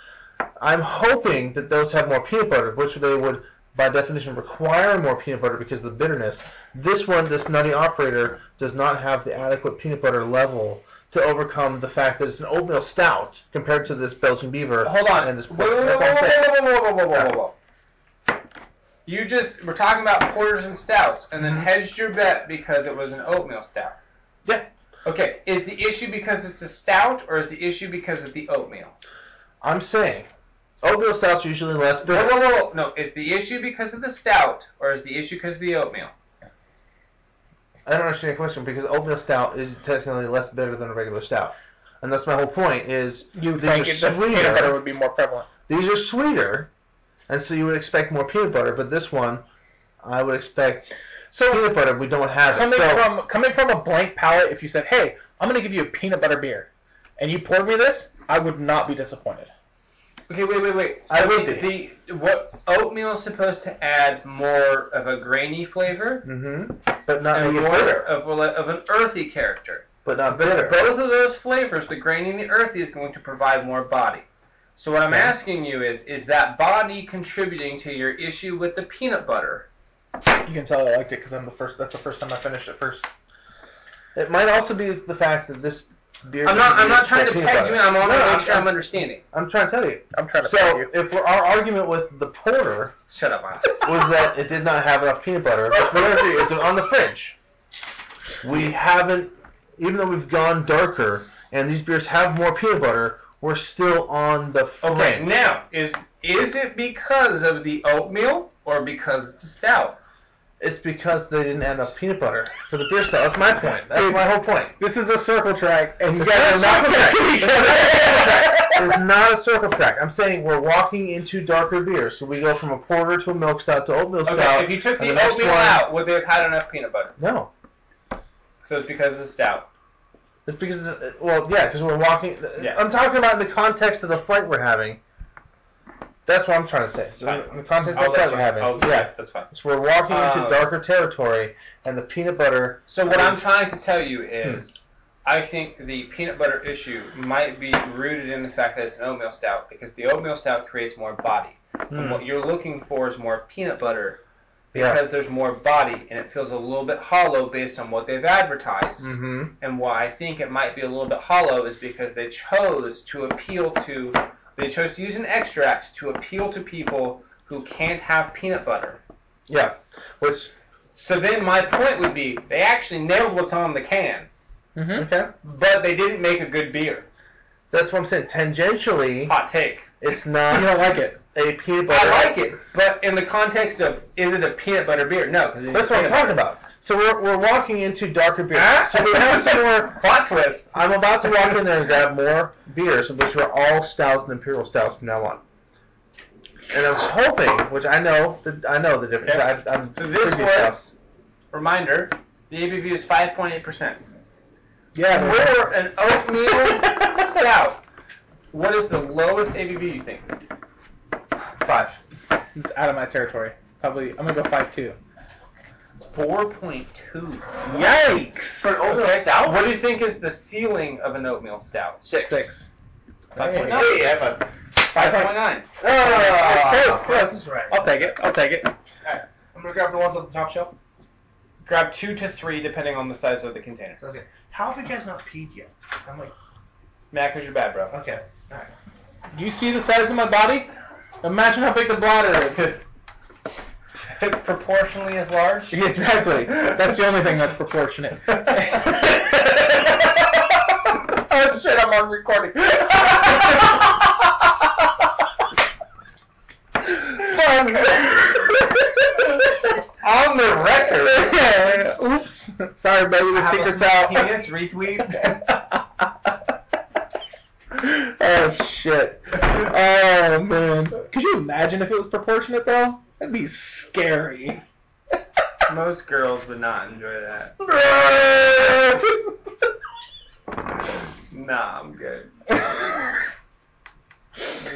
B: I'm hoping that those have more peanut butter, which they would, by definition, require more peanut butter because of the bitterness. This one, this nutty operator, does not have the adequate peanut butter level to overcome the fact that it's an oatmeal stout compared to this Belgian Beaver.
A: Hold on.
B: And this
A: Whoa, whoa, whoa,
B: That's
A: whoa,
B: all I'm saying.
A: whoa, whoa, whoa, whoa, whoa, whoa, whoa. You just were talking about porters and stouts, and
B: Mm-hmm.
A: then hedged your bet because it was an oatmeal stout.
B: Yeah.
A: Okay, is the issue because it's a stout, or is the issue because of the oatmeal?
B: I'm saying oatmeal stouts are usually less bitter.
A: Whoa, whoa, whoa, whoa. No, is the issue because of the stout, or is the issue because of the oatmeal?
B: I don't understand your question because oatmeal stout is technically less bitter than a regular stout. And that's my whole point is
C: You
B: these
C: think
B: are
C: it- the peanut butter
B: sweeter.
C: would be more prevalent?
B: These are sweeter, and so you would expect more peanut butter. But this one, I would expect
C: So
B: peanut butter. We don't have it.
C: coming
B: So
C: from coming from a blank palate, if you said, "Hey, I'm going to give you a peanut butter beer," and you poured me this, I would not be disappointed.
A: Okay, wait, wait, wait.
B: I
A: So
B: would
A: the,
B: be.
A: the what oatmeal is supposed to add more of a grainy flavor
B: hmm but not
A: and
B: being
A: more
B: bitter.
A: of, a- of an earthy character.
B: But not
A: But
B: bitter.
A: both of those flavors, the grainy and the earthy, is going to provide more body. So what I'm
B: Yeah.
A: asking you is, is that body contributing to your issue with the peanut butter?
C: You can tell I liked it because I'm the first. That's the first time I finished it first.
B: It might also be the fact that this beer.
A: I'm not. I'm
B: uses
A: not trying to
B: peanut
A: peg
B: butter.
A: you. in. I'm only
B: No,
A: making
B: I'm-
A: sure I'm
B: I'm-
A: understanding.
B: I'm trying to tell you.
C: I'm trying to.
B: So
C: So, you.
B: if we're, our argument with the porter
A: Shut up, Miles.
B: was that it did not have enough peanut butter, which we agree is on the fringe. We haven't, even though we've gone darker and these beers have more peanut butter, we're still on the fringe.
A: Okay, now is is it because of the oatmeal or because it's a stout?
B: It's because they didn't add enough peanut butter for the beer style. That's my point. That's my whole point.
C: This is a circle track, and you
B: It's not a circle
C: guys are not catching each
B: track.
C: other.
B: It's not a circle track. I'm saying we're walking into darker beers. So we go from a porter to a milk stout to oatmeal
A: Okay,
B: stout.
A: if you took
B: and
A: the,
B: next
A: oatmeal
B: one-
A: out, would they have had enough peanut butter?
B: No.
A: So it's because it's a stout.
B: It's because, uh, well, yeah, because we're walking.
A: Yeah.
B: I'm talking about in the context of the flight we're having. That's what I'm trying to say. So in the context of
A: I'll
B: the flight
A: let
B: we're
A: you-
B: having.
A: I'll-
B: yeah.
A: that's fine.
B: So we're walking
A: Uh,
B: into darker territory, and the peanut butter.
A: So what I'm
B: is-
A: trying to tell you is, I think the peanut butter issue might be rooted in the fact that it's an oatmeal stout because the oatmeal stout creates more body. And
B: Hmm.
A: what you're looking for is more peanut butter
B: Yeah.
A: because there's more body and it feels a little bit hollow based on what they've advertised.
B: Mm-hmm.
A: And why I think it might be a little bit hollow is because they chose to appeal to they chose to use an extract to appeal to people who can't have peanut butter.
B: Yeah. Which.
A: So then my point would be they actually nailed what's on the can.
C: Mhm.
B: Okay.
A: But they didn't make a good beer.
B: That's what I'm saying. Tangentially,
A: Hot take.
B: it's
C: You don't
B: not
C: like it.
B: a peanut butter.
A: I like it, but in the context of is it a peanut butter beer? No. 'cause it's
B: That's what I'm
A: peanut
B: talking
A: butter.
B: about. So we're, we're walking into darker beers. So we have some more
A: Plot twist.
B: I'm about to walk in there and grab more beers, which were all stouts and imperial stouts from now on. And I'm hoping, which I know, that I know the difference.
A: Yeah.
B: I, I'm
A: This
B: previous
A: was reminder. The ABV is 5.8 percent.
C: Yeah.
A: Or an oatmeal stout. What is the lowest ABV you think?
B: stouts. five.
C: It's out of my territory. Probably. I'm gonna go five two.
A: 4.2.
E: Yikes!
G: For an oatmeal stout?
A: What do you think is the ceiling of an oatmeal stout?
G: Six.
C: Six.
A: Five point nine.
G: Hey, I'm a.
A: Five point nine.
C: Ah,
B: Yes, that's right.
C: I'll take it. I'll take it.
B: I'm gonna grab the ones off the top shelf.
A: Grab two to three depending on the size of the container.
B: Okay. How have you guys not peed yet? I'm like,
A: Mac, is your bad, bro?
B: okay. All right.
C: Do you see the size of my body? Imagine how big the bladder is.
A: It's proportionally as large.
C: exactly. That's the only thing that's proportionate.
B: oh shit! I'm on recording.
C: On the record. Oops. Sorry, baby. The secret's out.
A: Penis retweet.
C: oh shit. Oh man. Could you imagine if it was proportionate though? That'd be scary.
A: Most girls would not enjoy that. Nah, I'm good.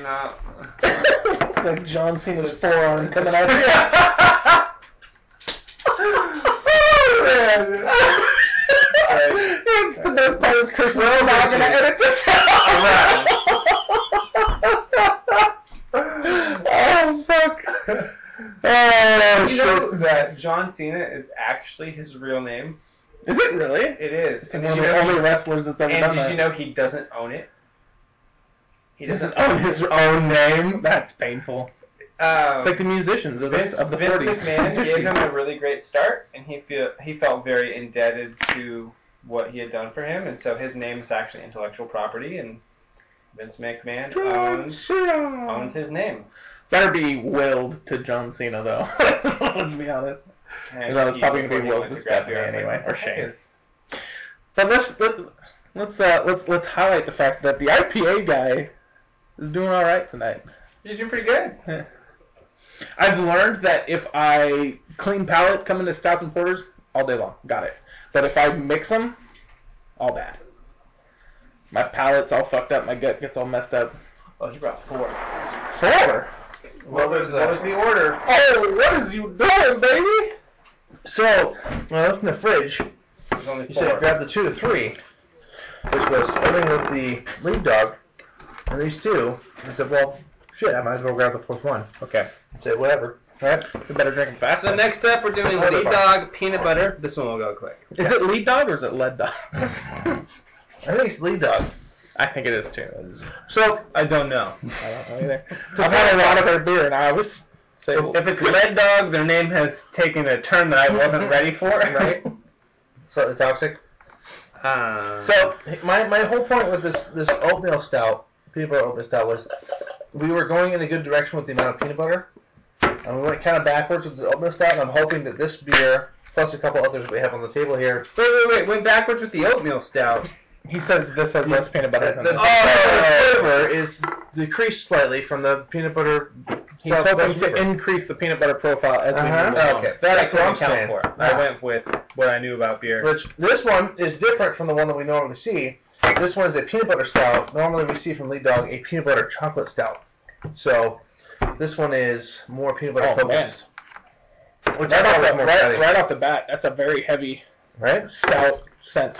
A: Nah.
C: like John Cena's forearm coming out. Yeah. it's the best part is Chris Rowe not gonna edit this out. oh fuck. Oh
A: You know
C: shit.
A: that John Cena is actually his real name.
C: Is it really?
A: It is.
C: It's
A: And
C: one
A: did
C: of
A: you
C: the
A: know,
C: only wrestlers that's ever
A: and
C: done
A: did
C: that.
A: you know he doesn't own it? He
C: He doesn't
A: doesn't.
B: Oh,
C: own his own name. That's painful.
A: Um,
C: It's like the musicians of, this,
A: Vince,
C: of the
A: Vince
C: 40s.
A: McMahon gave him a really great start, and he feel he felt very indebted to what he had done for him, and so his name is actually intellectual property, and Vince McMahon owns owns his name.
C: Better be willed to John Cena, though. Let's be honest.
A: And
C: Because I was
A: he-
C: probably going
A: when
C: to
A: he
C: be willed
A: went
C: to
A: grab
C: Stephanie
A: beer, I was like,
C: anyway, or
A: "What the heck
C: Shane.
A: is-
C: But let's let, let's uh, let's let's highlight the fact that the IPA guy is doing all right tonight.
A: You do pretty good.
C: I've learned that if I clean palate come into stouts and porters all day long, got it. But if I mix them, all bad. My palate's all fucked up. My gut gets all messed up.
A: Oh, he brought four.
C: Four.
A: What was, what was the order?
C: Oh, what is you doing, baby?
B: So, when I looked in the fridge,
A: It was only
B: you
A: four.
B: said grab the two to three, which was starting with the lead dog, and these two. And I said, well, shit, I might as well grab the fourth one.
C: Okay.
B: I said, whatever.
C: Right. We better drink them fast.
E: So next up, we're doing
B: Other
E: lead
B: part.
E: dog peanut butter. This one will go quick.
C: Is it lead dog or is it lead dog?
B: I think it's lead dog.
C: I think it is too.
B: So,
E: I don't know.
C: I don't know either. I've had a lot of her beer, and I always say
E: If it's lead dog, their name has taken a turn that I wasn't ready for.
B: right? Slightly toxic.
E: Uh,
B: So my, my whole point with this this oatmeal stout, peanut butter oatmeal stout, was we were going in a good direction with the amount of peanut butter, and we went kind of backwards with the oatmeal stout. And I'm hoping that this beer, plus a couple others we have on the table here,
E: wait, wait, wait. Went backwards with the oatmeal stout.
C: he says this has less peanut butter
B: the,
C: than
B: the
C: this. Oh!
B: flavor is decreased slightly from the peanut butter.
C: He's
B: stout
C: hoping
B: that's
C: to
B: flavored.
C: increase the peanut butter profile as
B: Uh-huh.
C: we move along.
B: Okay.
E: That's
B: That's
E: what I'm
B: what I'm
E: counting
B: saying.
E: for.
B: Yeah.
E: I went with what I knew about beer.
B: Which this one is different from the one that we normally see. This one is a peanut butter stout. Normally we see from Lead Dog a peanut butter chocolate stout. So this one is more peanut butter
C: Oh,
B: focused. Which
C: Right,
B: I
C: off
B: thought was
C: the,
B: more
C: right,
B: exciting, right,
C: right off the bat, that's a very heavy stout scent.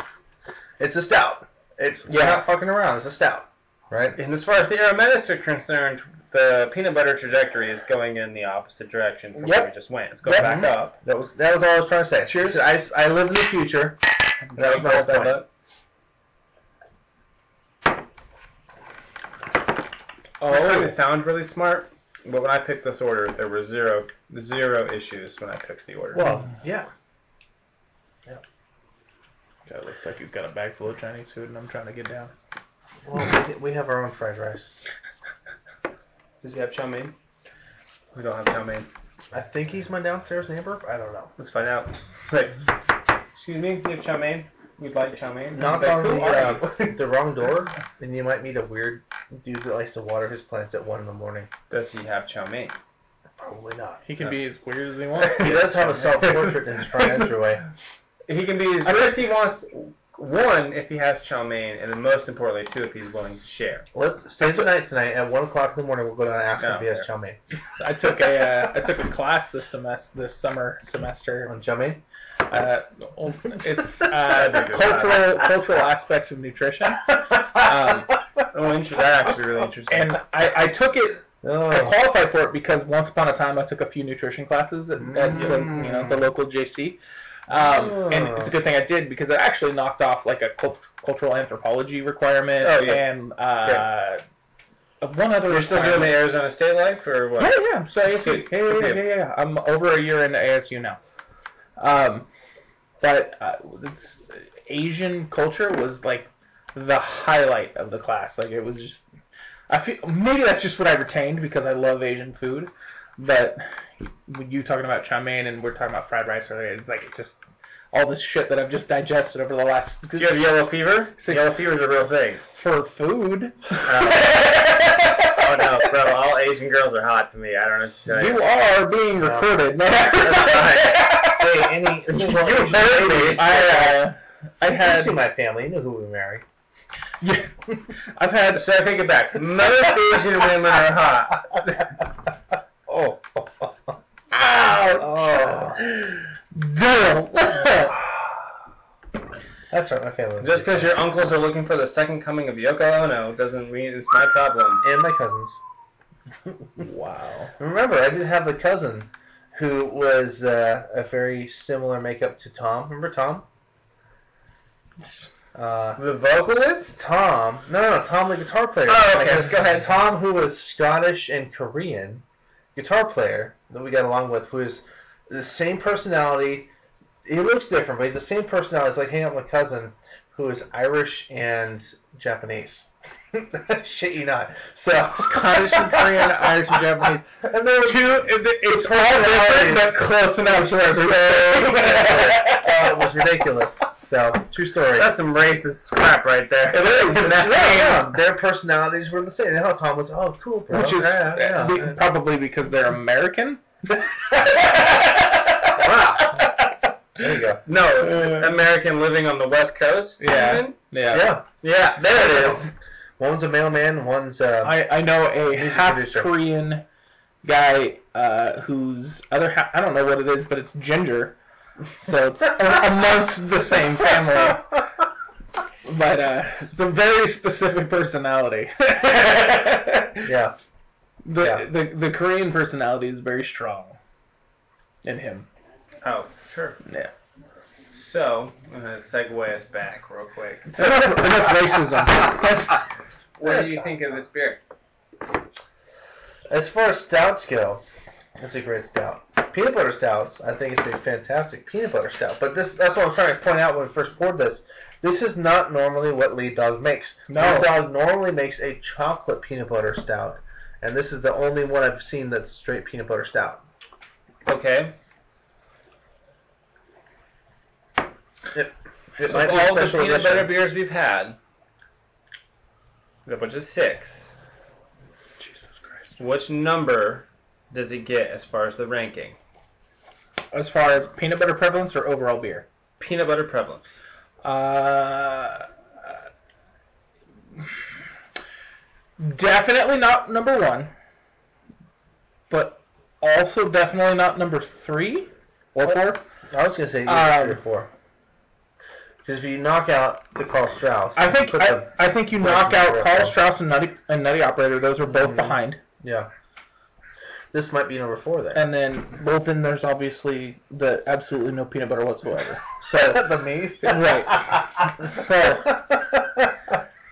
B: It's a stout. It's we're
C: Yeah.
B: not fucking around. It's a stout, right?
E: And as far as the aromatics are concerned, the peanut butter trajectory is going in the opposite direction from where
C: Yep.
E: we just went. It's going
C: Yep.
E: back up.
B: That was that was all I was trying to say. Cheers. I, I live in the future. That was my whole point.
E: Oh, I'm trying to sound really smart, but when I picked this order, there were zero zero issues when I picked the order.
B: Well, yeah.
C: God, looks like he's got a bag full of Chinese food, and I'm trying to get down.
B: Well, we, we have our own fried rice.
A: Does he have chow mein?
E: we don't have chow mein.
B: I think he's my downstairs neighbor. I don't know.
E: Let's find out. Like,
A: Excuse me, do you have chow mein? We'd like chow mein.
B: Knock
A: He's like,
B: on
A: "Who
B: the,
A: are
B: uh, the wrong door, and you might meet a weird dude that likes to water his plants at one in the morning.
E: does he have chow mein?
B: Probably not.
C: He can be as weird as he wants.
B: He does have a self portrait in his front entryway.
E: He can be as good as he wants
A: One, if he has chow mein, and then most importantly, two, if he's willing to share.
B: Let's stay tonight tonight at one o'clock in the morning. We'll go down and ask him
A: No,
B: if he has
A: there.
B: chow mein.
C: I took a uh, I took a class this semester this summer semester.
B: On chow mein.
C: Uh, it's uh, cultural cultural aspects of nutrition, um,
A: Oh, inter- that actually really interesting.
C: and I, I took it I
B: Oh.
C: qualified for it because once upon a time I took a few nutrition classes at, at the, you
A: Mm.
C: know the local JC, um, and
A: Oh.
C: it's a good thing I did because it actually knocked off like a cult- cultural anthropology requirement
A: Oh, yeah.
C: and uh, one other.
A: You're still doing the
C: requirement.
A: Arizona State life, or what?
C: Yeah, yeah, I'm still ASU. Yeah, yeah, yeah, yeah, yeah. I'm over a year into ASU now. Um, but uh, it's Asian culture was like the highlight of the class. Like it was just, I feel maybe that's just what I retained because I love Asian food. But when you talking about chow mein and we're talking about fried rice earlier, it's like it's just all this shit that I've just digested over the last
A: Do you have yellow fever?
C: Six-
A: Yellow fever's a real thing.
C: for food.
A: Uh, Oh no, bro! All Asian girls are hot to me. I don't know what to tell you.
C: You are being recorded.
B: Hey, any single
C: you
B: Asian
C: heard me.
B: ladies-
C: I, uh, I
B: You see
C: had,
B: my family. You know who we marry.
C: yeah, I've had.
A: So I take it back. Most Asian women are hot.
B: Oh.
C: Ouch! Damn.
B: That's right, my family.
A: Just because your uncles are looking for the second coming of Yoko Ono doesn't mean it's my problem.
B: and my cousins.
C: wow.
B: Remember, I did have the cousin who was uh, a very similar makeup to Tom. Remember Tom? Uh,
A: The vocalist?
B: Tom. No, no, no, Tom, the guitar player.
A: Oh, okay. Go ahead.
B: Tom, who was Scottish and Korean guitar player that we got along with, who is the same personality. He looks different, but he's the same personality. It's like hanging out with my cousin, who is Irish and Japanese. Shit, you not. So
C: Scottish and Korean, Irish and Japanese.
B: And there were
C: Two, it, it's all
B: personalities.
C: different, but close enough to
B: uh,
C: everything.
B: it was ridiculous. So true story.
A: That's some racist crap right there.
B: Yeah, yeah, Their personalities were the same. And how Tom was, oh cool, bro.
C: Which is
B: yeah, yeah,
C: uh,
B: yeah.
C: probably because they're American.
B: There you go.
A: No,
C: Uh.
A: American living on the West Coast?
C: Yeah.
A: even?
C: Yeah.
B: Yeah,
A: Yeah, there it is.
B: one's a mailman, one's uh,
C: I, I know a
B: Music
C: half
B: producer.
C: Korean guy uh, whose other half, I don't know what it is, but it's ginger. So it's amongst the same family. But uh, it's a very specific personality. the,
B: yeah. Yeah.
C: the the Korean personality is very strong in him.
A: Oh, sure.
C: Yeah.
A: So, I'm going to segue us back real quick.
C: enough, enough racism.
A: What do you think of this beer?
B: As far as stouts go, it's a great stout. Peanut butter stouts, I think it's a fantastic peanut butter stout. But this that's what I'm trying to point out when we first poured this. This is not normally what Lead Dog makes.
C: No.
B: Lead Dog normally makes a chocolate peanut butter stout. And this is the only one I've seen that's straight peanut butter stout.
A: Okay.
B: It might
A: Of
B: be
A: all the
B: special
A: peanut
B: edition.
A: butter beers we've had, we have a bunch of six.
C: Jesus Christ.
A: Which number does it get as far as the ranking?
C: As far as peanut butter prevalence or overall beer?
A: Peanut butter prevalence.
C: Uh, definitely not number one, but also definitely not number three or four.
B: I was gonna say either
C: Um,
B: three or four. Because if you knock out the Carl Strauss,
C: I think
B: you put
C: I,
B: the-
C: I think you knock
B: them
C: out
B: real
C: Carl
B: fast.
C: Strauss and Nutty and Nutty Operator. Those are both
B: Mhm.
C: behind,
B: yeah, this might be number four there.
C: and then well then there's obviously the absolutely no peanut butter whatsoever. So
B: the me,
C: right, so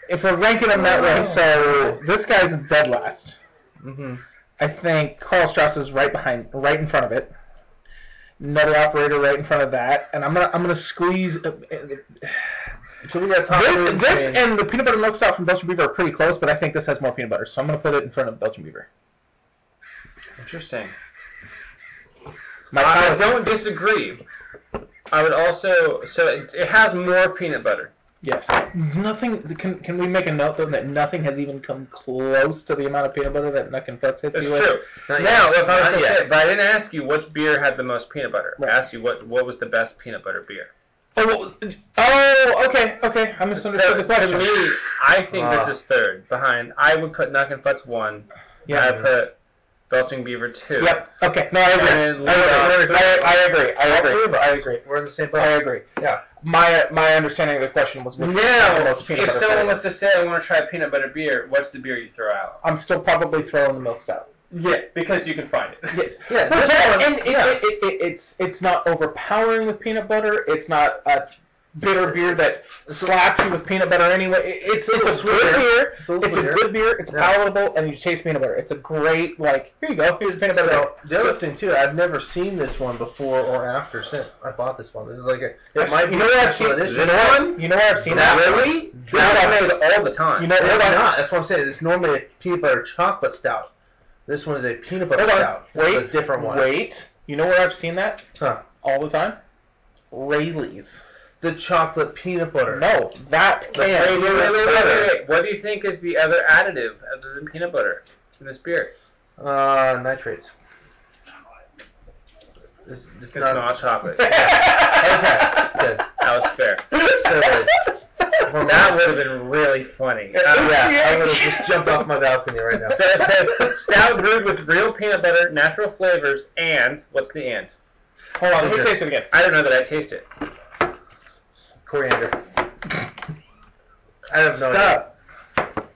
C: if we're ranking them that way, so this guy's dead last.
B: hmm
C: I think Carl Strauss is right behind, right in front of it. Another operator right in front of that, and I'm gonna I'm gonna squeeze. Uh, uh,
B: So we got top three
C: this, this
B: between-
C: and the peanut butter milk stout from Belgian Beaver are pretty close, but I think this has more peanut butter, so I'm gonna put it in front of Belgian Beaver.
A: Interesting. I,
C: My
A: I
C: palate-
A: don't disagree. I would also so it, it has more peanut butter.
C: Yes. Nothing. Can can we make a note though that nothing has even come close to the amount of peanut butter that Nuck and Futz hits
A: It's
C: you with?
A: true.
B: Not
A: Now,
B: yet.
A: if I was
B: Not
A: to
B: yet.
A: say, but I didn't ask you which beer had the most peanut butter.
C: Right.
A: I asked you what what was the best peanut butter beer.
C: Oh, well, oh, okay, okay. I misunderstood
A: So,
C: the question.
A: To me, I think this
B: Ah.
A: is third behind. I would put Nuckin Futz one. Yeah. I
C: yeah.
A: put Belching Beaver two.
C: Yep. Okay. No, I agree. I
A: And Lou
C: agree.
A: Dodd.
C: I, I agree. I
B: Three of
C: agree.
B: us.
C: I agree.
B: We're in the same
C: I
B: boat.
C: agree.
B: Yeah.
C: My my understanding of the question was which the
A: Now,
C: most peanut
A: if
C: butter
A: someone
C: flavor.
A: was to say I want to try peanut butter beer, what's the beer you throw out?
C: I'm still probably throwing the milk stout.
A: Yeah, because you can find it.
C: Yeah.
B: Yeah,
C: But
B: this
C: that-
B: one-
C: and it,
B: yeah.
C: it, it, it, it's it's not overpowering with peanut butter. It's not a bitter beer that slaps you with peanut butter anyway. It- it's it's a,
B: It's a little
C: good
B: sweeter.
C: beer.
B: It's
C: It's
B: a
C: a,
B: little sweeter.
C: good beer. It's
B: Yeah.
C: palatable, and you taste peanut butter. It's a great like here you go. Here's peanut butter.
B: So, the other thing too, I've never seen this one before or after since I bought this one. This is like a. It
C: I've seen-
B: might
C: you
B: be
C: know what I've
B: special
C: seen?
B: edition.
C: You know what? You know where I've seen
B: That
C: that?
A: Really?
C: You know what I've-
A: That's all the time.
C: You know,
B: It's
C: hold on.
B: not. That's what I'm saying. It's normally a peanut butter chocolate stout. This one is a peanut butter
C: Hold on.
B: stout. It's
C: Wait.
B: a different one.
C: Wait. You know where I've seen that
B: Huh.
C: all the time? Rayleigh's.
B: The chocolate peanut butter.
C: No, that can.
A: Wait, wait, wait, wait, wait, wait, wait. What do you think is the other additive other than peanut butter in this beer?
B: Uh, nitrates. It's, it's
A: It's
B: not.
A: not chocolate.
B: Good.
A: That was fair.
B: So,
A: That would have been really funny.
B: uh,
A: Uh,
B: yeah, I would have just jumped off my balcony right now.
A: so it says stout brewed with real peanut butter, natural flavors, and what's the and?
C: Hold on. Let me taste it again.
A: I don't know that I taste it.
B: Coriander. I have no idea.
C: Stop.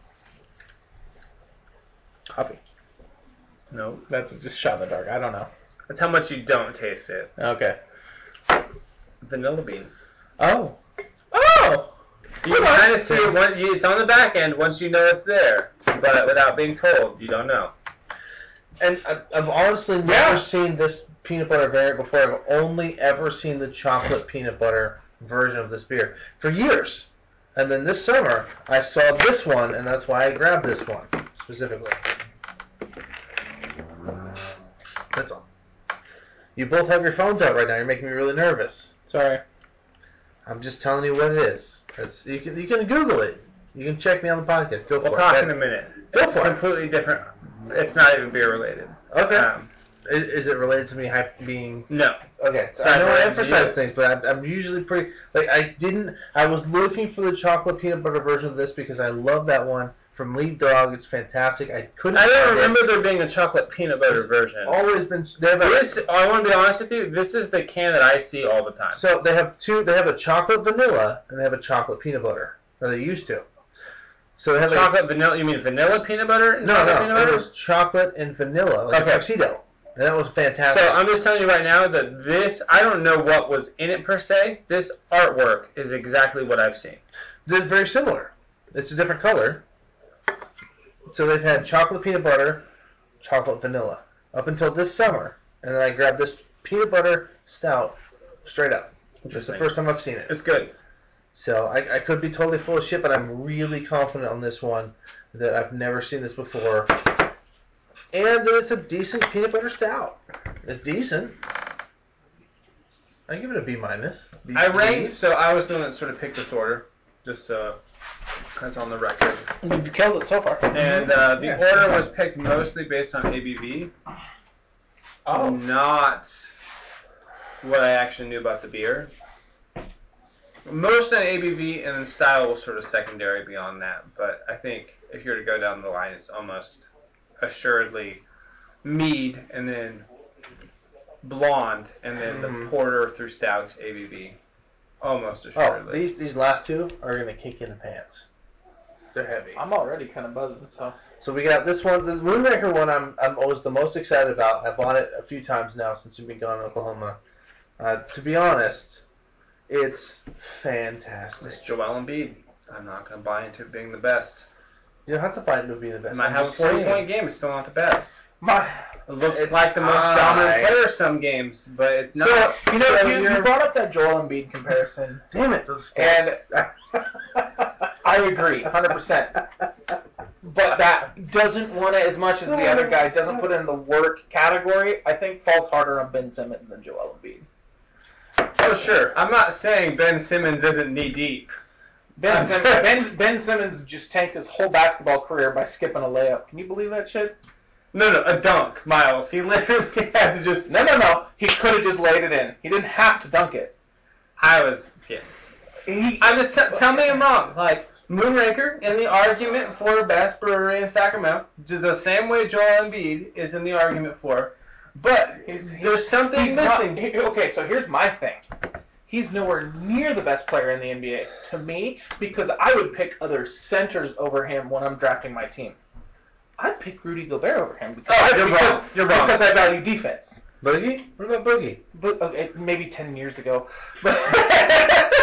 C: Coffee.
A: No.
C: That's just shot in the dark. I don't know.
A: That's how much you don't taste it.
C: Okay.
A: Vanilla beans.
C: Oh. Oh.
A: You can kind of see it. When you, it's on the back end once you know it's there, but without being told, you don't know.
B: And I- I've honestly never
C: Yeah.
B: seen this peanut butter variant before. I've only ever seen the chocolate peanut butter version of this beer for years. And then this summer, I saw this one, and that's why I grabbed this one specifically. That's all. You both have your phones out right now. You're making me really nervous.
C: Sorry.
B: I'm just telling you what it is. It's, you, can, you can Google it. You can check me on the podcast. Go for
A: We'll talk
B: it.
A: in a minute.
B: Go
A: It's
B: for it.
A: completely different. It's not even beer related.
B: Okay.
A: Um,
B: is, is it related to me hy- being
A: no.
B: Okay, so
A: Sorry,
B: I know I
A: Brian,
B: emphasize
A: you-
B: things, but I'm, I'm usually pretty. Like I didn't. I was looking for the chocolate peanut butter version of this because I love that one from Lead Dog. It's fantastic. I couldn't.
A: I
B: find
A: don't
B: it.
A: remember there being a chocolate peanut butter version.
B: Always been. They have a,
A: This, I want to be honest with you. This is the can that I see all the time.
B: so they have two. They have a chocolate vanilla and they have a chocolate peanut butter. Or they used to. So they have a-
A: chocolate vanilla. You mean vanilla peanut butter? and
B: no,
A: chocolate
B: no.
A: peanut butter?
B: It was chocolate and vanilla, like
C: Okay.
B: a tuxedo, and that was fantastic.
A: So I'm just telling you right now that this, I don't know what was in it per se. This artwork is exactly what I've seen.
B: They're very similar. It's a different color. So they've had chocolate peanut butter, chocolate vanilla, up until this summer, and then I grabbed this peanut butter stout straight up. It's the
A: Interesting.
B: first time I've seen it.
A: It's good.
B: So I, I could be totally full of shit, but I'm really confident on this one that I've never seen this before, and that it's a decent peanut butter stout. It's decent. I give it a B minus. B-
A: I
B: B.
A: ranked, so I was the one that sort of picked this order, just so that's on the record.
C: You've
B: Oh,
C: killed it so far.
A: And
B: Mm-hmm.
A: uh, the
C: Yeah.
A: order was picked mostly based on ABV,
B: Oh.
A: not what I actually knew about the beer. Most on ABV and then style was sort of secondary beyond that, but I think if you were to go down the line, it's almost assuredly mead and then blonde and then the
B: Mhm.
A: porter through stouts ABV. Almost
B: Oh,
A: assuredly.
B: these these last two are gonna kick you in the pants. They're heavy.
C: I'm already kind of buzzing, so.
B: So we got this one, the Moonraker one. I'm I'm always the most excited about. I bought it a few times now since we've been gone to Oklahoma. Uh, to be honest, it's fantastic.
A: It's Joel Embiid. I'm not going to buy into it being the best.
B: You don't have to buy it to be the best.
A: And I
B: I'm
A: have a
B: just
A: 40
B: saying.
A: point game. It's still not the best.
C: My,
A: It looks
B: It-
A: like the most
B: I-
A: dominant player some games, but it's not.
C: so, you know,
B: So
C: you, you
B: you're-
C: brought up that Joel Embiid comparison.
B: Damn it. those
C: And-
B: scores.
C: I agree, 100%. But that doesn't want it as much as the other guy, doesn't put in the work category, I think falls harder on Ben Simmons than Joel Embiid.
A: oh, sure. I'm not saying Ben Simmons isn't knee deep.
C: Ben,
A: I'm
C: Sim-
A: just-
C: ben, ben Simmons just tanked his whole basketball career by skipping a layup. Can you believe that shit?
A: No, no, a dunk, Miles. He literally had to just.
C: No, no, no. He could have just laid it in. He didn't have to dunk it.
A: I was yeah. I'm just t- tell me I'm wrong. Like Moonraker in the argument for best brewery in Sacramento, just the same way Joel Embiid is in the argument for. But
C: He's- he's-
A: there's something
C: He's
A: missing.
C: not. he- okay, so here's my thing. He's nowhere near the best player in the NBA to me because I would pick other centers over him when I'm drafting my team. I'd pick Rudy Gobert over him because,
B: Oh, you're
C: because,
B: wrong. You're wrong.
C: because I value defense.
B: Boogie? What about Boogie?
C: But okay, maybe ten years ago, but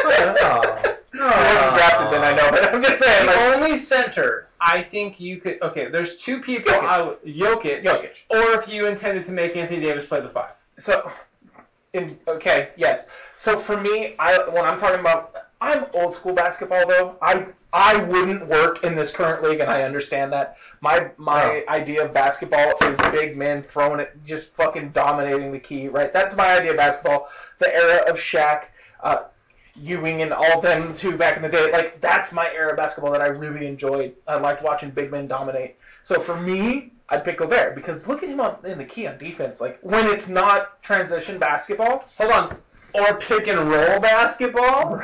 B: Oh. No.
C: I wasn't drafted then. I know, but I'm just saying.
A: the
C: Like,
A: only center I think you could okay. There's two people.
C: Jokic.
A: I would, Jokic,
C: Jokic.
A: or if you intended to make Anthony Davis play the five.
C: So, in, okay, yes. So for me, I when I'm talking about, I'm old school basketball though. I I wouldn't work in this current league, and I understand that. My my idea of basketball is big men throwing it, just fucking dominating the key, right? That's my idea of basketball. The era of Shaq. Uh, Ewing and all them too back in the day, like that's my era of basketball that I really enjoyed. I liked watching big men dominate. So for me, I'd pick Gobert because look at him on, in the key on defense. Like when it's not transition basketball,
A: Hold on. Or pick and roll basketball.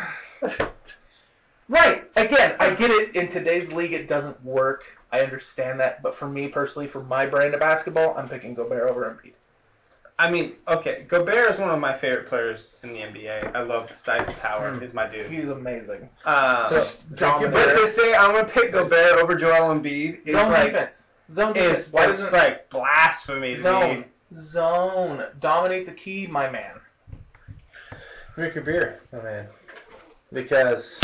C: right? Again, I get it. In today's league, it doesn't work. I understand that, but for me personally, for my brand of basketball, I'm picking Gobert over Embiid.
A: I mean, okay, Gobert is one of my favorite players in the NBA. I love Steph Tower.
C: Hmm.
A: He's my dude.
C: He's amazing.
A: Um,
B: So,
C: Dominant.
A: but to say I'm gonna pick Gobert over Joel Embiid is
C: Zone
A: like
C: defense. Zone defense.
A: is
C: Why
A: just
C: doesn't
A: like blasphemy to me.
C: zone zone dominate the key, my man?
B: drink your beer, my man. Because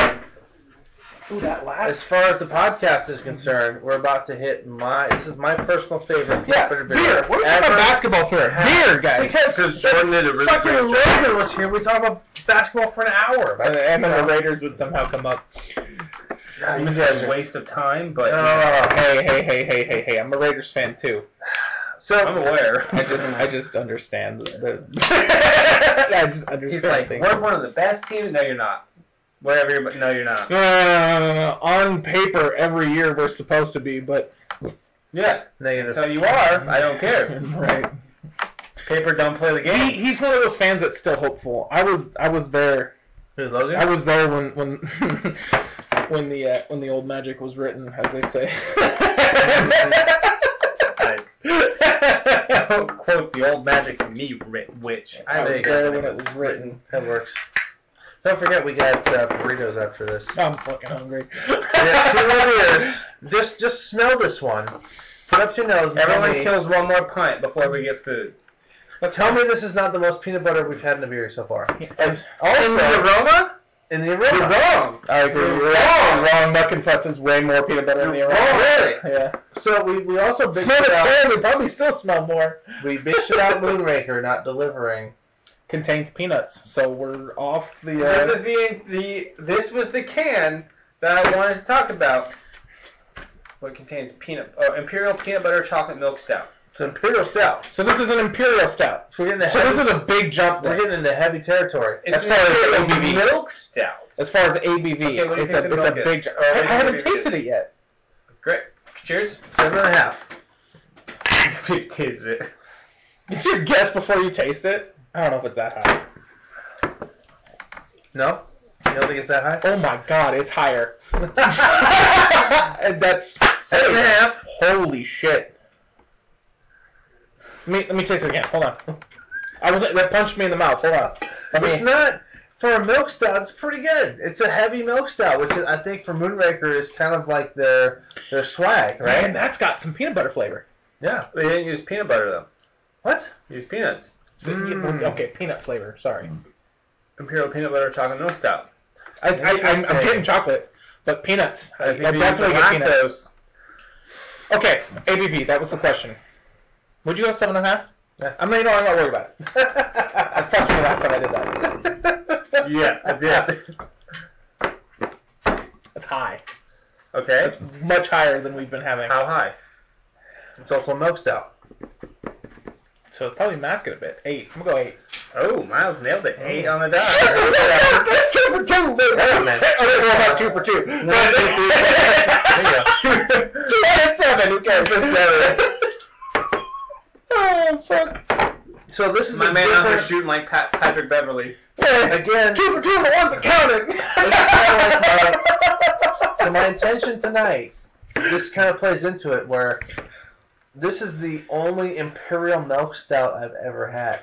C: Ooh, that
B: as
C: last.
B: far as the podcast is concerned, we're about to hit my. This is my personal favorite.
C: Yeah,
B: Peanut butter
C: beer. We're talking
B: ever
C: about basketball for
B: had.
C: beer, guys.
B: Because Jordan did a really
C: fucking
B: great job. Logan was here. We talked about basketball for an hour.
C: And, and then the Raiders would somehow come up.
A: You
B: God, you
A: guys
B: guys
A: are a
B: are-
A: waste of time, but
B: No, no, no, no.
C: Hey, hey, hey, hey, hey, hey! I'm a Raiders fan too.
B: So
A: I'm aware.
C: I just, I just understand the. I just understand
A: He's like,
C: things.
A: we're one of the best teams. No, you're not. Whatever. You're, no, you're not.
C: No, no, no, no, no, no. Uh, On paper, every year we're supposed to be, but
A: Yeah.
B: negative.
A: So you are. I don't care.
C: right.
A: Paper don't play the
C: He,
A: game.
C: he's one of those fans that's still hopeful. I was, I was there.
B: Who, Logan?
C: I was there when, when, when the, uh, when the old magic was written, as they say.
A: Guys, don't quote the old magic from me, ri- witch.
C: I
B: There
C: was
B: you go.
C: there when it was written.
B: That works. Don't forget, we got uh, burritos after this.
C: I'm fucking hungry.
B: Yeah, two more beers. Just, just smell this one. Put up your nose.
A: Everyone
B: Tell me-
A: kills one more pint before we get food.
B: Tell me this is not the most peanut butter we've had in a beer so far.
C: As-
B: Also,
A: aroma?
B: in the arena.
C: You're
A: Wrong.
C: I agree. You're wrong. Wrong. Muck and Futz is way more peanut butter than the
B: You're
C: original. Yeah.
B: So we, we also bitched
C: Smell it
B: about
C: clearly. Probably still smell more.
B: we bitched about Moonraker not delivering.
C: Contains peanuts, so we're off the. Uh,
A: This is the, the this was the can that I wanted to talk about. What contains peanut oh, imperial peanut butter chocolate milk stout.
B: It's Imperial Stout.
C: so this is an imperial stout.
B: So we're getting into
C: So
B: heavy,
C: this is a big jump.
B: we're
C: There.
B: getting into heavy territory.
A: It's
C: As far as
A: imperial
C: ABV.
A: milk stout.
C: As far as ABV,
A: Okay, what do you
C: it's
A: think the
C: a it's
A: milk
C: a big
A: is?
B: uh,
C: jump.
A: Or
C: I, I haven't
A: ABV is?
C: tasted it yet.
A: Great. Cheers.
B: Seven and a half.
A: it uh, tastes it.
C: Is your guess before you taste it? I don't know if it's that high.
B: No? You don't think it's that high?
C: Oh my god, it's higher. That's
B: Seven and a half.
C: Holy shit. Let me, let me taste it again. Hold on. I was that punched me in the mouth. Hold on. Let me.
B: It's not for a milk stout. It's pretty good. It's a heavy milk stout, which I think for Moonraker is kind of like their their swag,
C: right?
B: right?
C: that's got some peanut butter flavor.
B: Yeah.
A: They didn't use peanut butter though.
B: What?
A: They used peanuts.
C: So,
B: Mm.
C: Okay, peanut flavor. Sorry.
A: Imperial peanut butter chocolate milk stout.
C: I, I, I'm, I'm getting
B: Interesting.
C: chocolate, but peanuts. I, I
A: If you use
C: definitely get peanuts.
A: lactose,
C: Okay, ABV. That was the question. Would you go seven and a half?
B: Yeah.
C: I'm not. You know, I'm not worried about it. I fucked me last time I did that.
A: Yeah, I did.
C: That's high.
A: Okay.
C: That's much higher than we've been having.
A: How high?
B: It's also a milk stout.
C: So it's probably mask it a bit. Eight. I'm gonna go eight.
A: Oh, Miles nailed it. uh, Eight on the
C: Shut the
A: dot.
C: fuck up, That's two for two. baby.
B: Hey, man.
C: Hey, oh, no, no, not two for
B: There
C: two. Two out of seven. Who cares? oh fuck.
B: So this is
A: My
B: a
A: man out there
B: different.
A: shooting like Pat, Patrick Beverly.
B: Again,
C: Two for two, the ones that counted.
B: so my intention tonight, this kind of plays into it where this is the only imperial milk stout I've ever had.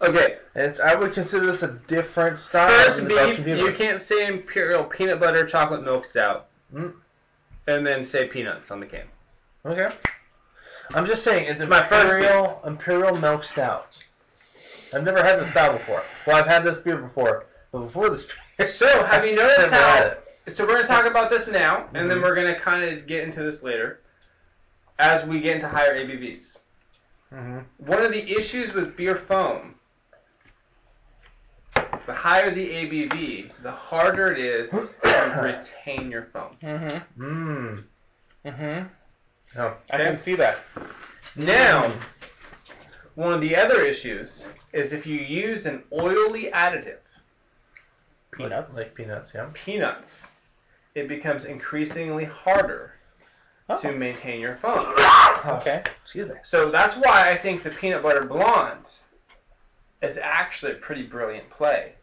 A: Okay,
B: And it's, I would consider this a different style.
A: first
B: than the
A: beef.
B: Belgian Beaver.
A: You can't say imperial peanut butter chocolate milk stout,
B: Mm.
A: and then say peanuts on the can.
B: Okay. I'm just saying, it's
A: my first
B: imperial imperial milk stout. I've never had this stout before. Well, I've had this beer before, but before this beer,
A: So have you
B: I've
A: noticed
B: never had
A: how?
B: it.
A: So we're gonna talk about this now, and then
B: Mhm.
A: we're gonna kind of get into this later, as we get into higher ABVs.
C: Mm-hmm.
A: One of the issues with beer foam, the higher the ABV, the harder it is to retain your foam.
C: Mm-hmm.
B: Mmm.
C: Mm-hmm.
B: Oh.
C: I can see that.
A: Now, one of the other issues is if you use an oily additive,
C: Peanuts.
B: Like peanuts, yeah.
A: peanuts, it becomes increasingly harder
C: Oh,
A: to maintain your foam.
C: okay.
B: Excuse me.
A: So that's why I think the peanut butter blonde is actually a pretty brilliant play.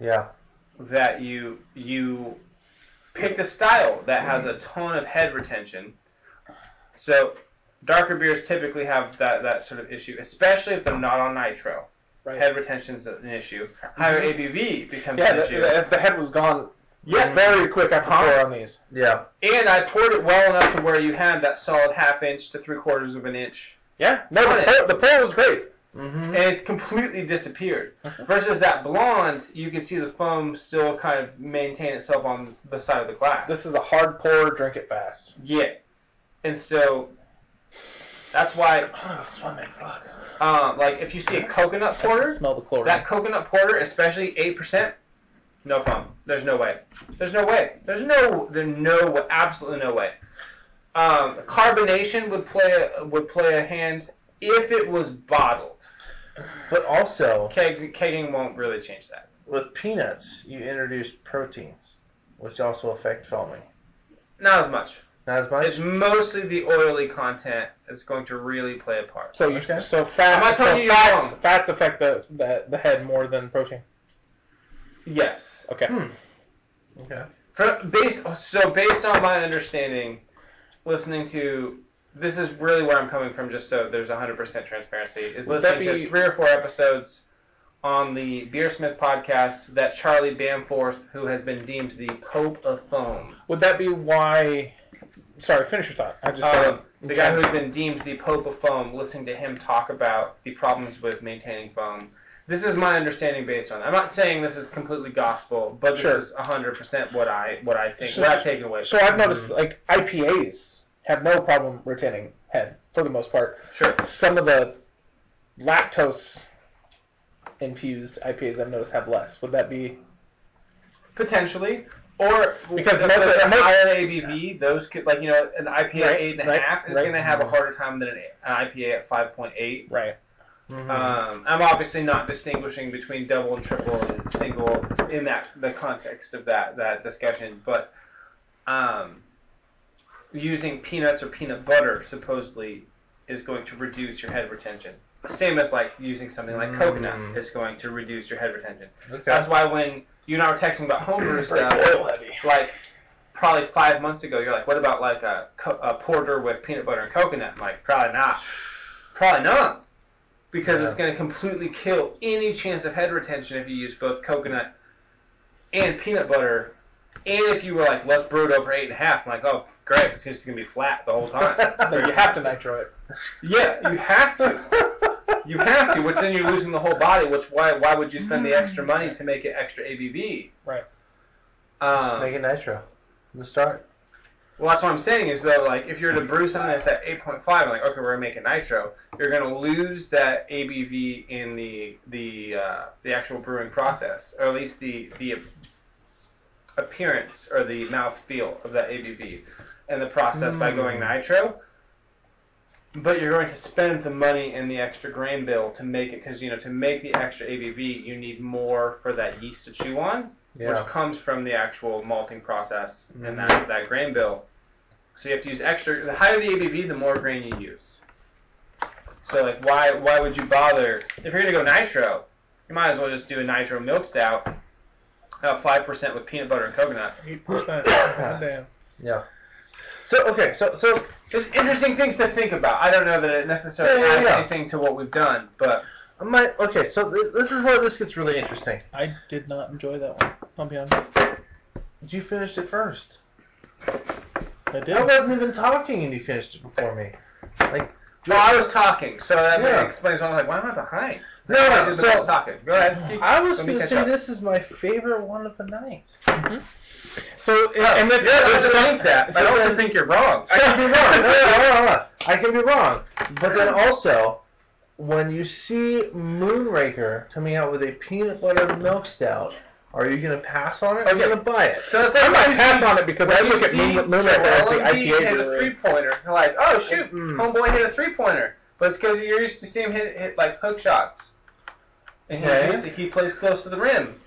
B: Yeah.
A: That you you pick a style that has a ton of head retention. So darker beers typically have that, that sort of issue, especially if they're not on nitro.
C: Right. Mm-hmm.
A: Head retention is an issue. Higher ABV becomes
C: Yeah,
A: an
C: the,
A: issue.
C: the, if the head was gone
A: Yes.
C: very quick after
A: Huh?
C: four on these.
B: Yeah.
A: And I poured it well enough to where you had that solid half inch to three quarters of an inch
C: Yeah. No, the
A: Right.
C: pull, the pull was great.
B: Mm-hmm.
A: and it's completely disappeared. Versus that blonde, you can see the foam still kind of maintain itself on the side of the glass.
C: This is a hard pour. Drink it fast.
A: yeah, and so that's why,
C: Oh, swimming. Fuck.
A: um, like, if you see a coconut porter,
C: Smell the chlorine.
A: that coconut porter, especially eight percent, no foam. There's no way. There's no way. There's no. There's no. Absolutely no way. Um, carbonation would play a, would play a hand if it was bottled.
B: But also,
A: Keg, kegging won't really change that.
B: with peanuts, you introduce proteins, which also affect foaming.
A: Not as much.
B: Not as much?
A: It's mostly the oily content that's going to really play a part.
C: So you
B: Okay.
C: so
A: Am I
C: fat,
A: telling
C: so
A: you you're
C: fats,
A: wrong?
C: fats affect the, the the head more than protein.
A: Yes.
C: Okay.
B: Hmm. Okay.
A: For, based so based on my understanding, listening to this is really where I'm coming from. Just so there's 100% transparency, is
C: Would that
A: listening
C: be-
A: to three or four episodes on the Beersmith podcast that Charlie Bamforth, who has been deemed the Pope of Foam,
C: Would that be why? Sorry, finish your thought. I just
A: um,
C: gotta-
A: the guy who's been deemed the Pope of Foam, listening to him talk about the problems with maintaining foam. This is my understanding based on that. I'm not saying this is completely gospel, but this
C: Sure.
A: is 100% what I what I think,
C: So-
A: what I've taken away.
C: So I've noticed like IPAs have no problem retaining head for the most part.
A: Sure.
C: Some of the lactose infused IPAs I've noticed have less. Would that be
A: Potentially. Or
C: Because
A: because
C: most of-
A: the
C: most-
A: higher ABV, those could like you know an IPA
C: Right,
A: at eight and a half
C: right,
A: is
C: right.
A: going to have a harder time than an, an IPA at five point eight.
C: right?
B: Mm-hmm.
A: Um, I'm obviously not distinguishing between double and triple and single in that the context of that that discussion, but um, using peanuts or peanut butter supposedly is going to reduce your head retention. Same as like using something like
B: Mm.
A: coconut is going to reduce your head retention.
B: okay.
A: That's why when you and I were texting about homebrew stuff,
C: heavy.
A: like probably five months ago, you're like, what about like a, co- a porter with peanut butter and coconut? I'm like, probably not. Probably not. Because it's
B: Yeah.
A: going to completely kill any chance of head retention if you use both coconut and peanut butter. And if you were like, let's brew it over eight and a half, I'm like, oh, great, it's just going to be flat the whole time.
C: But you have to nitro it.
A: yeah, you have to. You have to, which then you're losing the whole body, which why why would you spend the
B: Mm.
A: extra money to make it extra ABV?
C: Right.
B: Just
A: Um,
B: make it nitro. From the start.
A: Well, that's what I'm saying is though, like if you're to brew something that's at 8.5, I'm like, okay, we're gonna make a nitro. You're gonna lose that ABV in the the uh, the actual brewing process, or at least the the appearance or the mouth feel of that ABV in the process by
B: Mm.
A: going nitro. But you're going to spend the money and the extra grain bill to make it, because you know to make the extra ABV, you need more for that yeast to chew on
B: Yeah.
A: which comes from the actual malting process
B: Mhm.
A: and that, that grain bill. So you have to use extra. The higher the ABV, the more grain you use. So like, why why would you bother if you're gonna go nitro? You might as well just do a nitro milk stout, uh, five percent with peanut butter and coconut.
G: Eight percent. Goddamn.
B: Yeah. So okay, so so
A: There's interesting things to think about. I don't know that it necessarily
B: Yeah, yeah,
A: adds
B: yeah.
A: anything to what we've done, but
B: my okay, so th- this is where this gets really interesting.
G: I did not enjoy that one. I'll be honest.
B: You finished it first.
G: I did.
B: I wasn't even talking, and you finished it before me.
A: well, I was talking, so that
B: Yeah.
A: explains why I was like, why am I behind?
B: No, no.
A: Because I was
B: So
A: talking. Go ahead. keep-
B: I was
A: let me
B: going to
A: catch
B: say
A: up.
B: this is my favorite one of the night.
C: So and- and this,
A: Yeah, I don't
C: some-
A: think that. but I also think you're wrong.
B: I can be wrong. No, no, no, no, no. I can be wrong. But then also, when you see Moonraker coming out with a peanut butter milk stout, are you going to pass on it? Or are you
C: Okay.
B: going to buy it?
A: So that's
C: I
A: like
C: might pass on it because I
A: when you
C: look at
A: see
C: Moon- Moonraker as the
A: Joel Embiid
C: IPA
A: hit a
C: brewery.
A: three pointer. You're like, oh shoot,
B: Mm.
A: homeboy hit a three pointer. But it's because you're used to seeing him hit, hit like hook shots, and he's
B: Okay.
A: used to, he plays close to the rim.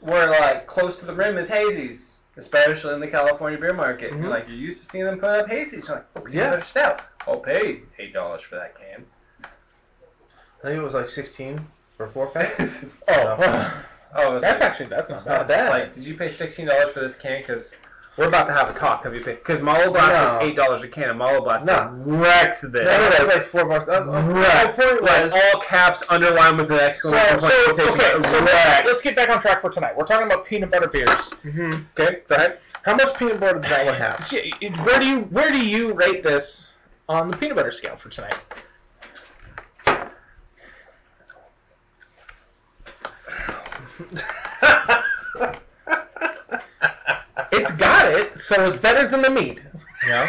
A: Where like close to the rim is hazies, especially in the California beer market.
B: Mhm.
A: You're like you're used to seeing them put up hazies. You're like, oh,
B: Yeah.
A: yeah, better stout. I'll pay eight dollars for that can.
B: I think it was like 16 for four pack.
C: Oh,
A: oh, it was
C: that's
A: like-
C: actually that's not
B: It's not
C: bad.
B: bad.
A: Like, did you pay sixteen dollars for this can? Because we're about to have a talk. Have you paid? Because Malo Blast
B: No.
A: was eight dollars a can, and Malo Blast
B: No.
A: wrecks this.
B: no, no, it was like four bucks. Uh, uh,
C: Right.
B: My point
A: Like
B: was.
A: all caps underlined with an
C: So,
A: exclamation point.
C: so,
A: quotation
C: okay,
A: mark,
C: so
A: wrecks.
C: let's, let's get back on track for tonight. We're talking about peanut butter beers.
B: Mhm.
C: Okay, go ahead.
B: How much peanut butter did that one have?
C: See, it- Where do you where do you rate this on the peanut butter scale for tonight? It's got it, so it's better than the mead.
B: No.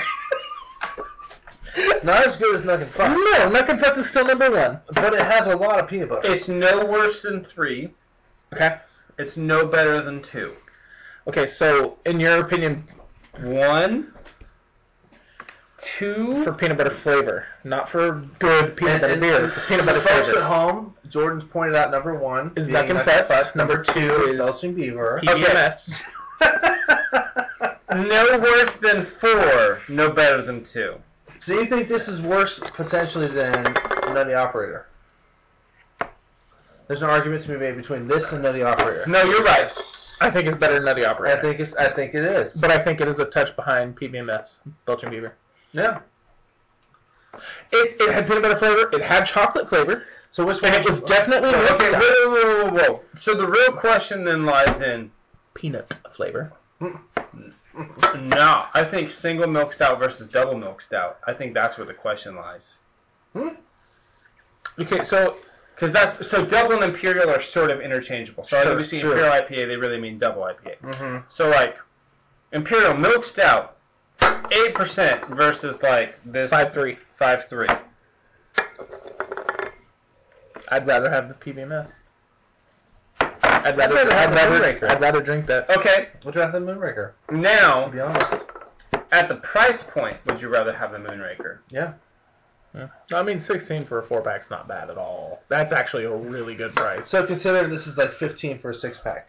B: It's not as good as Nothing Fuck,
C: No, Nut Confess is still number one.
B: but it has a lot of peanut butter.
A: It's no worse than three.
C: Okay.
A: It's no better than two.
C: Okay, so in your opinion,
A: One, two.
C: for peanut butter flavor, not for good peanut
B: And-
C: butter
B: and-
C: beer, for peanut butter
B: For folks at
C: flavor.
B: home, Jordan's pointed out number one
C: Is
B: being
C: Nuck and
B: Nuck
C: Futs.
B: Futs,
C: Number two is
B: Belching Beaver.
A: Okay.
C: PBMS.
A: no worse than four. No better than two.
B: so you think this is worse potentially than Nutty Operator? There's an argument to be made between this and Nutty Operator.
C: No, you're right. I think it's better than Nutty
B: I
C: Operator.
B: think it's. I think it is.
C: but I think it is a touch behind PBMS, Belgian Beaver.
B: yeah.
C: It, it had peanut butter flavor, it had chocolate flavor,
B: So which one? Oh,
C: and it was definitely milk
A: Okay, whoa,
C: stout.
A: whoa, whoa, whoa, whoa. So the real question then lies in
C: peanut flavor.
A: No, I think single milk stout versus double milk stout. I think that's where the question lies.
B: Hmm?
C: Okay, so
A: Because that's so double and imperial are sort of interchangeable. So
C: Sure,
A: like, if you see
C: sure.
A: imperial IPA, they really mean double IPA.
B: hmm
A: So like imperial milk stout, eight percent versus like this
C: five three.
A: five three.
C: I'd rather have the PBMS. I'd rather,
B: rather have
C: I'd
B: the
C: rather,
B: Moonraker.
C: I'd rather drink that.
A: Okay,
B: Would you rather have the Moonraker?
A: now
B: To be honest.
A: at the price point, would you rather have the Moonraker?
B: Yeah.
C: I mean, sixteen for a four pack's not bad at all. That's actually a really good price.
B: So consider this is like 15 for a six pack,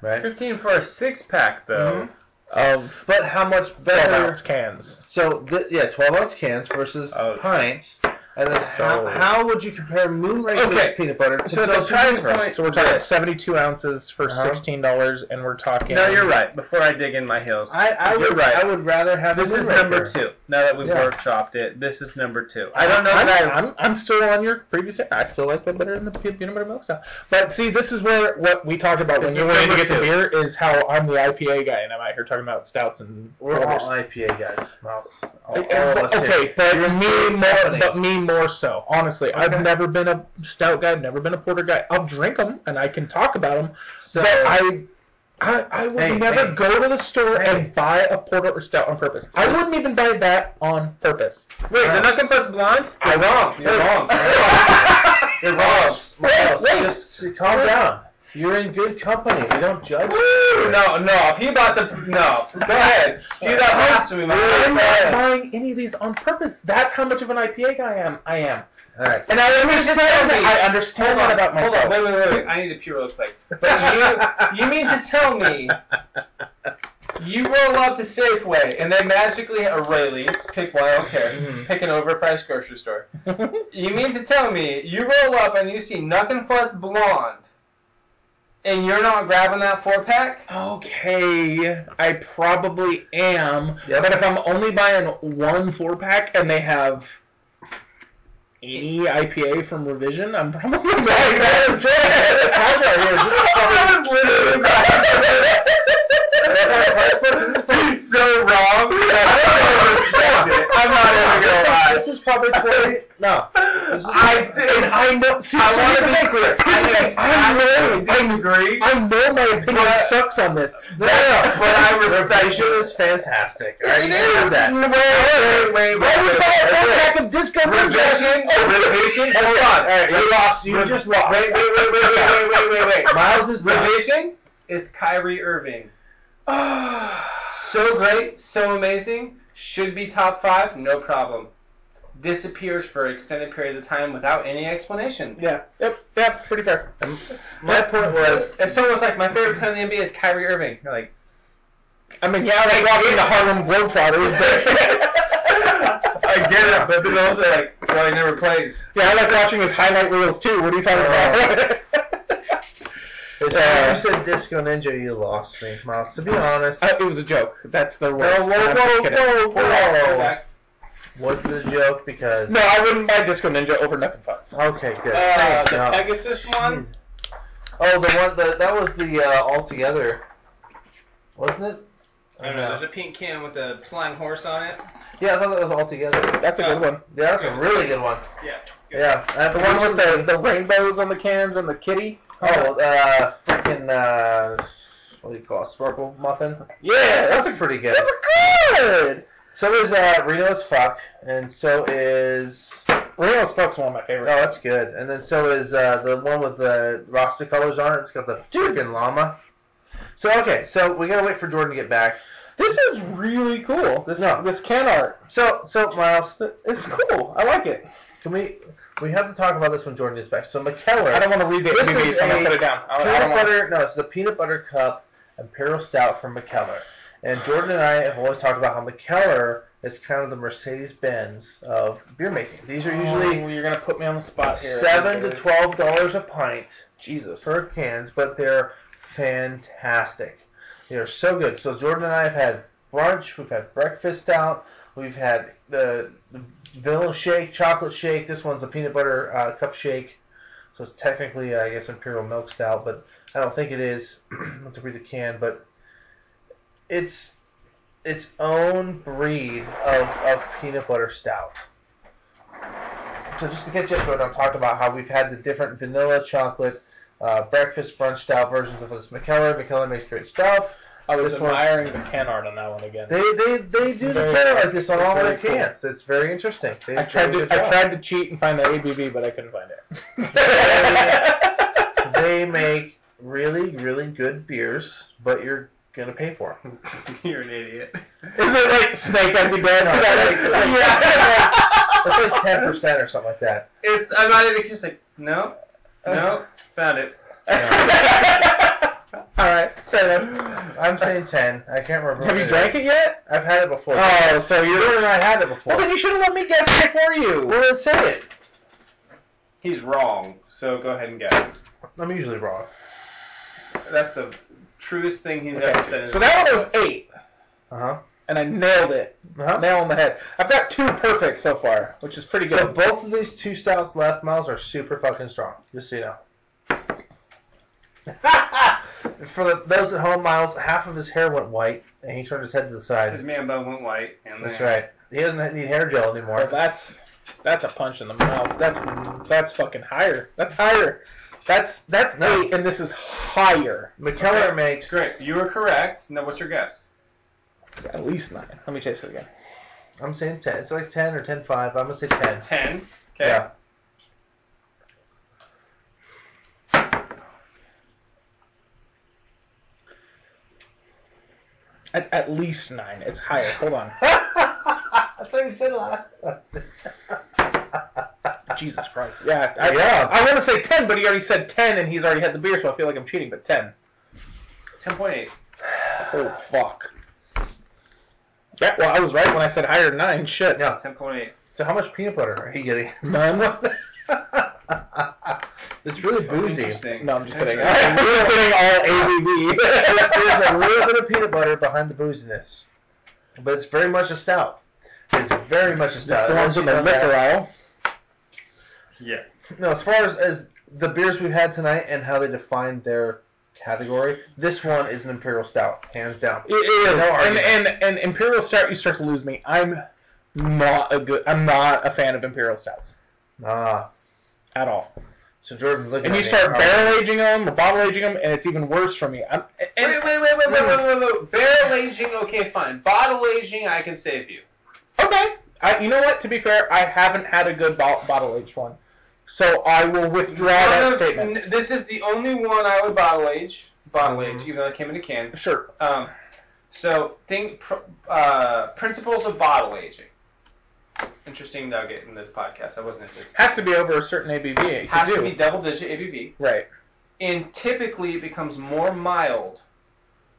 B: right?
A: Fifteen for a six pack
C: Mm-hmm.
A: though.
C: Of
B: But how much
C: twelve
B: better?
C: ounce cans.
B: So th- yeah, twelve ounce cans versus
A: Oh.
B: pints, and then how,
C: So-
B: how would you compare Moonraker
A: Okay.
B: peanut butter to
A: So the
B: Belgian
A: price
B: Beaver?
A: point-
C: So we're talking
A: Yes.
C: seventy-two ounces for
B: Uh-huh.
C: sixteen dollars, and we're talking.
A: No, you're right. Before I dig in my heels,
B: I, I
A: You're
B: would
A: right.
B: I would rather have
A: This
B: the
A: is
B: Moonraker.
A: number two. Now that we've
B: Yeah.
A: workshopped it, this is number two. I don't know
C: I'm,
A: that I.
C: I'm, I'm still on your previous. I still like that better than the pe- peanut butter milk style. But see, this is where what we talked about
A: This
C: when you're
A: is
C: waiting to get
A: number
C: the beer is how I'm the IPA guy and I'm out here talking about stouts and
B: We're all
C: porters.
B: IPA guys. Miles. All, all
C: oh, Okay,
B: of us here.
C: but me more,
B: company.
C: but me more so. Honestly,
B: Okay.
C: I've never been a stout guy. I've never been a porter guy. I'll drink them and I can talk about them,
B: So
C: but I. I, I would
B: Hey,
C: never
B: hey.
C: go to the store
B: Hey.
C: and buy a porter or stout on purpose. I wouldn't even buy that on purpose.
A: Wait, they're not gonna press blonde.
C: I'm wrong.
A: You're wrong.
B: you're wrong. Miles,
C: wait.
B: just calm down. You're in good company. We don't judge.
A: No, no. If he bought the no, go ahead. Spew that blasphemy, my
C: I'm
A: friend.
C: not buying any of these on purpose. That's how much of an IPA guy I am. I am.
B: All right.
C: And I understand
A: tell me.
C: that. I understand that about
A: Hold on,
C: myself.
A: wait, wait, wait, wait. I need to pee real quick. But you, you mean to tell me You roll up to Safeway, and they magically at O'Reilly's pick one. I don't care. Pick an overpriced grocery store. you mean to tell me you roll up and you see Knuckin' Futz Blonde, and you're not grabbing that four pack?
C: Okay, I probably am.
B: Yep.
C: But if I'm only buying one four pack and they have 80 IPA from Revision, I'm probably buying that. I was literally
B: This is pretty so wrong. I'm not even gonna lie.
C: This is probably 40.
B: No.
C: I did. I know. See, I
B: wanna be
C: clear.
B: I
C: I know. I
B: disagree.
C: I know my opinion sucks on this. No,
B: But I respect you. is fantastic. I
C: It is.
B: that.
C: Wait, wait,
B: wait,
C: Why would you call it that back of disco
B: Revision. Oh, Revision. Hold on. All right, you lost. You just lost. Wait, wait, wait, wait, wait, wait, wait, wait. Miles is done.
A: Revision is Kyrie Irving. so great, so amazing, should be top five, no problem. Disappears for extended periods of time without any explanation.
C: Yeah. Yep. Yep. Pretty fair.
B: My point was.
A: If someone was like, my favorite player in the NBA is Kyrie Irving, you're like,
C: I mean, yeah, like walking the Harlem Globetrotters, but
A: I get it, but then also like, well, he never plays. Oh.
C: yeah, I like watching his highlight reels too. Uh, What are you talking about?
B: As soon as you said Disco Ninja, you lost me, Miles. To be honest,
C: Uh, it was a joke. That's the
B: No,
C: worst.
B: whoa,
C: I'm just
B: whoa,
C: kidding.
B: whoa, whoa.
A: Back.
B: Was the joke because?
C: No, I wouldn't buy Disco Ninja over Knuck and Futz.
B: Okay, good.
A: Uh,
B: Thanks,
A: the
B: no.
A: Pegasus one?
B: Oh, the one that that was the uh, altogether, wasn't it?
E: I don't know. There's a pink can with a flying horse on it.
B: Yeah, I thought that was altogether. Yeah,
C: That's a good one.
B: that's a really good one.
E: Yeah.
B: Yeah, uh,
C: The one with the, the rainbows on the cans and the kitty.
B: oh, uh, freaking uh, what do you call it? Sparkle muffin.
C: Yeah,
B: That's a pretty good.
C: that's good.
B: So there's uh, Reno as fuck, and so is oh,
C: Real Spoke's one of my favorites.
B: that's good, and then so is uh, the one with the Rasta colors on it. It's got the freaking llama. So okay, so we gotta wait for Jordan to get back.
C: This is really cool. This
B: No.
C: this can art.
B: So so Miles,
C: It's cool. I like it.
B: Can we? We have to talk about this when Jordan gets back. So McKellar,
C: I don't want to read the
B: This
C: MVPs,
B: is
C: so I'm
B: a
C: gonna put it down. I, I
B: peanut
C: don't want.
B: butter. No, it's the peanut butter cup imperial stout from McKellar. And Jordan and I have always talked about how McKellar is kind of the Mercedes Benz of beer making. These are
C: Oh,
B: usually
C: you're gonna put me on the spot here.
B: seven to
C: This-
B: twelve dollars a pint
C: Jesus.
B: per cans, but they're fantastic. They are so good. So Jordan and I have had brunch. We've had breakfast out. We've had the, the vanilla shake, chocolate shake. This one's a peanut butter uh, cup shake. So it's technically, uh, I guess, imperial milk stout, but I don't think it is. I have to read the can, but it's its own breed of, of peanut butter stout. So just to catch up, Jordan, I'm talking about how we've had the different vanilla, chocolate, uh, breakfast, brunch style versions of this McKellar. McKellar makes great stuff.
C: I was
B: This one-
C: admiring the can art on that one again.
B: They they they do the
C: Very-
B: care like this on
C: it's
B: all
C: very
B: their
C: cool.
B: cans. It's very interesting. They
C: I
B: do
C: tried
B: a
C: to
B: good
C: I
B: job.
C: tried to cheat and find the ABV, but I couldn't find it.
B: They make really really good beers, but you're gonna pay for them.
E: You're an idiot.
C: Is it like Snake Under Dead?
B: No, it's like-
C: yeah.
B: That's like ten percent or something like that.
A: It's, I'm not even just like, no, no, found it.
C: All right, fair enough.
B: I'm saying ten. I can't remember.
C: Have
B: what
C: you drank
B: is.
C: it yet?
B: I've had it before.
C: Oh, so you're.
B: I had it before.
C: Well, then you should have let me guess before you.
B: Well, let's say it.
A: He's wrong, so go ahead and guess.
B: I'm usually wrong.
A: That's the truest thing he's
C: Okay,
A: ever said. in
C: So
A: his
C: that one
A: life.
C: was eight,
B: Uh huh.
C: and I nailed it.
B: Uh-huh.
C: Nail on the head. I've got two perfect so far, which is pretty good.
B: So both of these two stouts left miles are super fucking strong. Just so you know. For the, those at home, Miles, half of his hair went white, and he turned his head to the
A: His
B: side.
A: man bun went white. And
B: That's
A: then-
B: right. He doesn't need hair gel anymore.
C: Well, that's that's a punch in the mouth. That's that's fucking higher. That's higher. That's that's
B: No.
C: eight, and this is higher.
B: McKellar
A: Okay,
B: makes
A: Great. You were correct. Now, what's your guess?
C: It's at least nine. Let me taste it again.
B: I'm saying ten. It's like ten or ten five. I'm gonna say ten.
A: Ten. Okay.
B: Yeah.
C: At, at least nine. It's higher. Hold on.
B: That's what you said last time.
C: Jesus Christ. Yeah. I,
B: Yeah.
C: I want to say ten, but he already said ten, and he's already had the beer, so I feel like I'm cheating. But ten.
A: Ten point eight.
C: Oh fuck. Yeah, well, I was right when I said higher than nine. Shit.
B: Yeah.
A: Ten point eight.
B: So how much peanut butter are you getting?
C: None.
B: it's really boozy.
A: Interesting.
C: No, I'm just kidding.
A: Interesting.
C: I'm really kidding. All
B: There's a
C: ABV.
B: little bit of peanut butter behind the booziness, but it's very much a stout. It's very much a stout.
C: Belongs in the liquor aisle.
A: Yeah.
B: No, as far as, as the beers we've had tonight and how they define their category, this one is an imperial stout, hands down.
C: It, it is.
B: No
C: and,
B: argument.
C: and and imperial stout, you start to lose me. I'm not a good. I'm not a fan of imperial stouts
B: Ah,
C: at all.
B: so Jordan's looking.
C: And you
B: at me.
C: start
B: Oh,
C: barrel aging them or bottle aging them, and it's even worse for me. I'm, and,
A: Wait, wait, wait, wait, wait, wait, wait, wait. Barrel aging, okay, fine. Bottle aging, I can save you.
C: Okay. I, you know what? To be fair, I haven't had a good bo- bottle aged one, so I will withdraw
A: None
C: that
A: of-
C: statement.
A: n- this is the only one I would bottle age. Bottle age,
C: Mm-hmm.
A: even though it came in a can.
C: Sure.
A: Um, so think pr- uh, principles of bottle aging. Interesting nugget in this podcast. I wasn't into this.
C: Has to be over a certain ABV. It
A: Has
C: could
A: to
C: do.
A: be double digit ABV,
C: right.
A: and typically it becomes more mild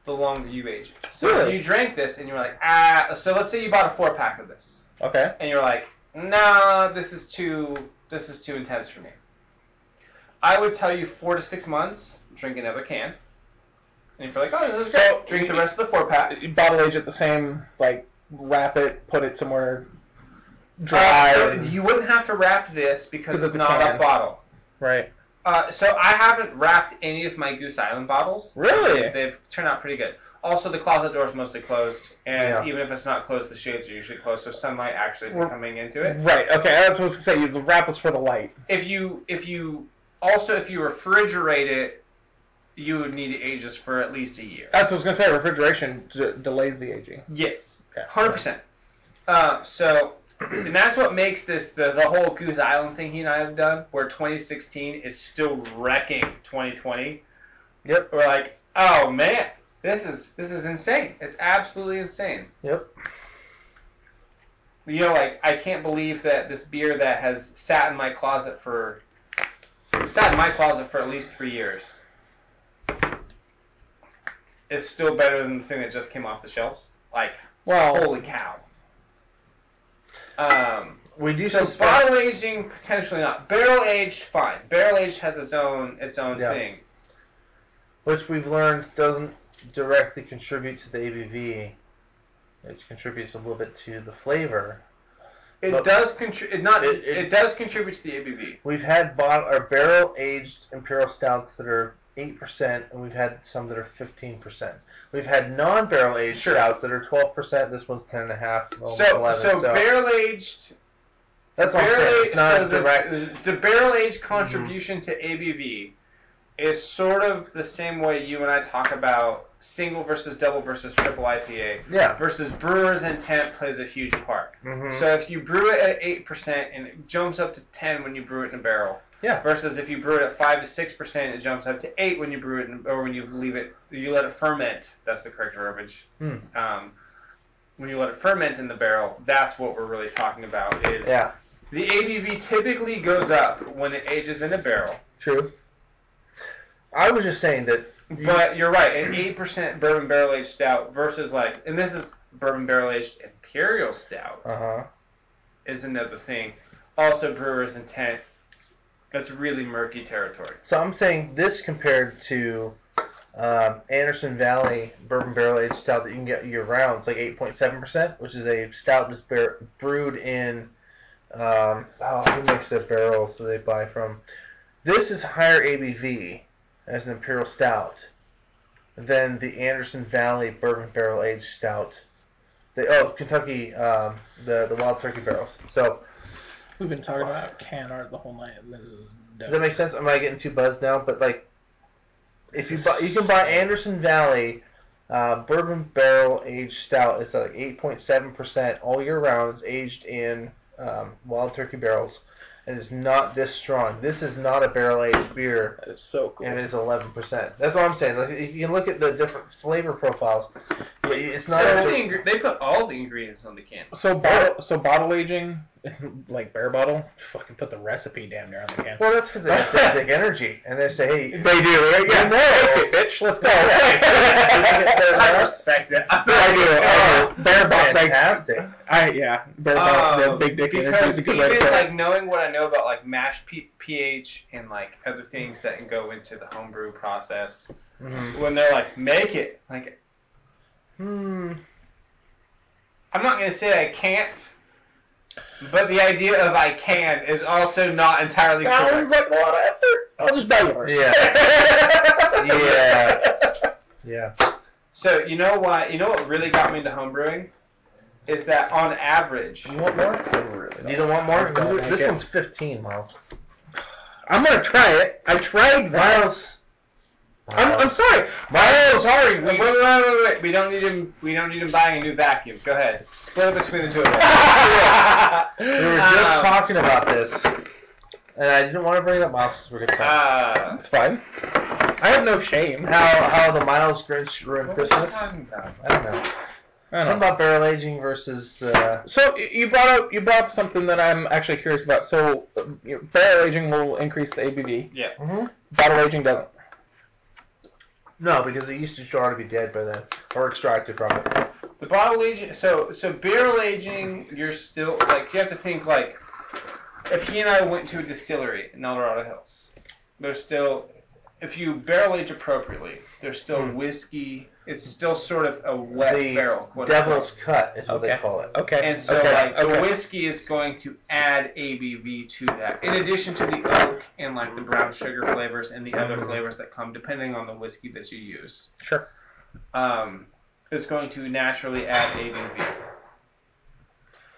A: the longer you age it. So if
C: Really?
A: you drank this and you're like, ah, so let's say you bought a four pack of this,
C: Okay.
A: and you're like, nah, this is too, this is too intense for me. I would tell you four to six months, drink another can, and if you're like, oh, this is
C: So-
A: great, drink the rest of the four pack.
C: You Bottle age it the same. Like wrap it, put it somewhere dry.
A: Uh, so
C: and-
A: you wouldn't have to wrap this because
C: 'Cause
A: it's
C: it's a
A: not
C: can.
A: a bottle.
C: right.
A: Uh, so I haven't wrapped any of my Goose Island bottles.
C: Really?
A: They- They've turned out pretty good. Also, the closet door is mostly closed, and
B: Yeah.
A: even if it's not closed, the shades are usually closed, so sunlight actually isn't
C: Well-
A: coming into it.
C: Right. Okay. That's what I was gonna say. You- The wrap was for the light.
A: If you, if you, also if you refrigerate it, you would need to age this for at least a year.
C: That's what I was gonna say. Refrigeration d- delays the aging.
A: Yes,
C: Okay.
A: hundred percent. Uh, so, and that's what makes this the the whole Goose Island thing he and I have done, where 2016 is still wrecking 2020.
B: Yep.
A: We're like, oh man, this is this is insane. It's absolutely insane.
B: Yep.
A: You know, like I can't believe that this beer that has sat in my closet for sat in my closet for at least three years is still better than the thing that just came off the shelves. Like.
C: Well,
A: Holy cow. Um,
B: We do
A: so
B: suspect.
A: bottle aging potentially not. Barrel aged, fine. Barrel aged has its own its own
B: Yeah.
A: thing.
B: which we've learned doesn't directly contribute to the ABV. It contributes a little bit to the flavor.
A: It
B: But-
A: does contribute. Not
B: It-
A: it,
B: it-
A: does contribute to the ABV.
B: We've had bottle or barrel aged imperial stouts that are eight percent, and we've had some that are fifteen percent. We've had non barrel aged
A: Sure.
B: stouts that are twelve percent. This one's ten and a half, almost
A: so
B: eleven.
A: so,
B: Oh, So,
A: barrel aged.
B: that's all. I'm saying.
A: Barrel
B: It's
A: aged.
B: not
A: So
B: a direct. Mm-hmm.
A: the, the barrel aged contribution to ABV is sort of the same way you and I talk about single versus double versus triple IPA
B: yeah.
A: versus brewer's intent plays a huge part.
B: Mhm.
A: So if you brew it at eight percent and it jumps up to ten when you brew it in a barrel.
B: Yeah.
A: Versus if you brew it at five to six percent, it jumps up to eight when you brew it in, or when you leave it, you let it ferment. That's the correct verbiage.
B: Hmm.
A: Um, when you let it ferment in the barrel, that's what we're really talking about. Is
B: yeah.
A: the ABV typically goes up when it ages in a barrel,
B: True. I was just saying that. you-
C: Mm-hmm.
A: but you're right. An eight percent bourbon barrel aged stout versus like, and this is bourbon barrel aged imperial stout.
B: Uh-huh.
A: is another thing. Also, brewer's intent. That's really murky territory.
B: So I'm saying this compared to um, Anderson Valley Bourbon Barrel Aged Stout that you can get year round. It's like 8.7%, which is a stout that's bar- brewed in. Um, oh, who makes the barrels that they buy from? This is higher ABV as an imperial stout than the Anderson Valley Bourbon Barrel Aged Stout. The, oh, Kentucky, um, the the Wild Turkey barrels. So
G: We've been talking about can art the whole night, and this is
B: Does that make sense? Am I getting too buzzed now? But like, if you buy, you can buy Anderson Valley uh, Bourbon Barrel Aged Stout. It's like 8.7 percent all year round. It's aged in um, wild turkey barrels, and it's not this strong. This is not a barrel aged beer,
C: that is so cool.
B: and it is 11 percent. That's what I'm saying. Like, you can look at the different flavor profiles. But you- it's not.
A: So
B: a-
A: the ing- they put all the ingredients on the can.
H: So bottle, so bottle aging, like bare bottle, fucking put the recipe damn near on the can.
B: well, that's because they have big energy, and they say, "Hey,
C: They do, right? Yeah. Take it, bitch. Let's go. I
B: respect it."
C: do. I do. Bare bottle. Like,
B: Fantastic.
C: I, yeah. Bare
A: Um,
C: bottle. the big dick energy
A: because
C: is a good
A: even
C: way to put
A: like
C: it.
A: knowing what I know about like mash P- pH and like other things that can go into the homebrew process,
C: Mm-hmm.
A: when they're like make it, like
C: Hmm.
A: I'm not gonna say I can't, but the idea of I can is also not entirely
C: Sounds
A: correct.
C: like a lot of effort. I'll just buy yours.
B: Yeah.
C: yeah.
B: Yeah.
A: So you know what? You know what really got me into homebrewing is that on average,
B: You want more? You don't want
C: I don't
B: more?
C: like
B: This
C: it.
B: one's 15 miles.
C: I'm gonna try it. I tried that.
B: Miles.
C: I'm, I'm sorry.
B: Miles.
C: Sorry.
A: wait, wait,
C: We,
A: wait, wait, wait. we don't need him. We don't need him buying a new vacuum. Go ahead, split it between the two of us.
B: We were just
A: Um,
B: talking about this, and I didn't want to bring up Miles because we're gonna talk
A: Uh,
C: it's fine. I have no shame.
B: how how the Miles Grinch ruined
A: what was I
B: Christmas.
A: talking about?
B: I don't know. Something
C: I don't know.
B: about barrel aging versus. Uh,
C: So y- you brought up you brought up something that I'm actually curious about. So uh, you know, barrel aging will increase the ABV.
A: Yeah.
B: Mm-hmm.
C: Bottle aging doesn't.
B: No, because it used to already be dead by then, or extracted from it.
A: The bottle aging, so so barrel aging, you're still like you have to think like if he and I went to a distillery in El Dorado Hills, there's still if you barrel age appropriately, there's still whiskey. It's still sort of a wet
B: The
A: barrel. quote unquote.
B: Devil's cut is what they
C: Okay.
B: call it.
C: Okay.
A: And so
C: okay.
A: like the
C: okay.
A: whiskey is going to add ABV to that, in addition to the oak and like the brown sugar flavors and the other flavors that come depending on the whiskey that you use.
C: Mm-hmm. Sure.
A: Um, it's going to naturally add ABV.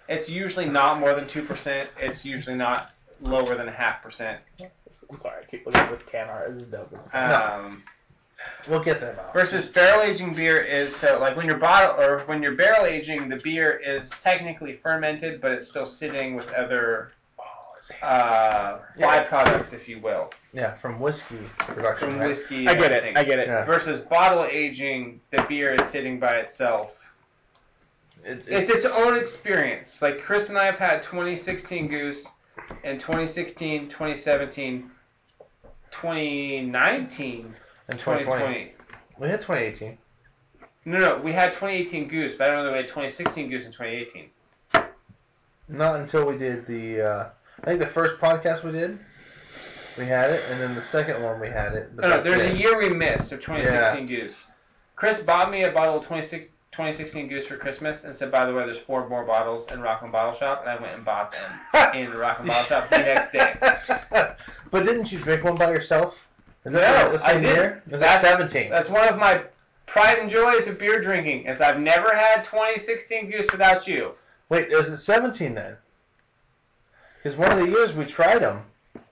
A: It's usually not more than two percent. It's usually not lower than a half percent.
C: I'm sorry. I keep looking at this can art. This is dope. This is
A: Um,
B: We'll get that out.
A: Versus barrel aging beer is so like when you're bottle or when you're barrel aging, the beer is technically fermented, but it's still sitting with other uh, byproducts, if you will,
B: Yeah, from whiskey production.
A: from
B: right?
A: whiskey.
C: I
A: and
C: get
A: other
C: it.
A: things.
C: I get it.
B: Yeah.
A: Versus bottle aging, the beer is sitting by itself.
B: It-
A: It's its own experience. Like Chris and I have had 2016 Goose and 2016, 2017, 2019,
B: in 2020.
A: 2020.
B: We had 2018.
A: No, no, we had 2018 Goose, but I don't know that we had 2016 Goose and 2018.
B: Not until we did the. Uh, I think the first podcast we did, we had it, and then the second one we had it. But
A: No, no,
B: that's
A: Oh, there's
B: it.
A: a year we missed of 2016 Goose. Chris bought me a bottle of 26 2016 Goose for Christmas and said, by the way, there's four more bottles in Rock and Bottle Shop, and I went and bought them in Rock and Bottle Shop the next day.
B: but didn't you drink one by yourself? Is
A: No,
B: the
A: I
B: same
A: didn't.
B: year? Is
A: That's-
B: that 17?
A: That's one of my pride and joys of beer drinking, is I've never had 2016 Goose without you.
B: Wait, is it 17 then? Because one of the years we tried them,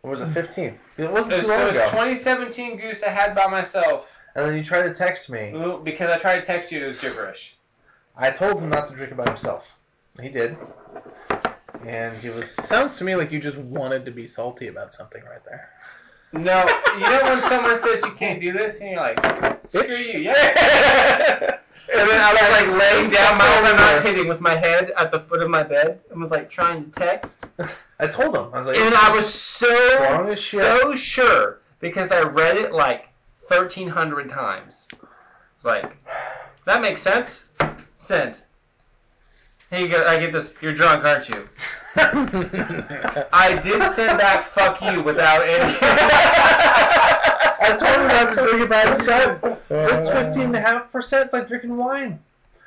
B: or was it 15? It wasn't
A: It
B: too
A: was,
B: long
A: it was
B: ago.
A: 2017 Goose I had by myself
B: And then you tried to text me.
A: ooh, because I tried to text you, it was gibberish.
B: I told him not to drink it by himself. He did. And he was.
H: Sounds to me like you just wanted to be salty about something right there.
A: No, you know when someone says you can't do this, and you're like, screw
C: Bitch.
A: you, yeah. And then I was like laying down, my arm not hitting, with my head at the foot of my bed, and was like trying to text.
B: I told him. I was like.
A: And I was so
B: Wrong as shit.
A: so sure because I read it like thirteen hundred times. It's like that makes sense. Send. Here you go. I get this. You're drunk, aren't you? I did send back "fuck you" without any.
B: I told him not to drink it by himself. That's
C: Uh,
B: 15.5%. It's like drinking wine.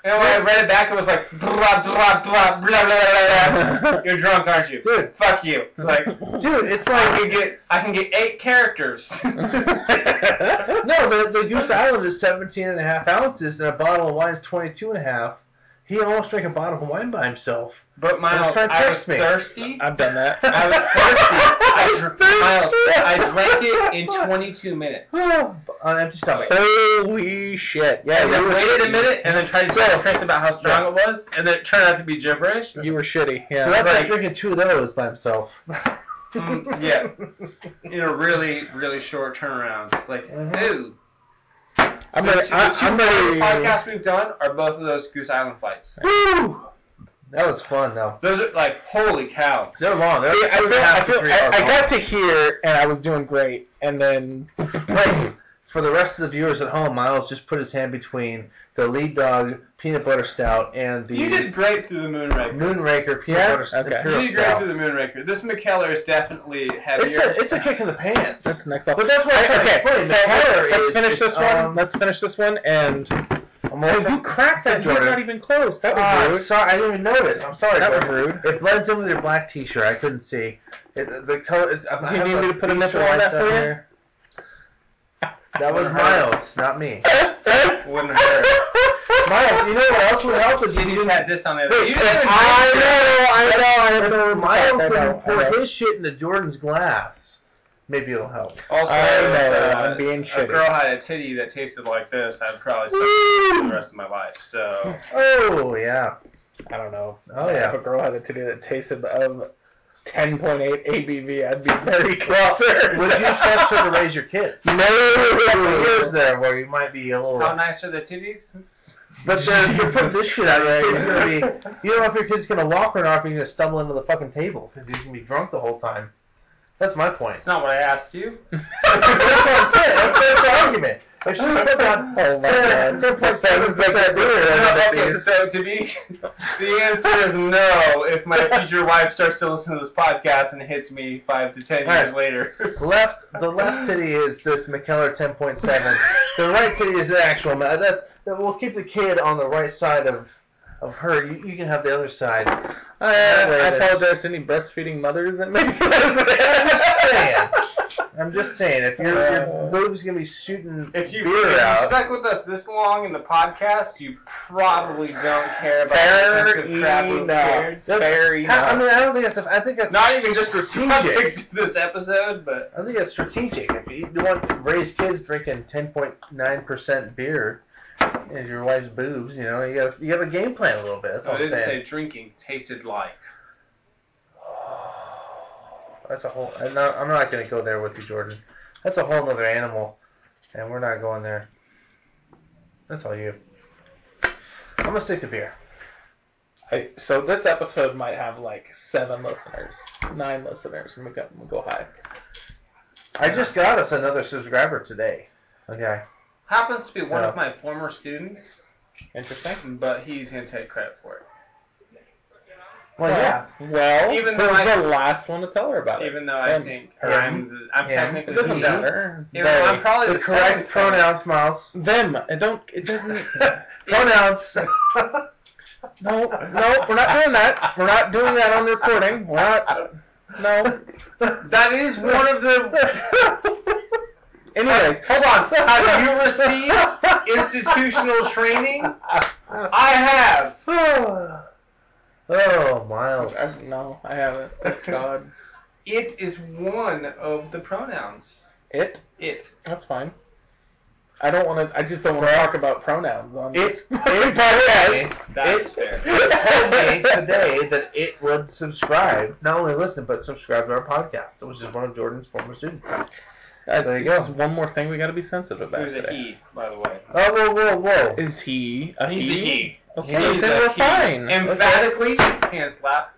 A: and when I read it back, it was like blah blah blah blah blah blah blah. blah. You're drunk, aren't you?
B: Dude,
A: Fuck you. It's Like
B: dude, it's
A: I
B: like.
A: can get I can get eight characters.
B: no, the, the Goose Island is 17 and a half ounces, and a bottle of wine is 22 and a half. He almost drank a bottle of wine by himself.
A: But Miles,
B: trying to
A: I was
B: text me.
A: thirsty.
H: I've done that.
A: I was thirsty. I, dr- Miles, I drank it in 22 minutes.
B: Oh, on an empty stomach.
C: Holy shit! Yeah,
A: And I
C: you were,
A: waited a minute and then tried to tell Chris about how strong
B: Yeah.
A: it was, and then it turned out to be gibberish.
C: you were shitty.
B: So
C: Yeah.
B: that's
A: Right.
B: like drinking two of those by himself.
A: Mm,
B: Mm-hmm.
A: yeah. In a really, really short turnaround. It's like,
B: Mhm.
A: ooh.
C: I'm ready.
A: The
C: I,
A: two
C: I'm ready.
A: podcasts we've done are both of those Goose Island flights.
C: Woo!
B: That was fun though.
A: Those are like holy cow.
B: They're long. They're
C: See, I,
B: two and
C: feel,
B: a half
C: I,
B: to
C: feel,
B: three
C: I,
B: hours
C: I
B: long.
C: got to here and I was doing great, and then
B: Right. For the rest of the viewers at home, Miles just put his hand between the lead dog peanut butter stout and the
A: You did great through the Moonraker.
B: Moonraker peanut
C: Yeah?
B: butter s-
C: Okay.
B: imperial
A: You did great
B: stout.
A: through the Moonraker. This McKellar is definitely heavier.
B: It's a it's a kick in the pants.
C: that's next up.
B: But that's what I'm trying to
C: okay,
B: explain. The
C: so
B: color
C: let's,
B: is-
C: let's finish
B: is,
C: this one.
B: um,
C: let's finish this one, and
B: I'm
C: oh,
B: all-
C: you cracked that. He's
B: Jordan.
C: not even close. That was
B: Ah, I'm
C: rude.
B: sorry, I didn't even notice. I'm sorry.
C: That was
B: Jordan.
C: rude.
B: It blends in with your black T-shirt. I couldn't see. It, the color. Is, I'm,
C: Do you need me to put a nipple on that for you?
B: That was Miles, not me.
C: Uh,
A: Wouldn't hurt.
B: Miles, you know what else would help is you
A: You
B: didn't.
A: had this on there. but you didn't even drink it.
C: I know, I know, I know.
B: Miles
C: I know,
B: would pour
C: I know.
B: his shit into Jordan's glass. Maybe it'll help.
A: Also,
C: I
A: if,
C: know,
A: uh,
C: I'm being
A: A
C: shitty.
A: girl had a titty that tasted like this. I'd probably suck it for the rest of my life. So
B: Oh yeah.
G: I don't know. If,
B: Oh, yeah.
G: If a girl had a titty that tasted of 10.8 ABV, I'd be very concerned.
B: Would you trust her to raise your kids?
C: No.
B: Years there where you might be a little.
A: how nice are the titties?
B: But the, the submission out of your kid's
C: Jesus.
B: gonna be. You don't know if your kid's gonna walk or not. If you're gonna stumble into the fucking table because he's gonna be drunk the whole time. That's my point.
A: That's not what I asked you.
B: That's what I'm saying. That's, that's the argument. If she put down
C: Oh my
B: ten
C: god.
B: ten point seven percent
A: No,
B: beer,
A: okay, so to be, the answer is no. If my future wife starts to listen to this podcast and hits me five to ten years
B: Alright.
A: later,
B: left the left titty is this McKellar ten point seven. The right titty is the actual. ma- That's that we'll keep the kid on the right side of of her. You, you can have the other side.
C: Uh,
B: way
C: I
B: it is.
C: apologize to any breastfeeding mothers that may be
B: I'm just saying.
C: listening.
B: I'm just saying. If your,
C: Uh,
B: your boob's gonna be shooting
A: if you,
B: beer
A: if you
B: out,
A: stuck with us this long in the podcast, you probably don't care about
C: Fair
A: the expensive crap we've
C: enough.
A: shared.
B: that's-
C: Fair
B: I, I
C: enough.
B: mean, I don't think that's. a- I think that's
A: Not even just
B: strategic.
A: topics to this episode, but
B: I think it's strategic. If you you want to raise kids drinking 10.9% beer and your wife's boobs, you know, you got you have a game plan a little bit. That's
A: Oh, I
B: what I'm
A: didn't say
B: saying.
A: drinking tasted like.
B: That's a whole. I'm not, I'm not going to go there with you, Jordan. That's a whole other animal, and we're not going there. That's all you. I'm gonna stick to beer.
G: Hey, so this episode might have like seven listeners, nine listeners, and we go, we go high.
B: I just got us another subscriber today. Okay.
A: Happens to be one
B: So-
A: of my former students,
G: Interesting.
A: but he's gonna take credit for it.
C: Oh,
B: Well, yeah.
C: Well,
A: Even
C: even
A: though
C: who's
A: I-
C: the last one to tell her about it?
A: Even though I
C: Um,
A: think
B: him.
A: I'm, the, I'm
B: Him.
A: technically
C: It
A: the
C: doesn't matter.
A: Even though I'm
C: They.
A: probably the,
B: The correct
A: seventh person.
B: pronouns, Miles.
C: Them. It don't. It doesn't.
B: Pronouns.
C: No, no, we're not doing that. We're not doing that on recording. We're not. No.
A: That is one of the.
C: Anyways,
A: Hold on. Have you received institutional training? I have.
B: oh, Miles.
C: Uh,
G: I, no, I haven't. Thank God.
A: It is one of the pronouns.
G: It?
A: It.
G: That's fine. I don't want to. I just don't want to talk about pronouns on
B: It,
G: this.
B: it told me,
A: That is fair.
B: it told me today that it would subscribe, not only listen, but subscribe to our podcast, which is one of Jordan's former students. Oh,
C: there you go. Uh, One more thing we got to be sensitive about
A: Who's a
C: today.
A: he, by the way?
B: Oh, whoa, whoa, whoa.
C: Is he a
A: He's
C: he?
A: a he.
C: Okay,
A: He's
C: then
A: a
C: we're
A: he.
C: fine.
A: Emphatically, hands slap.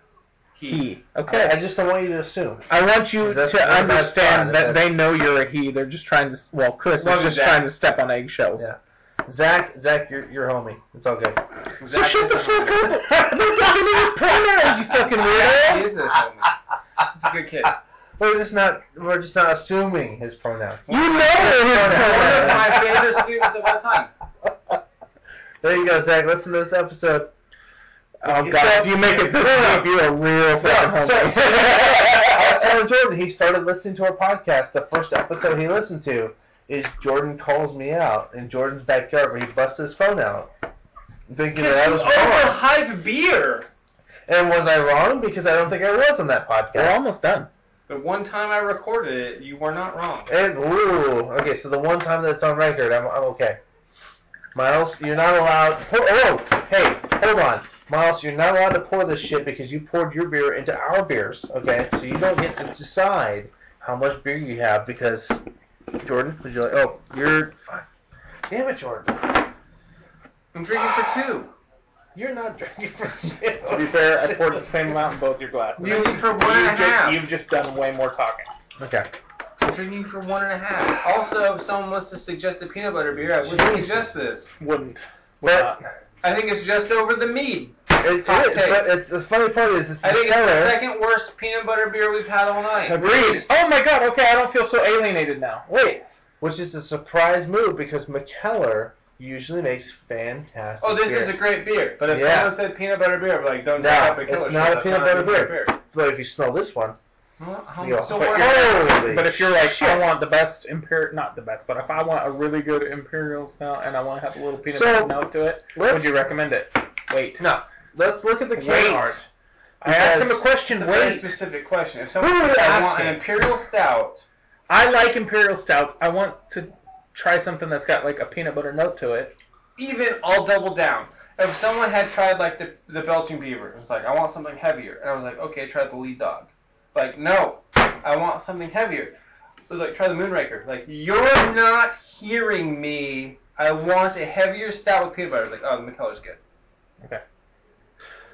C: Okay.
A: He.
C: Okay.
B: Okay, I just don't want you to assume.
C: I want you
B: Is that-
C: to
B: that's about
C: understand
B: fine,
C: that they
B: that's-
C: know you're a he. They're just trying to. Well, Chris
A: Love
C: is
A: you,
C: just
A: Zach.
C: trying to step on eggshells.
B: Yeah. Zach, Zach, you're, you're homie. It's all good.
C: So shut the fuck up. They're talking to his pronouns, you fucking
A: Yeah, he
C: weirdo.
A: is a homie. He's a good kid.
B: We're just not, we're just not assuming his pronouns.
C: You know his
A: One of
C: pronouns.
A: my favorite students of all time.
B: There you go, Zach. Listen to this episode.
C: Oh god, if you make it this deep, you're a real fucking
B: No,
C: homie.
B: so- so- I was telling Jordan he started listening to our podcast. The first episode he listened to is Jordan calls me out in Jordan's backyard where he busts his phone out, thinking that I was wrong.
A: Overhyped beer.
B: And was I wrong? Because I don't think I was on that
C: We're
B: podcast.
C: almost done.
A: The one time I recorded it, you were not wrong.
B: And ooh, okay. So the one time that's on record, I'm, I'm okay. Miles, you're not allowed. Pour, oh, hey, hold on, Miles, you're not allowed to pour this shit because you poured your beer into our beers. Okay, so you don't get to decide how much beer you have because Jordan, would you like? Oh, you're fine. Damn it, Jordan.
A: I'm drinking for two.
B: You're not drinking for
C: To be fair, I poured the same amount in both your glasses.
A: I'm drinking for one and a
C: you've, just,
A: half.
C: you've just done way more talking.
B: Okay.
A: I'm drinking for one and a half. Also, if someone wants to suggest a peanut butter beer, I would suggest this.
C: Wouldn't. Would
B: But,
C: not.
A: I think it's just over the mead.
B: it, it
A: Hot
B: is,
A: take.
B: but it's, the funny part is it's
A: I think it's the
B: stellar.
A: second worst peanut butter beer we've had all night.
B: Agreed.
C: Oh my god, okay, I don't feel so alienated now.
B: Wait, which is a surprise move because McKellar usually makes fantastic.
A: Oh, this
B: beer.
A: is a great beer. But if
B: Yeah.
A: someone said peanut butter beer, I'd be like, don't
B: No,
A: drink up a
B: it's
A: killer.
B: not a
A: That's
B: peanut butter beer.
A: beer.
B: But if you smell this one,
A: Well,
C: Oh,
A: I'm
B: you go,
A: still
B: but,
A: working on it.
B: holy
C: But if you're like,
B: shit.
C: I want the best imperial, not the best, but if I want a really good imperial stout and I want to have a little peanut
B: So,
C: butter note to it,
B: let's-
C: would you recommend it? Wait.
B: No. Let's look at the
C: Wait.
B: can art.
C: I asked
B: Oh,
C: him a
A: It's
C: question.
A: a very
C: Wait.
A: specific question. If someone
C: Who
A: said, I
C: asked
A: want an
C: him?
A: imperial stout,
C: I like imperial stouts. I want to try something that's got like a peanut butter note to it.
A: even I'll double down. If someone had tried like the the Belching Beaver, it was like I want something heavier, and I was like, okay, try the Lead Dog. Like no, I want something heavier. It was like try the Moonraker. Like you're not hearing me. I want a heavier stout with peanut butter. Like oh, the McKellar's good.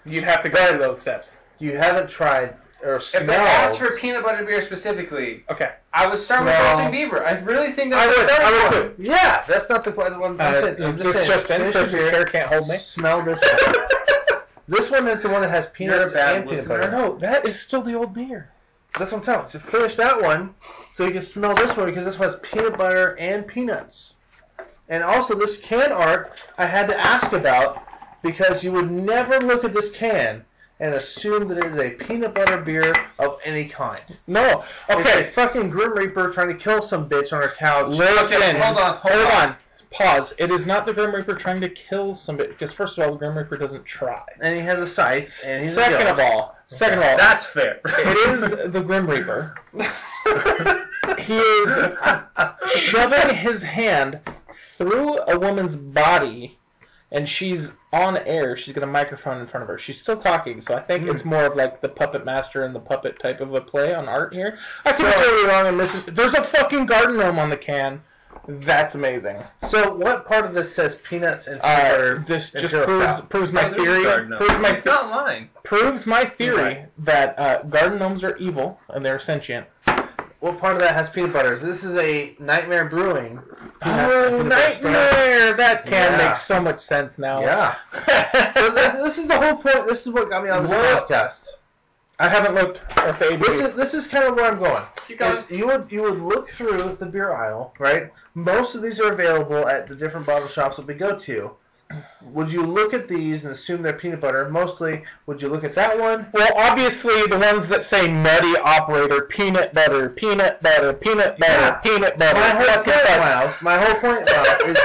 C: You'd have to go through those steps.
B: You haven't tried or
A: If
B: smelled.
A: they asked for peanut butter beer specifically,
C: Okay.
A: I would start
B: Smell.
A: with Belching Beaver. I really think that's
B: I
A: the
B: would.
A: starting
B: I
A: point.
B: would too. Yeah, that's not the question. I'm,
C: Uh,
B: saying, I'm just
C: this
B: saying.
C: just in.
B: finish your
C: Person's
B: beer.
C: hair can't hold me.
B: Smell this. one. this one is the one that has peanuts
A: bad
B: and peanut
A: listener.
B: butter.
C: No, that is still the old beer.
B: That's what I'm telling. you. So finish that one, so you can smell this one because this one has peanut butter and peanuts. And also this can art I had to ask about because you would never look at this can and assume that it is a peanut butter beer of any kind.
C: No.
B: It's a
C: Okay.
B: fucking Grim Reaper trying to kill some bitch on her couch.
C: Listen.
A: Okay, hold on, hold,
C: Hold
A: on.
C: on. Pause. It is not the Grim Reaper trying to kill somebody because first of all, the Grim Reaper doesn't try.
B: And he has a scythe. And he's
C: second
B: a
C: of all, second of all,
B: that's fair.
C: it is the Grim Reaper. He is shoving his hand through a woman's body, and she's on air. She's got a microphone in front of her. She's still talking, so I think it's more of like the puppet master and the puppet type of a play on art here. I could be totally wrong on this. There's a fucking garden gnome on the can. That's amazing.
B: so what part of this says peanuts and peanut
C: Uh,
B: butter?
C: this just
B: Imperial
C: proves
B: Stout.
C: proves my
I: Oh, there's a
C: theory.
I: garden gnome.
C: Proves my
I: It's not lying.
C: proves my theory
B: Right.
C: that uh, garden gnomes are evil and they're sentient.
B: What part of that has peanut butter? This is a Nightmare Brewing. peanuts and
C: oh,
B: peanut butter stout.
C: nightmare! That can
B: Yeah.
C: make so much sense now.
B: Yeah. So this, this is the whole point. This is what got me on this
C: What?
B: podcast.
C: I haven't looked at the ABV.
B: This is this is kind of where I'm going.
A: Keep going.
B: Is you would you would look through the beer aisle, right? Most of these are available at the different bottle shops that we go to. Would you look at these and assume they're peanut butter? Mostly, would you look at that one?
C: Well, obviously, the ones that say nutty operator, peanut butter, peanut butter, peanut butter,
B: Yeah.
C: peanut
B: My
C: butter,
B: whole point,
C: peanut butter.
B: Miles. My whole point, Miles, is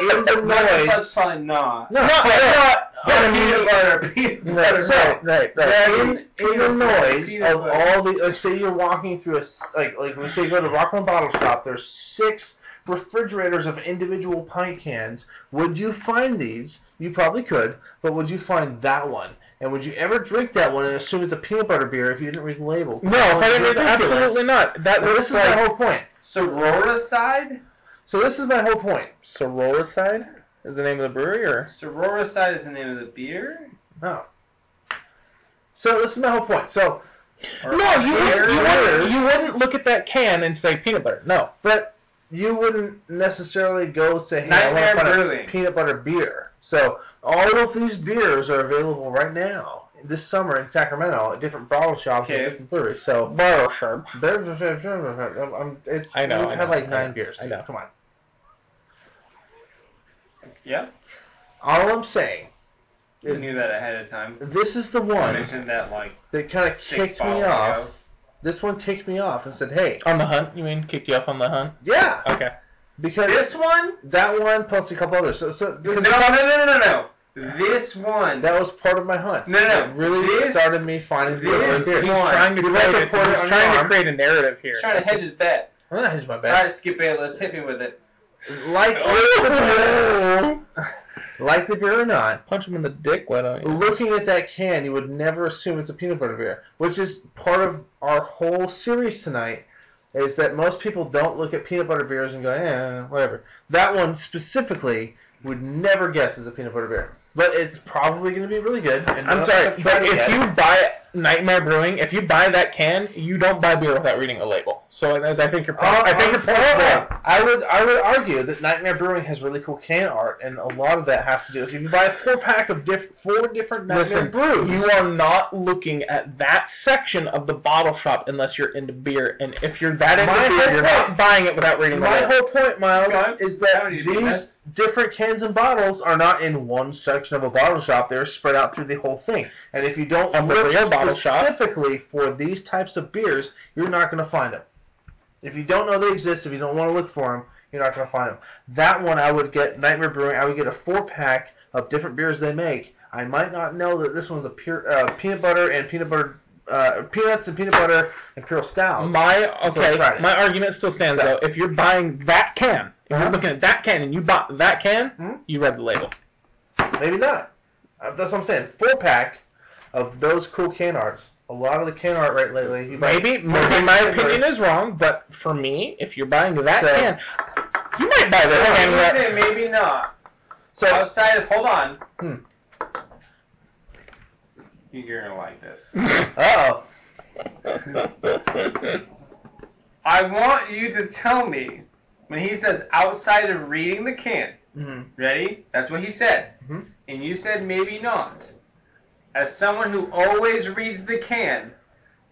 B: in the
A: That's
B: noise.
A: probably not.
B: No,
C: Not, not
B: But
C: peanut
B: peanut
C: butter, peanut
B: Right, right, right, right.
C: Peanut-
B: In, in the noise
A: peanut
B: of
A: butter.
B: all the, like, say you're walking through a, s- like, like we say you go to Rockland Bottle Shop, there's six refrigerators of individual pint cans. Would you find these? You probably could, but would you find that one? And would you ever drink that one and assume it's a peanut butter beer if you didn't read the label?
C: No, if I didn't read that,
B: Ridiculous.
C: absolutely not. That
B: Now, this
C: looks
B: is my
C: like
B: whole point.
A: Sorora side?
B: So this is my whole point.
C: Sororicide is the name of the brewery, or
A: Sorora side is the name of the beer?
B: No. Oh. So this is my whole point. So
A: Or
C: no, you wouldn't,
B: Beer.
C: you, wouldn't, you wouldn't look at that can and say peanut butter. No,
B: But you wouldn't necessarily go say, hey, I
A: Nightmare
B: want to
A: Brewing.
B: find a peanut butter beer. So all of these beers are available right now this summer in Sacramento at different bottle shops
A: Okay.
B: and different breweries. So
C: borrow sharp.
B: I'm- it's,
C: I know,
B: We've
C: I
B: had
C: know,
B: like
C: I
B: nine
C: know,
B: beers.
C: I
B: dude.
C: know.
B: Come on.
A: Yeah,
B: All I'm saying
A: you
B: is
A: knew that ahead of time.
B: this is the
A: I
B: one
A: mentioned that like
B: that kind of
A: six
B: kicked me
A: bottles
B: off.
A: ago.
B: This one kicked me off and said, hey,
C: On the hunt, you mean? Kick you off on the hunt?
B: yeah,
C: Okay.
B: because
A: This one?
B: that one plus a couple others. So, so
A: No,
B: this,
A: no, no, no, no, no. This one.
B: that was part of my hunt.
A: No, no, no.
B: It really
A: This-
B: started me finding
A: this
B: different beers.
C: He's
A: one.
C: trying to
B: You
C: create,
B: like to
C: a,
B: pour it
C: he's
B: on your
C: trying
B: arm.
C: to create a narrative here.
A: He's trying to hedge his bet.
B: I'm not hedging Oh, my
A: All
B: bet.
A: right, Skip Bayless, hit me with it.
B: Like,
C: Oh.
B: like the beer or not,
C: Punch him in the dick, why don't you?
B: looking at that can, you would never assume it's a peanut butter beer, which is part of our whole series tonight. is that most people don't look at peanut butter beers and go, eh, whatever. That one specifically would never guess is a peanut butter beer, but it's probably going to be really good. And none
C: I'm
B: of
C: sorry,
B: us have tried
C: but
B: it
C: if
B: yet.
C: you buy Nightmare Brewing, if you buy that can, you don't buy beer without reading a label. So I, I think you're
B: Oh,
C: probably. I think you're
B: oh,
C: probably.
B: yeah. I would I would argue that Nightmare Brewing has really cool can art, and a lot of that has to do with if you buy a four pack of diff, four different Nightmare
C: Listen,
B: brews.
C: you are not looking at that section of the bottle shop unless you're into beer, and if you're that into
B: My
C: beer,
B: whole
C: you're
B: point-
C: not buying it without reading the
B: My
C: label.
B: whole point, Miles,
E: Okay.
B: is
E: How
B: that
E: do you do
B: these different cans and bottles are not in one section of a bottle shop. They're spread out through the whole thing. And if you don't
C: Of the
B: look
C: real bottle shop.
B: specifically for these types of beers, you're not going to find them. If you don't know they exist, if you don't want to look for them, you're not going to find them. That one I would get Nightmare Brewing. I would get a four pack of different beers they make. I might not know that this one's a pure uh, peanut butter and peanut butter uh, peanuts and peanut butter imperial stout.
C: My
B: I
C: okay,
B: tried it.
C: my argument still stands though. If you're buying that can, if
B: Uh-huh.
C: you're looking at that can and you bought that can,
B: Mhm.
C: you read the label.
B: Maybe not. Uh, That's what I'm saying. Four pack of those cool can arts. A lot of the can art right lately. You might-
C: Maybe, maybe my opinion is wrong, but for me, if you're buying that
B: So-
C: can, you might buy that can.
A: Maybe
C: that-
A: it, maybe not.
B: So
A: Outside of hold on.
B: Hmm.
A: You're gonna like this.
B: oh,
A: I want you to tell me when he says outside of reading the can.
B: Hmm.
A: Ready? That's what he said.
B: Mhm.
A: And you said maybe not. As someone who always reads the can,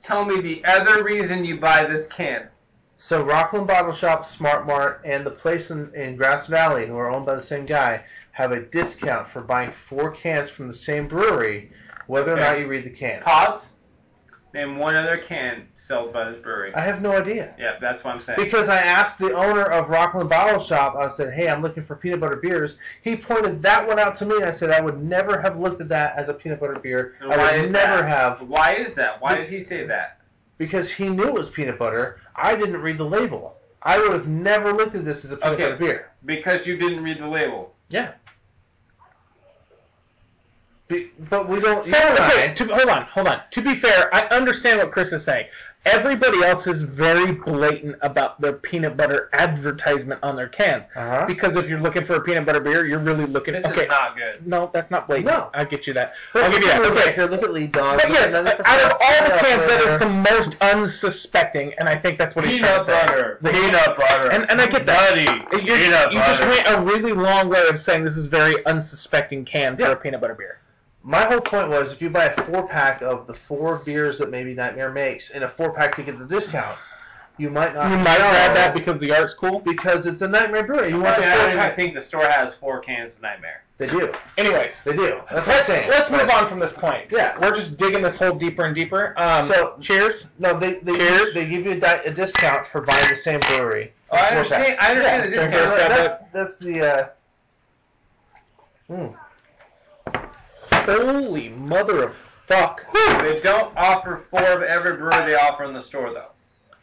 A: tell me the other reason you buy this can.
B: so Rockland Bottle Shop, Smart Mart, and the place in, in Grass Valley, who are owned by the same guy, have a discount for buying four cans from the same brewery, whether or not you read the can.
A: Pause. Name one other can sold by this brewery.
B: I have no idea.
A: Yep, that's what I'm saying.
B: Because I asked the owner of Rockland Bottle Shop, I said, "Hey, I'm looking for peanut butter beers." He pointed that one out to me, and I said, "I would never have looked at that as a peanut butter beer.
A: And why
B: I would
A: is
B: never
A: that?
B: have
A: Why is that? Why did he say that?
B: because he knew it was peanut butter. I didn't read the label. I would have never looked at this as a peanut
A: Okay.
B: butter beer.
A: Because you didn't read the label.
B: Yeah. Be, but we don't.
C: So, okay, to, hold on, hold on. To be fair, I understand what Chris is saying. Everybody else is very blatant about their peanut butter advertisement on their cans.
B: Uh-huh.
C: Because if you're looking for a peanut butter beer, you're really looking.
A: This
C: okay,
A: is not good.
C: no, that's not blatant.
B: No.
C: I get you that. I'll give you that.
B: Look
C: Okay.
B: at Here, look at Lead Dog.
C: But yes, out
B: Look
C: of
B: at
C: all
B: Another Professor
C: the
B: up
C: cans, that
B: there.
C: is the most unsuspecting, and I think that's what he's trying to
A: Peanut
C: say.
A: butter.
C: The-
A: Peanut butter.
C: And, and I get that.
A: Buddy,
C: You're-
A: peanut
C: you just
A: butter.
C: went a really long way of saying this is very unsuspecting can
B: Yeah.
C: for a peanut butter beer.
B: My whole point was if you buy a four pack of the four beers that maybe Nightmare makes in a four pack to get the discount, you might not.
C: You might
B: know
C: grab that because the art's cool.
B: because it's a Nightmare brewery. You
A: I
B: want the four
A: don't even
B: pack.
A: think the store has four cans of Nightmare.
B: They do.
C: Anyways,
B: They do. That's what I'm
C: let's
B: saying.
C: let's move on from this point.
B: Yeah.
C: we're just digging this hole deeper and deeper. Um,
B: So-
C: cheers.
B: No, they they,
C: Cheers.
B: they give you a, di- a discount for buying the same brewery.
A: Oh, I
B: Four pack.
A: understand. I understand the
C: Yeah,
A: discount.
C: there's
B: that's,
C: that.
B: that's the. Uh, mm.
C: Holy mother of fuck!
A: They don't offer four of every brewer they offer in the store, though.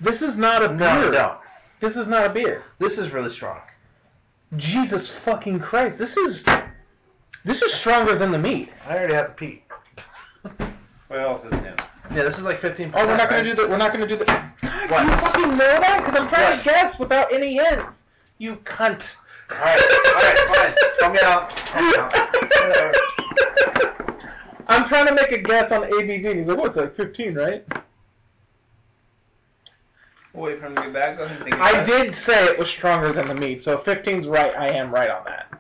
C: This is not a beer.
B: No, no.
C: This is not a beer.
B: This is really strong.
C: Jesus fucking Christ! This is this is stronger than the meat.
B: I already have to pee.
A: What else is new?
B: Yeah, this is like 15.
C: Oh, we're not gonna do that. We're not gonna do that. God,
B: What?
C: you fucking know that? Because I'm trying
B: What?
C: to guess without any hints. You cunt.
B: All right, all right, fine. Calm down. Calm down.
C: I'm trying to make a guess on ABV, and he's like, "What's that? 15, right?"
A: We'll wait for him to get back. Go ahead and think
C: I
A: about it.
C: did say it was stronger than the meat, so if 15's right, I am right on that.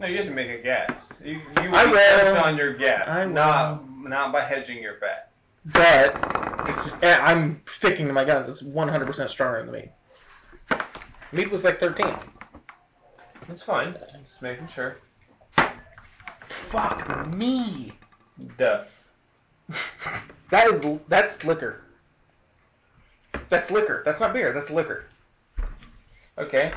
A: No, you had to make a guess. You, you
C: I
A: were based
C: will.
A: on your guess,
C: I will.
A: not not by hedging your bet.
C: But it's- eh, I'm sticking to my guns. It's 100% stronger than the meat. Meat was like 13.
A: It's fine. Just making sure.
C: Fuck me.
A: Duh.
C: That is l- that's liquor. That's liquor. That's not beer. That's liquor.
A: Okay.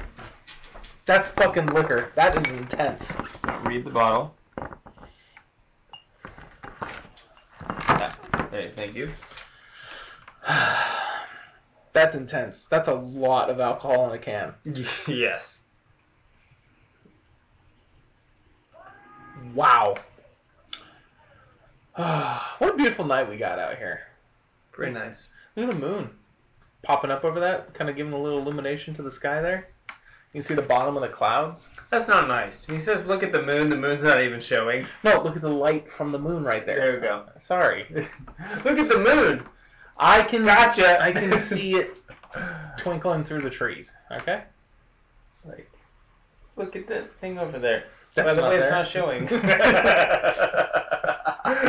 C: That's fucking liquor. That is intense.
A: Read the bottle. Hey, thank you.
C: That's intense. That's a lot of alcohol in a can.
A: yes.
C: Wow. what a beautiful night we got out here.
A: Pretty nice.
C: Look at the moon. popping up over that, kind of giving a little illumination to the sky there. You can see the bottom of the clouds.
A: That's not nice. He says, "Look at the moon. The moon's not even showing."
C: No, look at the light from the moon right there.
A: There we go.
C: Sorry,
A: Look at the moon.
C: I can
A: Gotcha.
C: I can see it twinkling through the trees. Okay, it's like
A: Look at that thing over there.
C: that's
A: By the
C: not
A: way,
C: there.
A: it's not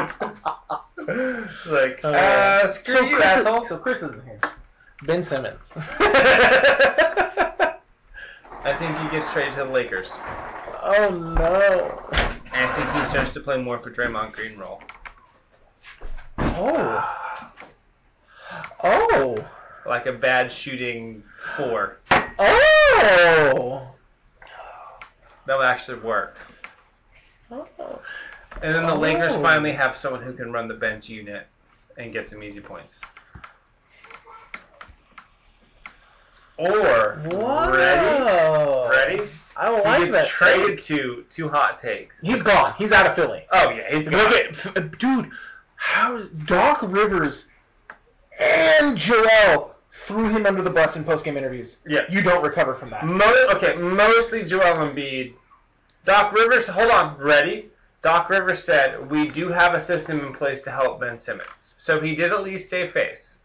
A: showing. like,
C: Uh,
A: uh, screw
C: so
A: you,
C: Chris-
A: asshole.
C: So Chris isn't here. Ben Simmons.
A: I think he gets traded to the Lakers.
C: oh no.
A: And I think he starts to play more for Draymond Green role.
C: Oh. Oh.
A: Like a bad shooting four.
C: Oh.
A: That would actually work.
C: Oh.
A: And then the
C: Oh.
A: Lakers finally have someone who can run the bench unit and get some easy points. Or ready?
C: Whoa.
A: Ready?
C: I
A: He
C: like
A: gets
C: that.
A: traded to two hot takes.
C: He's gone. He's out of Philly.
A: Oh yeah, he's
C: Look at, f- uh, dude, how Doc Rivers and Joel threw him under the bus in post-game interviews.
A: Yeah.
C: You don't recover from that.
A: Mo- okay, mostly Joel Embiid. Doc Rivers, hold on, ready? Doc Rivers said, We do have a system in place to help Ben Simmons. So he did at least save face.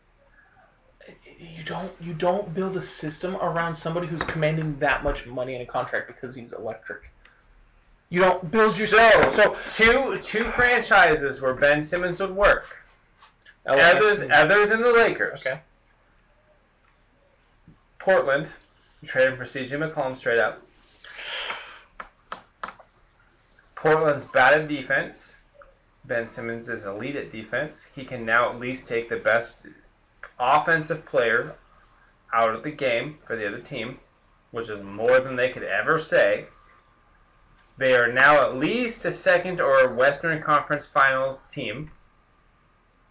C: You don't. You don't build a system around somebody who's commanding that much money in a contract because he's electric. You don't build your
A: So,
C: so
A: two two franchises where Ben Simmons would work,
C: LA.
A: other, other than the Lakers.
C: Okay.
A: Portland, you trade him for CJ McCollum straight up. Portland's bad at defense. Ben Simmons is elite at defense. He can now at least take the best offensive player out of the game for the other team, which is more than they could ever say. They are now at least a second or Western Conference Finals team.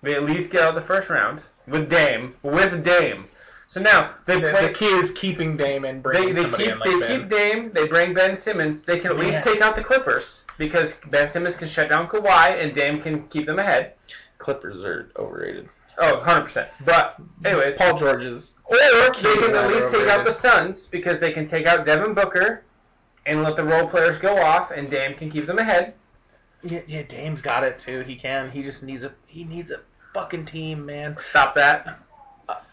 A: They at least get out of the first round with Dame. With Dame. So now they
C: The,
A: play.
C: the key is keeping Dame and
A: They,
C: bringing
A: they
C: somebody
A: keep
C: in like
A: they
C: Ben.
A: keep Dame. They bring Ben Simmons. They can at least
C: Yeah.
A: take out the Clippers because Ben Simmons can shut down Kawhi and Dame can keep them ahead.
C: Clippers are overrated.
A: Oh, 100 percent. But anyways,
C: Paul George is
A: or they can at
C: Kawhi
A: least take out
C: overrated.
A: the Suns because they can take out Devin Booker and let the role players go off and Dame can keep them ahead.
C: yeah, yeah. Dame's got it too. He can. He just needs a he needs a fucking team, man.
A: Stop that.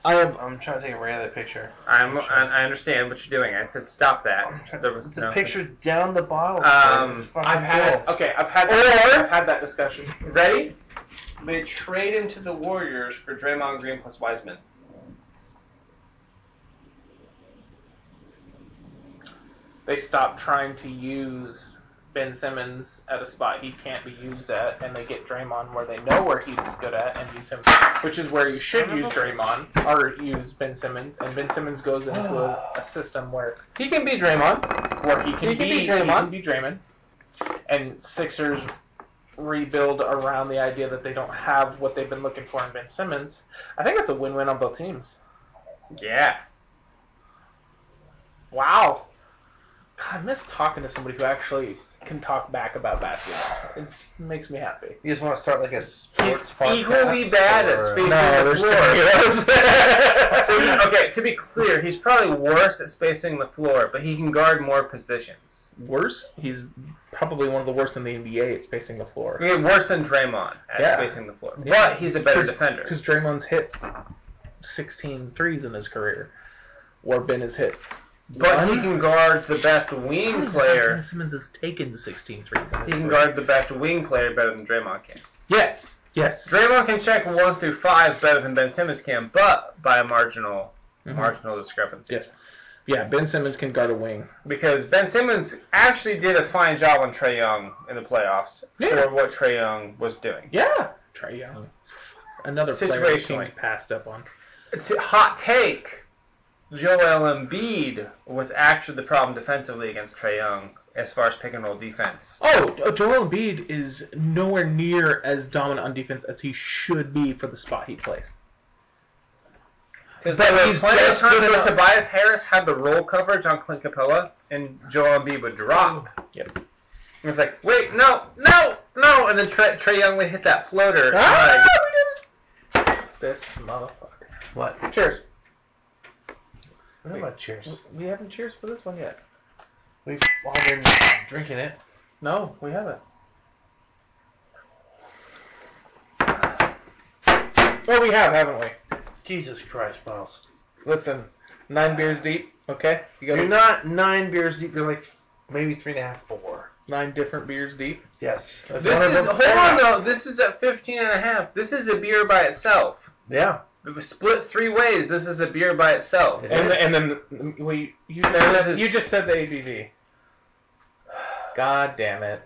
C: I have
B: I'm trying to take a ray of that picture.
A: I'm I I understand what you're doing. I said stop that. There was
B: The
A: no-
B: picture down the bottom.
A: Um,
B: It's fucking
G: I've had
B: cool.
G: okay. I've had
A: Or-
G: I've had that discussion.
A: Ready? They trade him to the Warriors for Draymond Green plus Wiseman.
G: They stopped trying to use Ben Simmons at a spot he can't be used at, and they get Draymond where they know where he's good at and use him, which is where you should use Draymond or use Ben Simmons. And Ben Simmons goes into a, a system where he can be Draymond, where he can,
C: He can be
G: he
C: Draymond.
G: can be Draymond, and Sixers rebuild around the idea that they don't have what they've been looking for in Ben Simmons. I think that's a win-win on both teams.
A: Yeah.
G: Wow. God, I miss talking to somebody who actually can talk back about basketball. It just makes me happy.
B: You just want to start like a
A: He's
B: sports podcast?
A: equally bad at
B: or-
A: spacing
C: No,
A: the
C: there's
A: floor. So he-
C: three
A: okay, to be clear, he's probably worse at spacing the floor, but he can guard more positions.
C: worse. He's probably one of the worst in the NBA at spacing the
A: I
C: floor.
A: mean, worse than Draymond at
C: Yeah.
A: spacing the floor,
C: Yeah.
A: but he's a better
C: Cause-
A: defender.
C: Because Draymond's hit 16 threes in his career, where Ben has hit.
A: But he
C: One?
A: can guard the best wing
C: Ben
A: player.
C: Simmons has taken 16 threes in his
A: He can
C: career.
A: guard the best wing player better than Draymond can.
C: Yes, yes.
A: Draymond can check one through five better than Ben Simmons can, but by a marginal
C: Mhm.
A: marginal discrepancy.
C: Yes. Yeah, Ben Simmons can guard a wing.
A: Because Ben Simmons actually did a fine job on Trey Young in the playoffs
C: Yeah.
A: for what Trey Young was doing.
C: Yeah. Trey Young. Another player the team's
A: Situationally.
C: passed up on.
A: It's a hot take. Joel Embiid was actually the problem defensively against Trey Young as far as pick and roll defense.
C: Oh, Joel Embiid is nowhere near as dominant on defense as he should be for the spot he plays.
A: Because
C: But
A: there was
C: he's
A: plenty of
C: just
A: time
C: good
A: where
C: enough-
A: Tobias Harris had the roll coverage on Clint Capella, and Joel Embiid would drop.
C: Yep.
A: And it's like, wait, no, no, no, and then Trey, Trey Young would hit that Ah! floater. and, like,
C: This motherfucker.
B: What?
C: Cheers.
B: What about cheers?
C: We haven't cheers for this one yet.
B: We've all been drinking it.
C: No, we haven't. Well, we have, haven't we?
B: Jesus Christ, Miles.
C: Listen, nine beers deep. Okay, you got
B: You're not nine beers deep. You're like maybe three and a half, four.
C: nine different beers deep.
B: Yes. Like
A: This
B: one of
A: is
B: them-
A: hold on though. This is at 15 and a half. This is a beer by itself.
B: Yeah.
A: It was split three ways. This is a beer by itself.
B: It
C: And,
B: is.
C: and then we you
A: this is-
C: you just said the ABV. God damn it!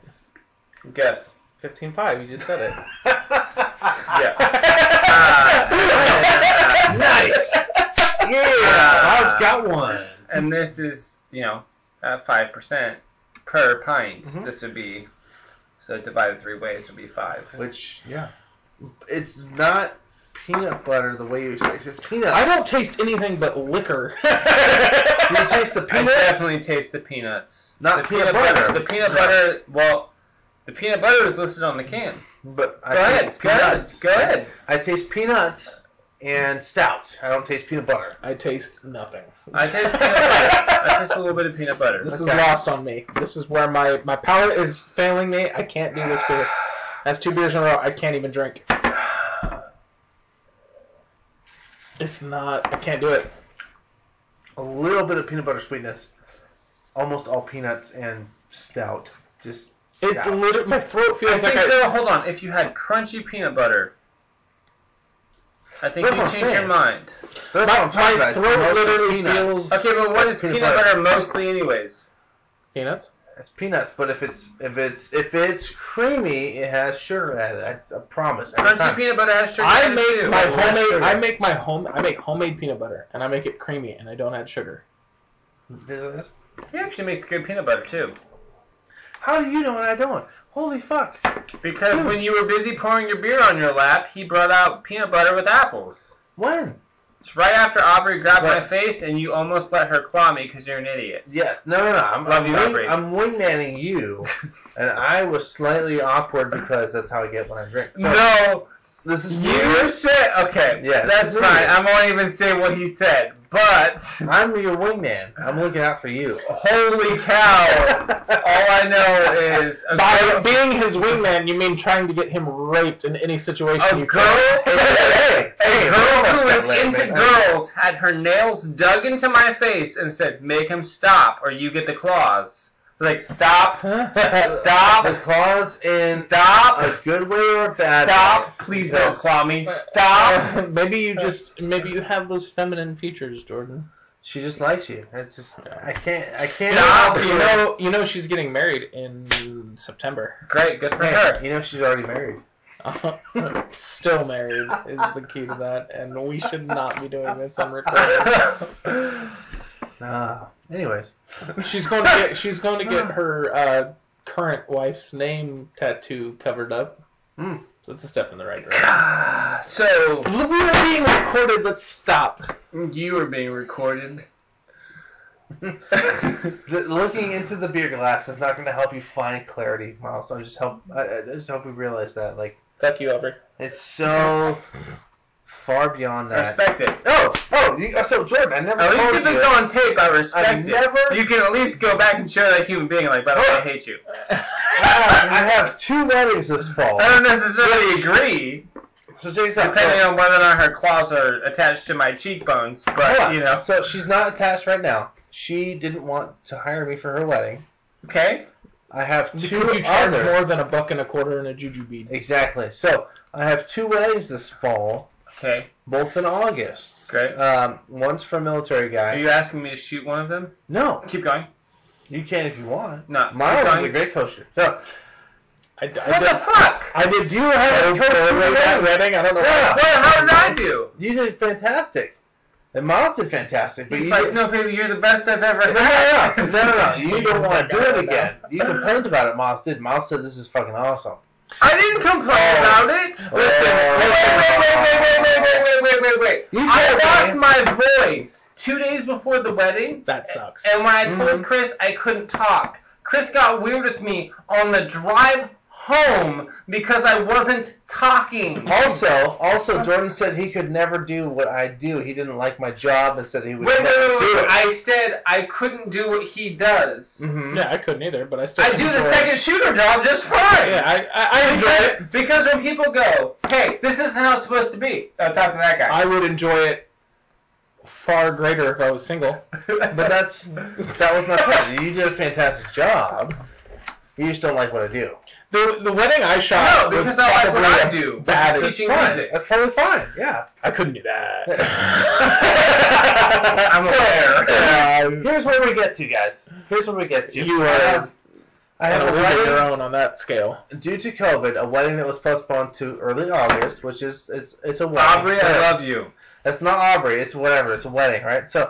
A: Guess.
C: Fifteen five. You just said it.
A: Yeah.
B: Ah. nice. Yeah. Miles got one.
A: Uh, and this is you know at five percent per pint.
B: Mhm.
A: This would be so divided three ways would be five.
B: Which yeah, it's not peanut butter the way you expect. It's peanut.
C: I don't taste anything but liquor.
B: You taste the
A: I
B: peanuts.
A: definitely taste the peanuts.
B: Not
A: the
B: peanut butter.
A: The peanut butter. Well, the peanut butter is listed on the can.
B: But I
A: Go ahead.
B: taste
A: Go ahead.
B: peanuts.
A: Go ahead.
B: I taste peanuts and stout. I don't taste peanut butter.
C: I taste nothing.
A: I taste peanut butter. I taste a little bit of peanut butter.
C: This
B: Okay.
C: is lost on me. This is where my my power is failing me. I can't do this beer. That's two beers in a row. I can't even drink. It's not. I can't do it.
B: A little bit of peanut butter sweetness. Almost all peanuts and stout. Just
C: It
B: stout.
C: literally, my throat
A: I
C: feels
A: think
C: like I,
A: though, hold on. If you had crunchy peanut butter, I think
B: That's
A: you
B: what I'm
A: change your
B: saying.
A: mind.
B: That's
C: my-
B: what I'm talking
C: my
B: about. It's
C: throat
B: mostly
C: literally feels-
A: Okay, but what
B: That's
A: is
B: peanut
A: peanut,
B: butter.
A: butter. mostly, anyways?
C: peanuts.
B: It's peanuts, but if it's if it's if it's creamy, it has sugar added. I, I promise. every
A: Crunchy
B: time.
A: peanut butter has sugar.
C: I
A: in it,
C: make
A: too.
C: my
B: Well, that's
C: homemade.
B: sugar.
C: I make my home. I make homemade peanut butter, and I make it creamy, and I don't add sugar.
B: This is-
A: He actually makes good peanut butter too.
B: How do you know what I don't? Holy fuck! Hmm.
A: Because when you were busy pouring your beer on your lap, he brought out peanut butter with apples.
B: When?
A: It's right after Aubrey grabbed my
B: Right.
A: face and you almost let her claw me because you're an idiot.
B: Yes. No, no, no. I'm,
A: Love
B: I'm,
A: you, Aubrey.
B: wing, I'm wingmanning you, and I was slightly awkward because that's how I get when I drink. So,
A: no,
B: this is
A: you said okay.
B: Yeah,
A: that's
B: it's weird.
A: fine. I won't even say what he said. But
B: I'm your wingman. I'm looking out for you.
A: holy cow! All I know is a
C: By
A: girl,
C: being his wingman, you mean trying to get him raped in any situation
A: a
C: you
A: girl,
B: hey,
A: a
B: hey,
A: girl
B: don't
A: who
B: mess
A: is
B: that
A: into
B: leg, man.
A: girls had her nails dug into my face and said, "Make him stop, or you get the claws." Like stop,
B: The
A: stop,
B: claws in
A: stop.
B: a good way or a bad way.
A: Stop! Please don't
B: Yes.
A: claw me.
C: Stop. maybe you just maybe you have those feminine features, Jordan.
B: She just likes you. That's just I can't. I can't.
A: Stop,
C: You know, you know she's getting married in September.
A: Great, good for her.
B: Hey, you know she's already married.
C: Still married is the key to that, and we should not be doing this on recording.
B: Ah. anyways,
C: She's going to get she's going to get her uh, current wife's name tattoo covered up.
B: Hmm.
C: So it's a step in the right direction.
A: Ah, so
C: We are being recorded. Let's stop.
A: you are being recorded.
B: the, looking into the beer glass is not going to help you find clarity, Miles. I just help. I, I just hope we realize that. Like
C: Fuck you, Aubrey.
B: it's so far beyond that.
A: Respect it.
B: Oh, oh, you, oh, so Jordan, I never
A: At
B: told
A: least if
B: you.
A: it's on tape, I respect
B: I
A: it.
B: never-
A: You can at least go back and show that human being, like, by the way, I hate you.
B: I have, I have two weddings this fall.
A: I
C: Uh,
A: don't necessarily agree,
B: So James, uh,
A: depending on whether or not her claws are attached to my cheekbones, but, you know.
B: So she's not attached right now. She didn't want to hire me for her wedding.
A: Okay?
B: I have two
C: Because you charge
B: other.
C: more than a buck and a quarter and a juju bead.
B: Exactly. So I have two weddings this fall,
A: Okay,
B: both in August.
A: great.
B: Um, one's for a military guy.
A: Are you asking me to shoot one of them?
B: No,
A: Keep going.
B: you can if you want.
A: No. keep
B: Miles is
A: going.
B: a great coacher. So
C: I, I
A: What
C: did-
A: the fuck?
C: I did
B: you have
C: so poorly that
B: coached
C: wedding. I don't know.
B: Yeah.
C: why.
A: Well, how did I do?
B: You did fantastic, and Miles did fantastic. But
A: He's
B: you
A: like,
B: did-
A: no, baby, you're the best I've ever
B: No, no, no, no, no, no. You don't want to do it again. You complained about it, Miles did. Miles said this is fucking awesome.
A: I didn't complain
B: Oh.
A: about it. Listen,
B: Oh.
A: wait, wait, wait, wait, wait, wait, wait, wait, wait, wait, wait.
B: You told
A: I lost
B: me.
A: my voice two days before the wedding,
C: That sucks.
A: and when I told Chris I couldn't talk, Chris got weird with me on the drive home because I wasn't talking.
B: Oh, Also, also, also, Jordan said he could never do what I do. He didn't like my job and said he would
J: Wait, wait,
B: never
J: wait, wait,
B: do
J: wait.
B: it.
J: I said I couldn't do what he does.
B: Mhm.
C: Yeah, I couldn't either, but I still.
J: I do the
C: enjoy-
J: second shooter job just fine.
C: Yeah, I I, I enjoy
J: Because,
C: it.
J: because when people go, hey, this isn't how it's supposed to be. I'll talk to that guy.
C: I would enjoy it far greater if I was single.
B: But that's that was my point. You did a fantastic job. You just don't like what I do.
C: The the wedding I
J: no,
C: shot was
J: because I like what
C: probably
J: I
C: a
J: do.
C: bad-
J: Bad teaching
B: Fine.
J: music.
B: That's totally fine. Yeah.
C: I couldn't do that.
B: I'm
C: Um,
B: Here's where we get to, guys. Here's where we get to.
C: You
B: I
C: are
B: have, I
C: I
B: have a
C: don't
B: wedding
C: your own on that scale.
B: due to COVID, a wedding that was postponed to early August, which is it's it's a wedding.
A: Aubrey, I love you.
B: It's not Aubrey. It's whatever. It's a wedding, right? So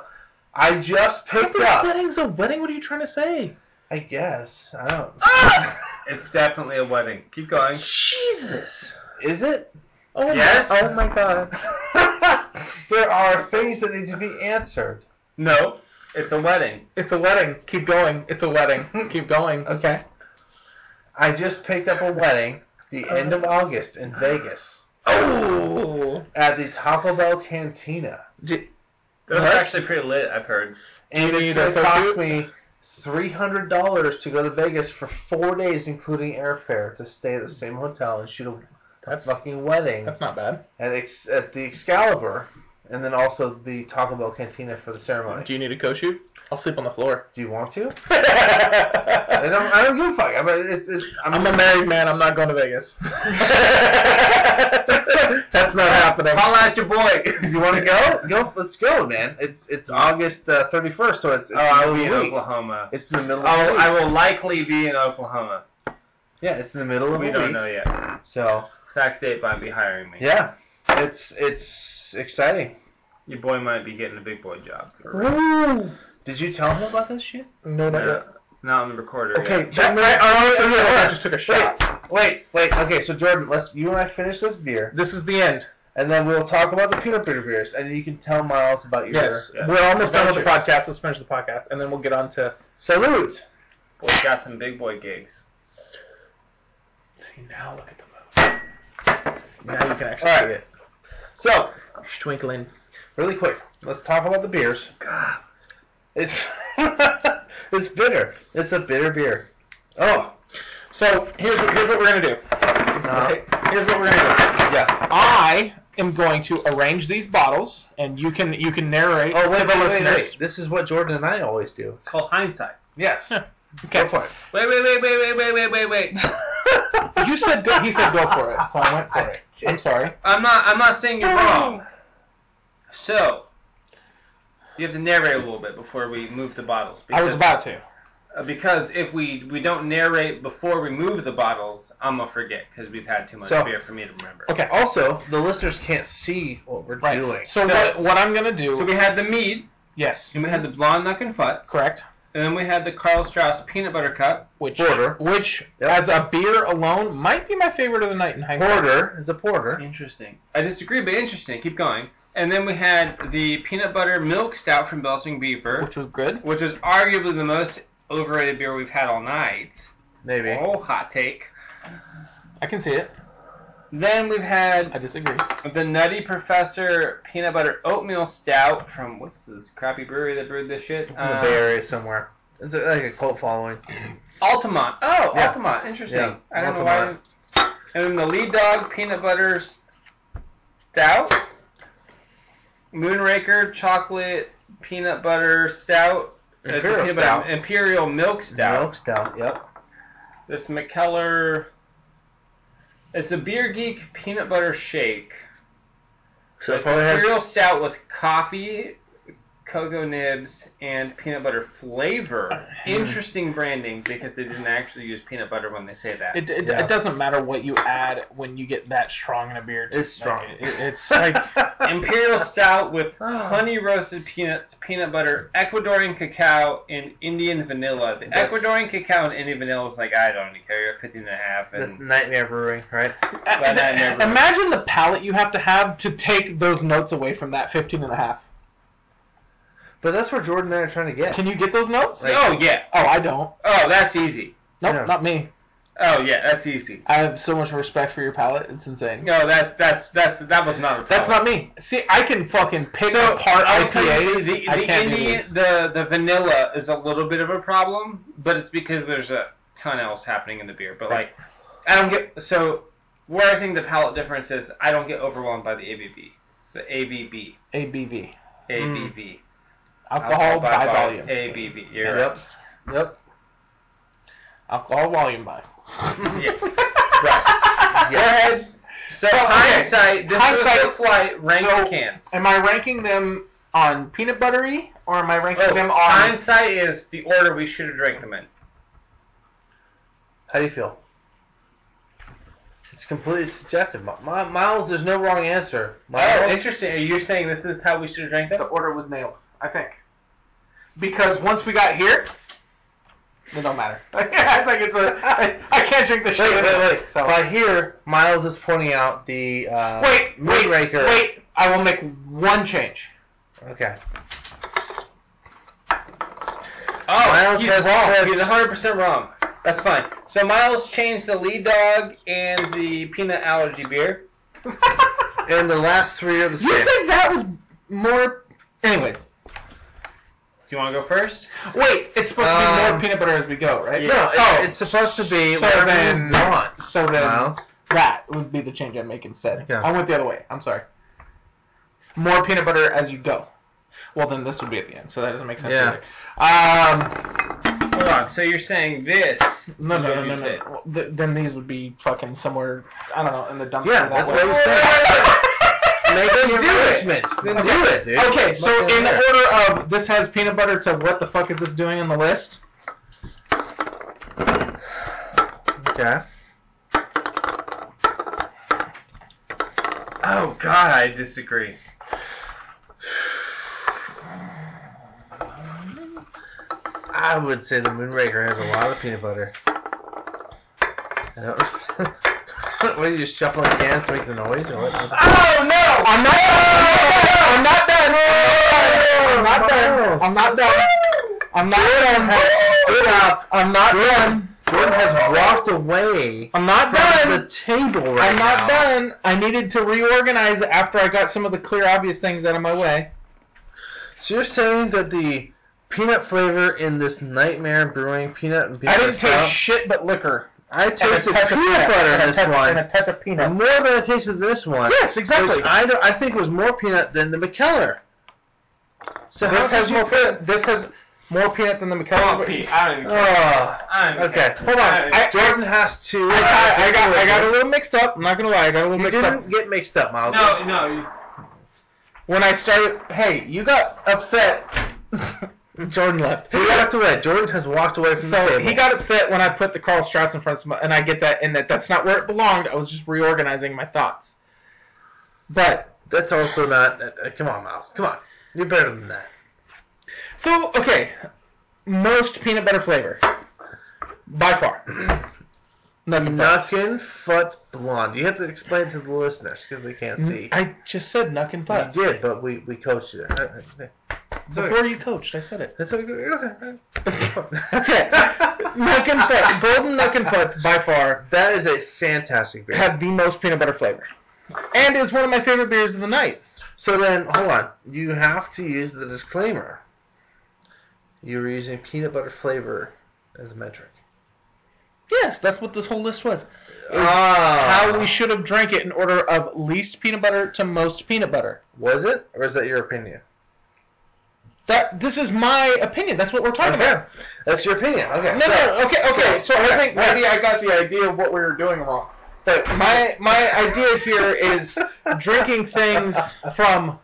B: I just picked up.
C: Wedding's a wedding. What are you trying to say?
B: I guess I don't.
A: It's definitely a wedding. Keep going.
C: Jesus.
B: Is it?
C: Oh
A: Yes?
C: My, oh my God.
B: there are things that need to be answered.
A: No, it's a wedding.
C: It's a wedding. Keep going. It's a wedding. Keep going.
B: Okay. I just picked up a wedding the end of August in Vegas
C: Oh.
B: at the Taco Bell Cantina.
A: Those
B: What?
A: are actually pretty lit, I've heard.
B: And
C: You
B: it's
C: need
B: going
C: a
B: to
C: photo
B: cost
C: shoot?
B: me three hundred dollars to go to Vegas for four days, including airfare, to stay at the same hotel and shoot a
C: That's
B: fucking wedding
C: that's not bad.
B: at ex- at the Excalibur, and then also the Taco Bell Cantina for the ceremony.
C: Do you need a co-shoot? I'll sleep on the floor.
B: Do you want to?
C: I'm
B: I don't. I don't give a fuck. I mean, it's it's. I'm,
C: a married man. I'm not going to Vegas.
A: Oh,
C: that's not happening.
A: Call out your boy.
B: you want to go? Go. Let's go, man. It's it's August uh, 31st, so it's.
A: Oh,
B: it's
A: I'll
B: the
A: be in
B: middle of the week.
A: Oklahoma.
B: It's the middle. Of the
A: Oh,
B: week.
A: I will likely be in Oklahoma.
B: Yeah, it's in the middle of
A: We
B: the
A: don't
B: week.
A: know yet.
B: So
A: Sac State might be hiring me.
B: yeah, it's it's exciting.
A: Your boy might be getting a big boy job.
C: Woo!
B: Did you tell him about this shit?
C: No, not yet.
A: No, not on the recorder
B: Okay,
A: yet.
B: that, right, all right,
C: I
B: all
C: just took a shot.
B: right. Wait, wait, wait. Okay, so Jordan, let's you and I finish this beer,
C: This is the end.
B: and then we'll talk about the peanut butter beers, and you can tell Miles about your
C: Yes.
A: Yeah.
C: We're almost done with the
B: Adventures.
C: podcast. Let's finish the podcast, and then we'll get on to.
B: salute.
A: Boy got some big boy gigs.
C: See now, look at the moon. Now you can actually
B: All
C: see
B: right.
C: it.
B: So
C: It's twinkling.
B: really quick, let's talk about the beers. It's it's bitter. It's a bitter beer. Oh,
C: So here's what, here's what we're gonna do. Okay, Here's what we're gonna do.
B: yeah.
C: I am going to arrange these bottles, and you can you can narrate
B: Oh
C: to
B: wait,
C: the
B: wait, wait,
C: listeners.
B: wait. This is what Jordan and I always do.
A: It's called hindsight.
B: Yes.
C: Yeah.
B: Go for it.
A: Wait, wait, wait, wait, wait, wait, wait, wait, wait.
C: You said go, he said go for it, so I went for it. I'm sorry.
A: I'm not. I'm not saying you're wrong. So you have to narrate a little bit before we move the bottles.
C: I was about to.
A: Uh, because if we we don't narrate before we move the bottles, I'm gonna forget because we've had too much
B: So-
A: beer for me to remember.
C: Okay.
B: Also, the listeners can't see what we're
C: Right.
B: doing.
C: So, what, what I'm gonna do?
A: So we had the mead,
C: yes.
A: and we had the blonde Muck and futz,
C: Correct.
A: and then we had the Carl Strauss peanut butter cup.
C: Which
B: Porter.
C: which as a beer alone might be my favorite of the night in hindsight.
B: Porter is a porter.
A: Interesting. I disagree, but interesting. Keep going. And then we had the peanut butter milk stout from Belching Beaver,
C: which was good.
A: which is arguably the most overrated beer we've had all night.
B: Maybe.
A: Oh, hot take.
C: I can see it.
A: Then we've had
C: I disagree.
A: the Nutty Professor peanut butter oatmeal stout from what's this crappy brewery that brewed this shit? Uh,
B: in the Bay Area somewhere. It's a, like a cult following.
A: Altamont. Oh,
B: Yeah.
A: Altamont. Interesting.
B: Yeah,
A: I don't know why.
B: Altamont.
A: And then the lead dog peanut butter stout, Moonraker chocolate peanut butter stout, It's a
B: Imperial
A: peanut
B: stout.
A: butter, imperial milk stout.
B: Milk stout. Yep.
A: This McKellar. It's a beer geek peanut butter shake.
B: So it
A: It's
B: probably has-
A: imperial stout with coffee, cocoa nibs, and peanut butter flavor. Interesting branding because they didn't actually use peanut butter when they say that.
C: It, it,
B: Yeah.
C: it doesn't matter what you add when you get that strong in a beer.
B: It's strong.
C: Like, it- it's like
A: imperial stout with
B: Ah.
A: honey roasted peanuts, peanut butter, Ecuadorian cacao, and Indian vanilla. The
B: That's-
A: Ecuadorian cacao and Indian vanilla was like I don't care. You're 15 and a half, and
B: This nightmare brewing, right?
A: But I never-
C: uh, imagine the palate you have to have to take those notes away from that 15 and a half.
B: But that's where Jordan and I are trying to get.
C: Can you get those notes?
B: Like-
A: oh yeah,
C: Oh, I don't.
A: oh that's easy.
C: Nope,
B: Yeah.
C: not me.
A: Oh yeah, that's easy.
C: I have so much respect for your palate. It's insane.
A: No, that's that's that's that was not a problem.
C: That's not me. See, I can fucking pick
A: So,
C: apart
A: I'll tell you,
C: IPAs.
A: The, the,
C: I can't do
A: indie,
C: this.
A: the the vanilla is a little bit of a problem, but it's because there's a ton else happening in the beer. But like, I don't get so where I think the palate difference is. I don't get overwhelmed by the ABV, the ABB,
C: ABV,
A: ABV,
C: Mm. alcohol by volume,
A: ABV. You're right.
B: Yep. Yep.
C: alcohol volume by.
B: Yes.
K: So hindsight, this was
C: hindsight-
K: the flight ranked
C: so-
K: cans.
C: Am I ranking them on peanut buttery or am I ranking
K: Oh,
C: them on?
K: hindsight is the order we should have drank them in.
B: How do you feel? It's completely subjective. My, my, Miles, there's no wrong answer. Miles,
K: Oh, interesting. Are you saying this is how we should have drank
C: The
K: them?
C: order was nailed, I think. Because once we got here, it don't matter. I think it's a. I, I can't drink this
B: Wait,
C: shit.
B: wait, wait.
C: So
B: By here, Miles is pointing out the uh,
C: wait, wait,
B: Moonraker.
C: wait. I will make one change.
B: Okay.
K: Oh,
B: Miles
K: he's
B: has
K: wrong.
B: picked-
K: He's 100 percent wrong. That's fine. So Miles changed the lead dog and the peanut allergy beer.
C: you
B: And the last three are the same.
C: said that was more. Anyways,
K: Do you want to go first?
C: wait. It's supposed to be
B: Um,
C: more peanut butter as we go, right?
K: Yeah.
B: No, it's,
C: Oh,
B: it's supposed to be
C: so
B: whatever
C: then-
B: you want,
C: So then
B: Miles.
C: that would be the change I'd make instead.
B: Okay.
C: I went the other way. I'm sorry. More peanut butter as you go. Well, then this would be at the end, so that doesn't make sense
B: Yeah.
C: either. Um,
K: Hold on. So you're saying this?
C: no,
K: is
C: no,
K: what
C: no,
K: you
C: no, no.
K: said.
C: Well, th- then these would be fucking somewhere, I don't know, in the dumpster.
B: Yeah,
C: that
B: that's
C: way.
B: what we said. Make
C: Then
B: the
C: do it.
B: arrangement. Then do it, dude.
C: Okay, so
B: Fucking
C: in
B: there.
C: order of this has peanut butter to what the fuck is this doing on the list?
B: Okay.
A: Oh God, I disagree.
B: I would say the Moonraker has a lot of peanut butter. I don't. what are you just shuffling cans to make the noise, or what?
C: Oh no! I'm not. I'm not done. I'm not done.
B: Miles.
C: I'm not done. I'm not done.
B: Stood up.
C: I'm not done.
B: Jordan has walked away
C: I'm not
B: from the
C: done.
B: table right
C: I'm not
B: now.
C: done. I needed to reorganize after I got some of the clear, obvious things out of my way.
B: So you're saying that the peanut flavor in this Nightmare Brewing peanut and peanut
C: I didn't
B: butter
C: taste
B: stout-
C: shit but liquor.
B: I
C: And a
B: tasted
C: touch
B: peanut
C: of
B: butter in
C: and a
B: this
C: touch-
B: one.
C: And a touch of
B: And
C: peanut.
B: more than I tasted this one.
C: Yes, exactly.
B: Which I, don't, I think was more peanut than the McKellar. So how
C: This
B: could
C: has
B: you
C: more
B: put-
C: peanut. This has more peanut than the
A: Oh,
C: McKellar.
A: Pete, I don't even care.
B: Oh,
A: I don't even
B: okay.
A: care.
B: Hold on.
A: I don't even-
C: I-
B: Jordan has to.
C: I got, I got, I got a little mixed up. I'm not gonna lie, I got a little
B: You
C: mixed up.
B: didn't get mixed up, Miles.
A: no, no. you-
C: When I started, hey, you got upset. Jordan left.
B: He walked away. Jordan has walked away from the
C: So
B: table.
C: he got upset when I put the Carl Strauss in front of my, and I get that, and that that's not where it belonged. I was just reorganizing my thoughts. But
B: That's also not. Uh, uh, come on, Miles. Come on. You're better than that.
C: so okay, most peanut butter flavor by far. Nothing.
B: Nuckin Foot Blonde. You have to explain to the listeners because they can't see.
C: I just said nuck and
B: I
C: putts.
B: did, but we, we coached you there. Uh,
C: Before you coached, I said it.
B: That's okay.
C: Okay, nuck and putts. Golden nuck and putts by far
B: That is a fantastic beer.
C: have the most peanut butter flavor, and is one of my favorite beers of the night.
B: So then, hold on. You have to use the disclaimer. You were using peanut butter flavor as a metric.
C: Yes, that's what this whole list was.
B: Ah,
C: how we should have drank it in order of least peanut butter to most peanut butter.
B: was it, or is that your opinion?
C: That this is my opinion. That's what we're talking about.
B: that's your opinion. Okay.
C: No,
B: so-
C: no, okay, okay. So I think
B: okay.
C: maybe I got the idea of what we were doing wrong. But my my idea here is drinking things from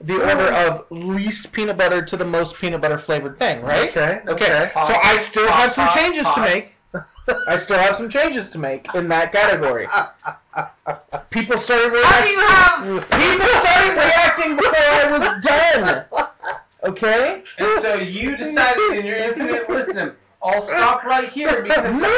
C: the order of least peanut butter to the most peanut butter flavored thing, right?
B: Okay.
C: Okay. So I still have some changes to make. I still have some changes to make in that category. People started reacting.
B: you have?
C: People started reacting before I was done. Okay?
A: And so you decided in your infinite wisdom, I'll stop right here because
C: No!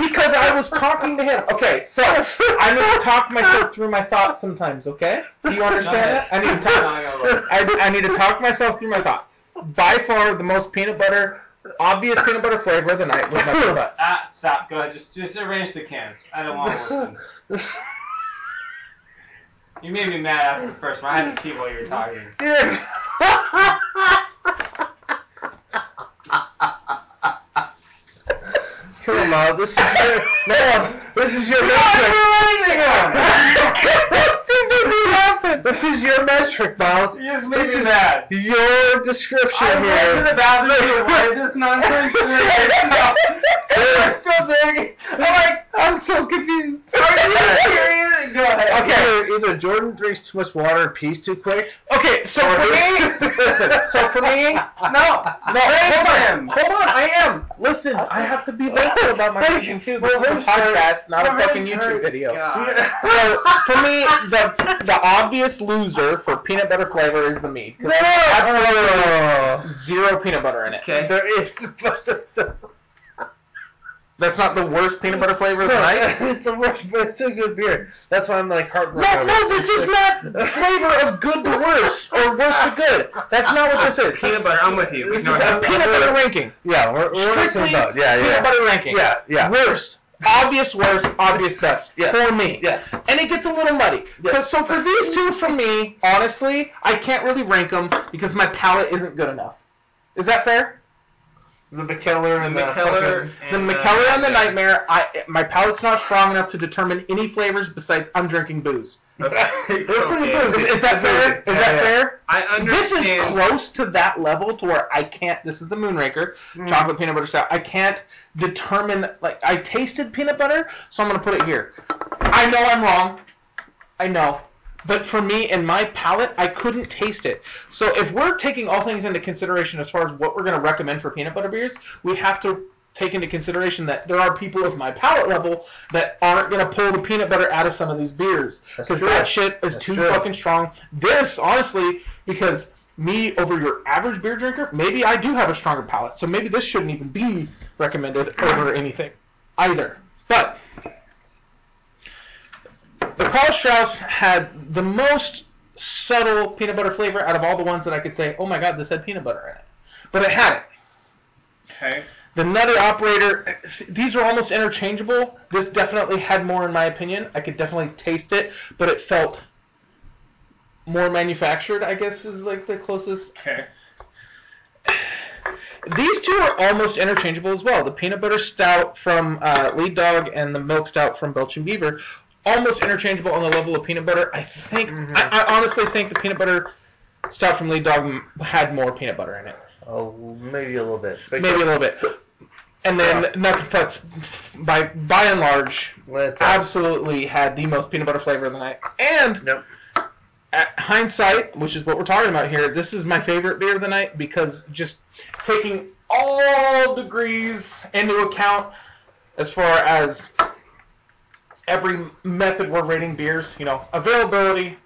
C: Because I was talking to him. Okay, so I need to talk myself through my thoughts sometimes, okay? Do you understand that? I need to talk
A: No, no, no, no.
C: I, I need to talk myself through my thoughts. By far the most peanut butter obvious peanut butter flavor than I with my peanuts.
L: Ah, stop. Go ahead. Just just arrange the cans. I don't want to listen. You made me mad after the first one. I had to pee while you were talking.
B: Come on, Mo, this is your, Mo, this is your metric. This is your metric, Miles.
L: You just made
B: This
L: me
B: is-
L: mad.
B: Your description
L: I went to
B: here.
L: the bathroom. you wanted this nonsense. and
B: It was
L: so big. I'm like,
B: I'm so confused.
L: are you serious? Go ahead.
B: Okay, either Jordan drinks too much water and pees too quick.
C: Okay, so for me, listen. So for me,
L: No.
C: no, hold on,
L: him.
C: hold on. I am. Listen, I have to be vocal about my drinking too. This is a podcast, not a fucking YouTube video. So for me, the the obvious loser for peanut butter flavor is the mead. 'cause
B: Oh.
C: Zero peanut butter in it.
B: There is, but it's the,
C: That's not the worst peanut butter flavor of the night.
B: it's the worst, but it's a good beer. That's why I'm like heartbroken.
C: No,
B: over
C: no, this is not flavor of good to worse or worse to good. That's not what this is. Peanut
A: Peanut butter. I'm with you. We
C: This
A: know
C: is
A: how
C: a peanut butter ranking.
B: Yeah, we're, we're on the same
C: Strictly
B: boat. Yeah,
C: Peanut
B: yeah.
C: butter ranking.
B: Yeah, yeah.
C: Worst. Obvious worst, obvious best
B: Yes.
C: for me.
B: Yes.
C: And it gets a little muddy.
B: Yes.
C: So, so for these two, for me, honestly, I can't really rank them because my palate isn't good enough. Is that fair?
B: The McKellar and the,
A: McKellar
C: the
A: and, uh,
C: McKellar and the
A: yeah.
C: Nightmare, I my palate's not strong enough to determine any flavors besides I'm drinking booze.
A: Okay.
C: Is, is that fair? Is
B: Yeah,
C: that
B: yeah.
C: fair?
A: I
C: This
A: understand.
C: is close to that level to where I can't. This is the Moonraker chocolate peanut butter stout. I can't determine. Like I tasted peanut butter, so I'm gonna put it here. I know I'm wrong. I know. But for me, in my palate, I couldn't taste it. So if we're taking all things into consideration as far as what we're going to recommend for peanut butter beers, we have to take into consideration that there are people of my palate level that aren't going to pull the peanut butter out of some of these beers
B: That's
C: because
B: true.
C: that shit is
B: That's
C: too
B: true.
C: fucking strong. This, honestly, because me over your average beer drinker, maybe I do have a stronger palate. So maybe this shouldn't even be recommended over anything either. But the Karl Strauss had the most subtle peanut butter flavor out of all the ones that I could say, oh my god, this had peanut butter in it. But it had it.
L: Okay.
C: The Nutter Operator, these are almost interchangeable. This definitely had more, in my opinion. I could definitely taste it, but it felt more manufactured, I guess, is like the closest
L: Okay.
C: These two are almost interchangeable as well. The peanut butter stout from uh, Lead Dog and the milk stout from Belching Beaver, almost interchangeable on the level of peanut butter. I think, I, I honestly think the peanut butter stout from Lead Dog m- had more peanut butter in it,
B: Oh, maybe a little bit.
C: maybe a little bit. And then Nuck Futz, by by and large,
B: Let's
C: absolutely had the most peanut butter flavor of the night. And
B: Nope.
C: at hindsight, which is what we're talking about here, this is my favorite beer of the night because just taking all degrees into account as far as every method we're rating beers, you know, availability,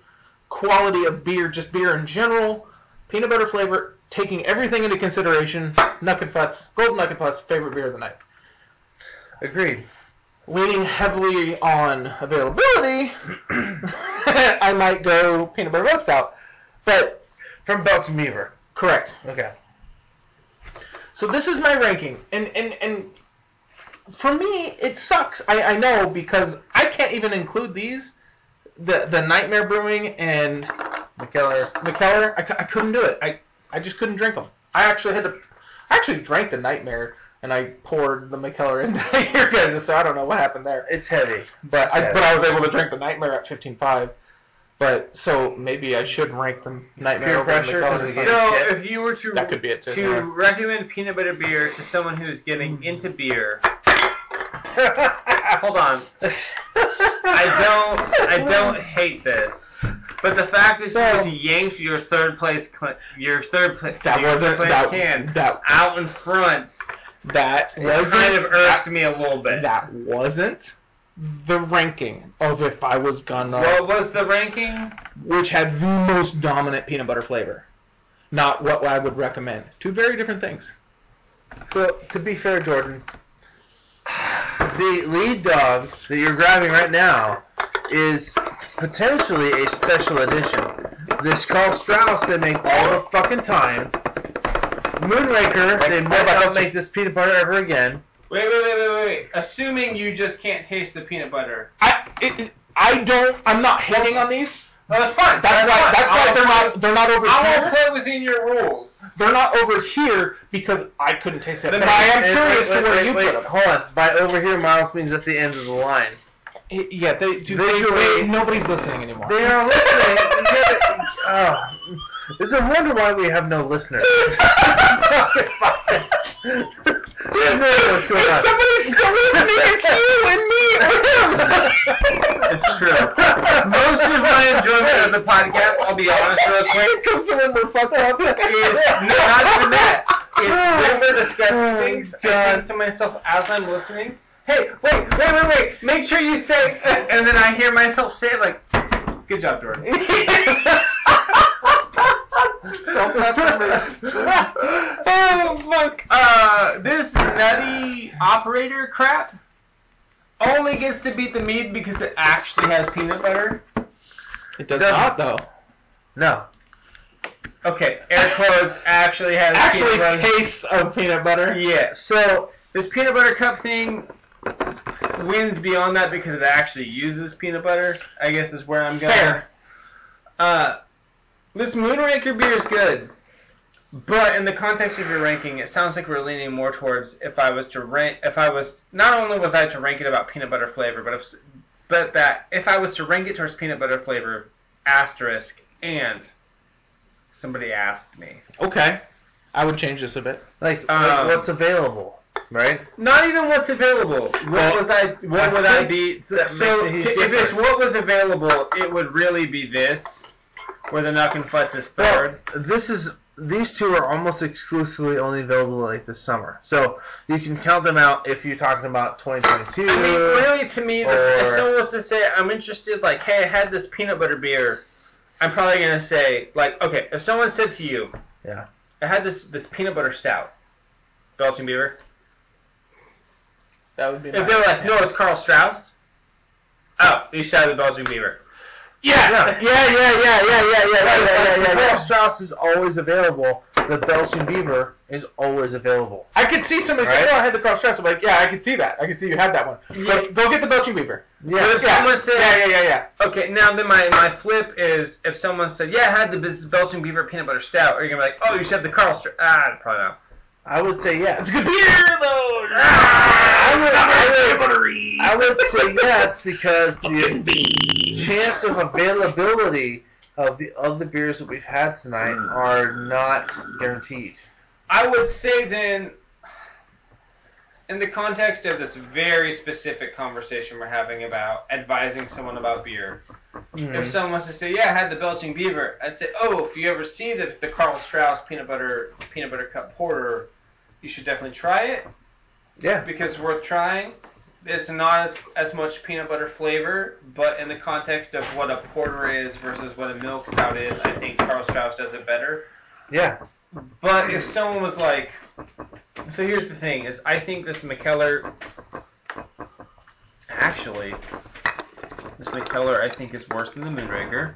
C: quality of beer, just beer in general, peanut butter flavor, taking everything into consideration, Nuck and Futz, Golden Nuck and Futz, favorite beer of the night
B: Agreed.
C: leaning heavily on availability, I might go peanut butter roast out. But
B: From Belts and Beaver.
C: correct.
B: Okay.
C: So this is my ranking, and and and for me, it sucks. I, I know because I can't even include these, the the Nightmare Brewing and
B: McKellar.
C: McKellar. I, cou- I couldn't do it. I I just couldn't drink them. I actually had to. I actually drank the Nightmare. And I poured the McKellar into your guys, so I don't know what happened there.
B: It's heavy.
C: But I,
B: Yeah.
C: but I was able to drink the nightmare at 15.5. But so maybe I should rank the nightmare
B: Peer
C: over the
B: pressure
C: Color
B: doesn't
C: Guard.
B: get
A: So
B: shit.
A: if you were to
C: That could be it too.
A: to
C: Yeah.
A: recommend peanut butter beer to someone who is
M: Mm.
A: getting into beer, hold on. I don't I don't hate this, but the fact that
C: So-
A: you just yanked your third place cl- your third place
C: That
A: your
C: wasn't
A: third place
C: that
A: can
C: that
A: out in front
C: that
A: it
C: wasn't
A: kind of irks me a little bit.
C: that wasn't the ranking of if I was gonna
A: What was the ranking?
C: which had the most dominant peanut butter flavor. Not what I would recommend. Two very different things.
B: Well, to be fair, Jordan, the lead dog that you're grabbing right now is potentially a special edition. This Carl Strauss they make all the fucking time Moonraker,
C: Like,
B: they
C: what
B: might
C: about
B: not
C: this-
B: make this peanut butter ever again.
M: Wait, wait, wait, wait, wait, wait. Assuming you just can't taste the peanut butter.
C: I it, it- I don't. I'm not hating on these.
M: No, it's fine.
C: That's why.
M: fine.
C: That's
M: I
C: why
M: will
C: they're
M: play-
C: not. They're not over
M: I will
C: here.
M: play within your rules.
C: They're not over here because I couldn't taste it.
M: Then
C: But I am
B: Hey,
C: curious to where you
B: wait,
C: put them.
B: Hold on. By over here, Miles means at the end of the line.
C: It- Yeah, they do.
B: Visually-
C: nobody's listening anymore.
B: They are listening. You gotta-
C: uh,
B: oh, it's a wonder why we have no listeners. We have no idea what's going on.
C: Somebody's still listening. It's you and me and him.
A: It's true. Most of my enjoyment of the podcast, I'll be honest real quick,
C: It comes to when we're fucked up.
A: is no, not even that. It's when we're discussing
C: Oh,
A: things, I think to myself as I'm listening, hey, wait, wait, wait, wait, make sure you say, and then I hear myself say it like, good job, Jordan.
C: so
A: oh fuck! Uh, this nutty operator crap only gets to beat the meat because it actually has peanut butter.
C: It does
B: Doesn't.
C: not though.
B: No.
A: Okay, air quotes actually has
C: Actually,
A: peanut butter.
C: tastes of peanut butter.
A: yeah. So this peanut butter cup thing wins beyond that because it actually uses peanut butter. I guess is where I'm going.
C: Fair.
A: Uh, this Moonraker beer is good, but in the context of your ranking, it sounds like we're leaning more towards if I was to rank, if I was not only was I to rank it about peanut butter flavor, but if but that if I was to rank it towards peanut butter flavor, asterisk and somebody asked me.
C: Okay, I would change this a bit.
B: Like, like
A: Um,
B: what's available, right?
A: Not even what's available. What
B: Well,
A: was I? What
B: I
A: would I
B: think
A: be? That
B: so
A: so makes
B: t-
A: a huge if it's what was available, it would really be this, where the Knock and Futz is
B: Well,
A: third.
B: this is these two are almost exclusively only available like this summer, so you can count them out if you're talking about 2022.
A: I mean, really, to me, the, if
B: or-
A: someone was to say I'm interested, like, hey, I had this peanut butter beer, I'm probably gonna say, like, okay, if someone said to you,
B: Yeah.
A: I had this this peanut butter stout, Belgian Beaver.
C: That would be.
A: If they were like, no, it's Carl Strauss. Oh, you shouted Belgian Beaver.
B: yeah,
C: yeah, yeah, yeah, yeah, yeah, yeah,
B: Right,
C: yeah,
B: like,
C: yeah,
B: the
C: yeah,
B: Carl
C: yeah.
B: Strauss is always available. The Belgian Beaver is always available.
C: I could see somebody saying,
B: Right?
C: "No, I had the Carl Strauss." I'm like, "Yeah, I could see that. I could see you had that one."
A: Yeah.
C: But go get the Belgian Beaver.
B: Yeah.
A: If someone said,
C: yeah, yeah, yeah, yeah.
A: Okay, now then my, my flip is if someone said, yeah, I had the Bis- Belgian Beaver peanut butter stout, are you going to be like, oh, you should have the Carl Str Ah, probably not.
B: I would say yes.
C: Beer though. Ah!
B: I would- I would-
C: buttery.
B: I would say yes because the chance of availability of the other beers that we've had tonight are not guaranteed.
M: I would say then, in the context of this very specific conversation we're having about advising someone about beer,
A: Mm-hmm.
B: Mm.
M: if someone wants to say, "Yeah, I had the Belching Beaver," I'd say, "Oh, if you ever see the, the Carl Strauss peanut butter peanut butter cup porter, you should definitely try it
B: Yeah.
M: because it's worth trying." It's not as, as much peanut butter flavor, but in the context of what a porter is versus what a milk stout is, I think Carl Strauss does it better.
B: Yeah.
M: But if someone was like,
A: So here's the thing is I think this McKellar, actually, this McKellar I think is worse than the Moonraker.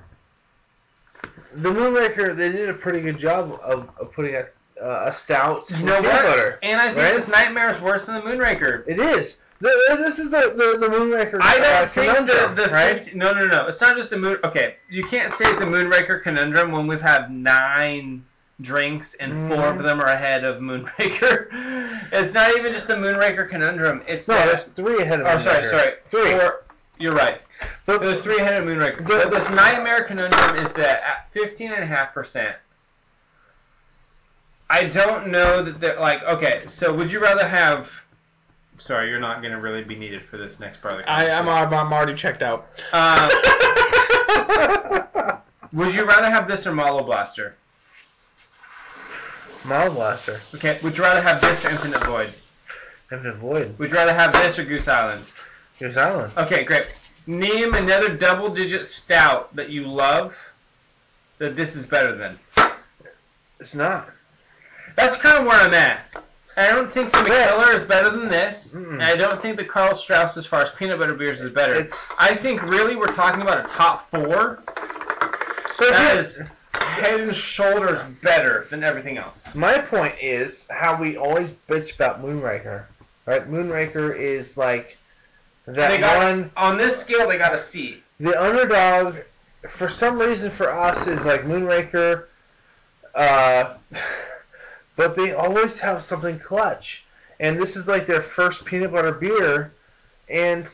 B: The Moonraker, they did a pretty good job of, of putting a, uh, a stout
A: You
B: with
A: know
B: peanut
A: what?
B: butter.
A: And I think
B: Right?
A: this Nightmare is worse than the Moonraker.
B: It is. The, this is the, the, the Moonraker
A: I don't
B: uh,
A: think
B: conundrum,
A: the, the
B: right?
A: 50 no no no it's not just a moon okay you can't say it's a Moonraker conundrum when we've had nine drinks and four of
B: Mhm.
A: them are ahead of Moonraker. It's not even just the Moonraker conundrum. It's
B: No, there's
A: that,
B: three ahead of
A: oh sorry
B: Moonraker.
A: sorry
B: Three.
A: Four, you're right.
B: The-
A: There's three ahead of Moonraker.
B: The-
A: But this Nightmare conundrum is that at fifteen and a half percent. I don't know that they're like okay. So would you rather have? Sorry, you're not gonna really be needed for this next part of the
C: I, I'm, I'm I'm already checked out.
A: Uh, would you rather have this or Malo Blaster?
B: Mild Blaster.
A: Okay. Would you rather have this or Infinite Void?
B: Infinite Void.
A: Would you rather have this or Goose Island?
B: Here's Island.
A: Okay, great. Name another double-digit stout that you love that this is better than.
B: It's not.
A: That's kind of where I'm at. I don't think the McKellar is better than this,
B: Mm-mm.
A: and I don't think the Carl Strauss, as far as peanut butter beers, is better.
B: It's
A: I think really we're talking about a top four.
B: But
A: That
B: here-
A: is head and shoulders better than everything else.
B: My point is how we always bitch about Moonraker. Right? Moonraker is like
A: They
B: that
A: got-
B: one
A: On this scale, they got a C.
B: the underdog for some reason for us is like Moonraker, uh, but they always have something clutch, and this is like their first peanut butter beer, and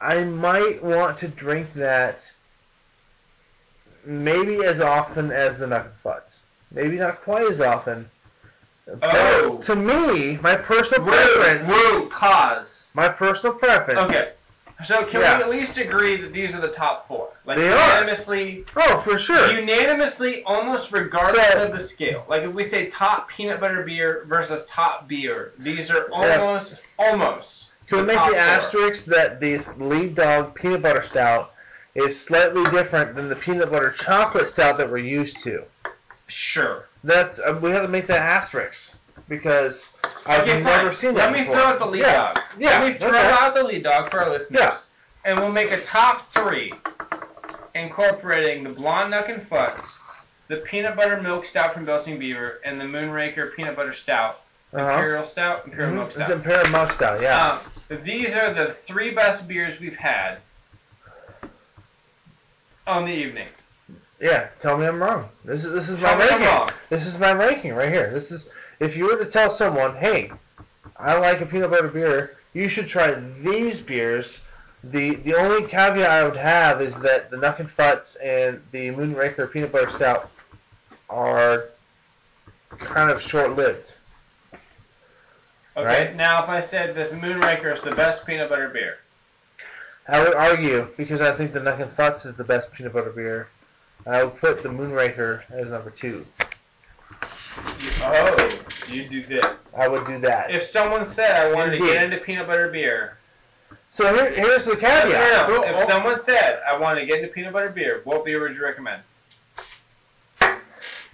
B: I might want to drink that maybe as often as the Knuckle Butts. Maybe not quite as often.
A: Oh.
B: But to me, my personal preference.
A: Whoa, pause.
B: My personal preference.
A: Okay. So can
B: Yeah.
A: we at least agree that these are the top four? Like
B: They are.
A: unanimously,
B: Oh, for sure.
A: unanimously, almost regardless
B: So-
A: of the scale. Like if we say top peanut butter beer versus top beer, these are
B: Yeah.
A: almost, almost.
B: Can we make
A: top
B: the
A: four.
B: asterisk that this lead dog peanut butter stout is slightly different than the peanut butter chocolate stout that we're used to?
A: Sure.
B: That's uh, we have to make that asterisk because I've
A: Okay,
B: never
A: fine.
B: seen
A: Let
B: that
A: me
B: before.
A: throw out the lead
B: yeah.
A: dog.
B: Yeah,
A: Let me throw
B: okay.
A: out the lead dog for our listeners.
B: Yeah.
A: And we'll make a top three incorporating the Blonde Nuck and Futz, the Peanut Butter Milk Stout from Belching Beaver, and the Moonraker Peanut Butter Stout,
B: Uh-huh.
A: Imperial Stout, Imperial Milk
B: Mhm. It's
A: Stout.
B: Imperial Milk Stout, yeah.
A: Um, these are the three best beers we've had on the evening.
B: yeah, tell me I'm wrong. This is this is
A: Tell
B: my
A: me I'm
B: ranking.
A: wrong.
B: This is my ranking right here. This is if you were to tell someone, hey, I like a peanut butter beer, you should try these beers. The the only caveat I would have is that the Nuck and Futz and the Moonraker peanut butter stout are kind of short lived.
A: Okay.
B: Right.
A: Now, if I said this Moonraker is the best peanut butter beer,
B: I would argue because I think the Nuck and Futz is the best peanut butter beer. I would put the Moonraker as number two.
A: you, oh, you do this.
B: I would do that.
A: If someone said I wanted
B: Indeed.
A: to get into peanut butter beer,
B: so here, here's the
A: no, no,
B: caveat.
A: no,
B: Well,
A: if
B: oh,
A: someone said I wanted to get into peanut butter beer, what beer would you recommend?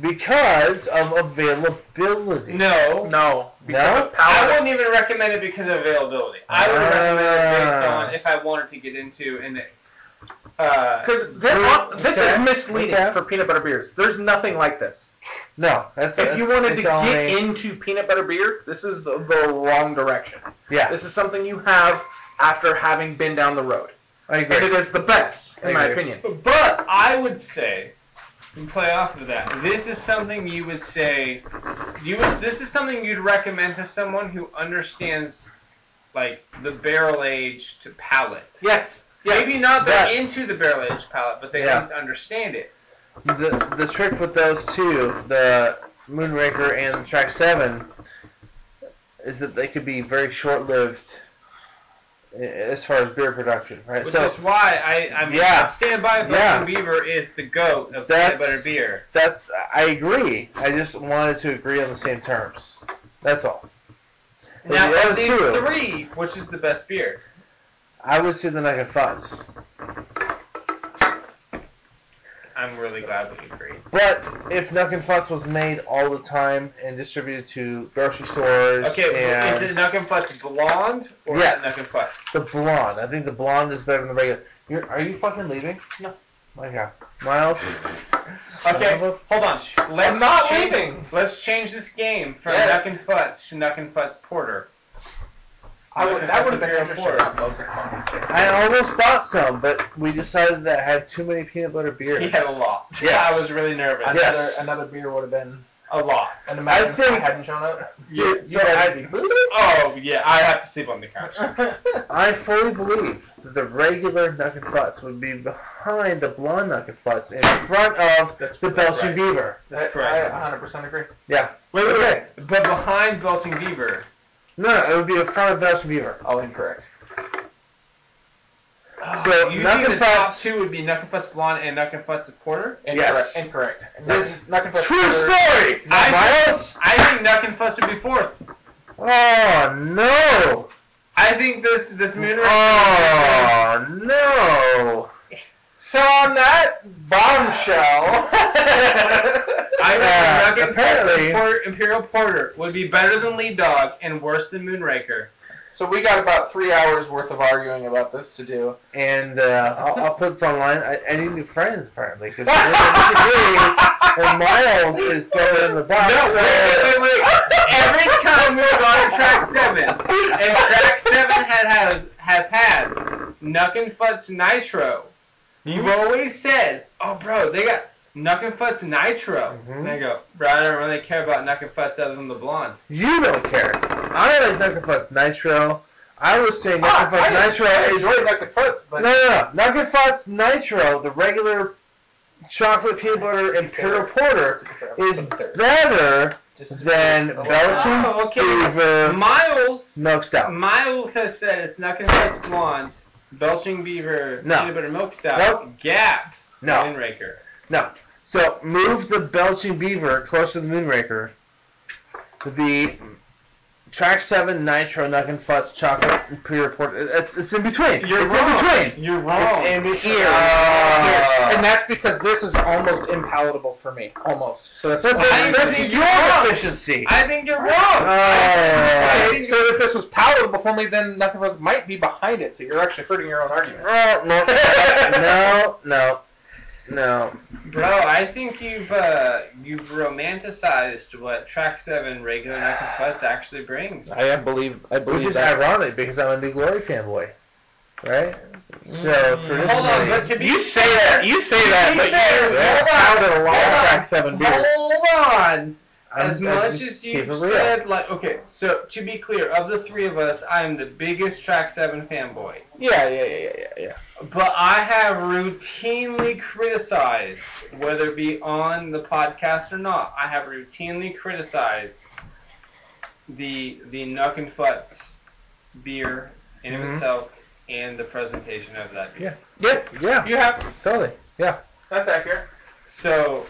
B: because of availability.
A: No,
C: Oh, No.
B: No?
C: Because of
A: I
C: power.
A: wouldn't even recommend it because of availability. I would
B: Ah.
A: recommend it based
C: Ah.
A: on if I wanted to get into and uh,
C: Because they're not- this
B: Okay.
C: is misleading
B: Okay.
C: for peanut butter beers. There's nothing like this.
B: No, that's
C: If you
B: that's-
C: wanted
B: it's
C: to
B: all
C: get
B: me.
C: into peanut butter beer, this is the, the wrong direction.
B: yeah,
C: This is something you have after having been down the road.
B: I
C: And it
B: agree.
C: is the best, in
B: I
C: my
B: agree.
C: opinion.
A: But I would say, and play off of that. This is something you would say, you would, this is something you'd recommend to someone who understands like the barrel age to palate.
C: Yes. yes.
A: Maybe not they're
B: But-
A: into the barrel age palate, but they
B: Yeah.
A: at least understand it.
B: The the trick with those two, the Moonraker and Track Seven, is that they could be very short lived as far as beer production, right?
A: Which
B: so
A: is why I, I mean,
B: Yeah.
A: Stand By Belgian
B: Yeah.
A: Beaver is the goat of
B: That's-
A: peanut butter beer.
B: that's I agree. I just wanted to agree on the same terms. That's all. But
A: Now,
B: the
A: of
B: other
A: these
B: two,
A: three, which is the best beer?
B: I would say the Night of Fuzz.
A: I'm really glad we agree.
B: But if Nuck and Futz was made all the time and distributed to grocery stores
A: Okay,
B: and
A: is it Nuck and Futz blonde or is
B: Yes.
A: it Nuck and Futz?
B: the blonde, I think the blonde is better than the regular. You're, are you fucking leaving?
A: No.
B: My God, Miles. son
A: Okay,
B: of a-
A: hold on. Let's
C: I'm not
A: change,
C: leaving.
A: Let's change this game from
C: Yeah.
A: Nuck and Futz to Nuck and Futz Porter.
C: I would, that would have been
A: Nuck and Futz
C: interesting.
A: Imperial
B: I almost bought some, but we decided that I had too many peanut butter beers.
A: Porter. He had a lot.
B: Yes.
A: I was really nervous.
B: Yes.
C: Another, another beer would have been.
A: A lot.
C: And
B: I
C: imagine I
B: think-
C: if I hadn't shown up.
B: You-
C: You
B: so
C: guys
B: I,
C: would be-
A: Oh yeah, I have to sleep on the couch.
B: I fully believe that the regular Nuck and Futz would be behind the blonde Nuck and Futz in front of
A: That's
B: the Belgian
A: right.
B: Beaver.
C: That-
A: correct.
C: I 100% agree.
B: Yeah. Wait, wait, wait.
A: But behind Belting Beaver,
B: No, no, it would be in front of Belgian Beaver.
C: All incorrect.
B: So,
A: you
B: Nuck
A: think
B: and
A: the top
B: Futz-
A: two would be Nuck and Futz Blonde and Nuck and Futz Porter.
C: Incorrect.
B: Yes.
C: Incorrect.
B: This-
C: Not confess-
B: True story.
A: I-
B: Miles.
A: I think Nuck and Futz would be fourth.
B: Oh no.
A: I think this this Moonraker.
B: Oh no.
C: So on that bombshell,
A: I
B: Yeah,
A: reckon Nuggets
B: apparently.
A: Porter, Imperial Porter would be better than Lead Dog and worse than Moonraker.
C: so we got about three hours worth of arguing about this to do.
B: And uh, I'll, I'll put this online. I, I need new friends apparently because
C: where Miles is throwing in the box.
A: No, wait, wait, wait, wait. Every time we were on track seven, and track seven had has, has had Nuck and Futz Nitro, you've always said, "Oh, bro, they got Nuck and Futz Nitro." And I go, "Bro, I don't really care about Nuck and Futz other than the blonde."
B: You don't care. I don't like Nuka Fuss Nitro. I was saying Nuka
A: Ah,
B: Fuss
A: I-
B: Nitro
A: I
B: is
A: enjoyed Nuck and Futz,
B: no,
A: but
B: no, no. Nuka Fuss Nitro, the regular chocolate peanut butter imperial porter, is better than Belgian
A: Oh, okay.
B: Beaver
A: Miles
B: Milk Stout.
A: Miles has said it's Nuck and Futz blonde, belching beaver,
B: No.
A: peanut butter milk stout,
B: Nope.
A: gap,
B: No,
A: Moonraker.
B: no. So move the Belching Beaver closer to the Moonraker. The Track Seven Nitro Nuck and Fuss Chocolate Imperial Porter. It's, it's in between.
A: You're
B: it's
A: wrong.
B: in between.
A: You're wrong.
C: in between.
B: Ah.
C: and that's because this is almost impalatable for me. Almost. So that's
B: But
A: I
B: that's, that's
A: think
B: your
A: you're wrong.
B: efficiency.
A: I think you're wrong.
B: Oh.
C: Ah. so if this was palatable for me, then nothing else might be behind it. So you're actually hurting your own argument.
B: Oh, no, no, no, no.
A: Bro, I think you've uh, you've romanticized what track seven regular neck and butts actually brings.
C: I am believe. I
B: Which
C: believe
B: is
C: that.
B: ironic because I'm a Big Glory fanboy, right? So traditionally,
A: Mm. Hold on, but to be
C: You say that. You say that,
A: be
C: but
A: fair,
C: you
B: Yeah.
C: out of a lot
A: Hold
C: of
A: on.
C: track seven beers.
A: hold on.
B: I'm-
A: As
B: I
A: much
B: just
A: as
B: keep it
A: you
B: real.
A: said, like, okay, so to be clear, of the three of us, I am the biggest track seven fanboy.
C: Yeah, yeah, yeah, yeah, yeah.
A: But I have routinely criticized, whether it be on the podcast or not, I have routinely criticized the the Nuck and Futz beer in of
B: Mhm.
A: itself and the presentation of that beer.
B: Yep, yeah,
A: You have
B: totally.
A: that's accurate. So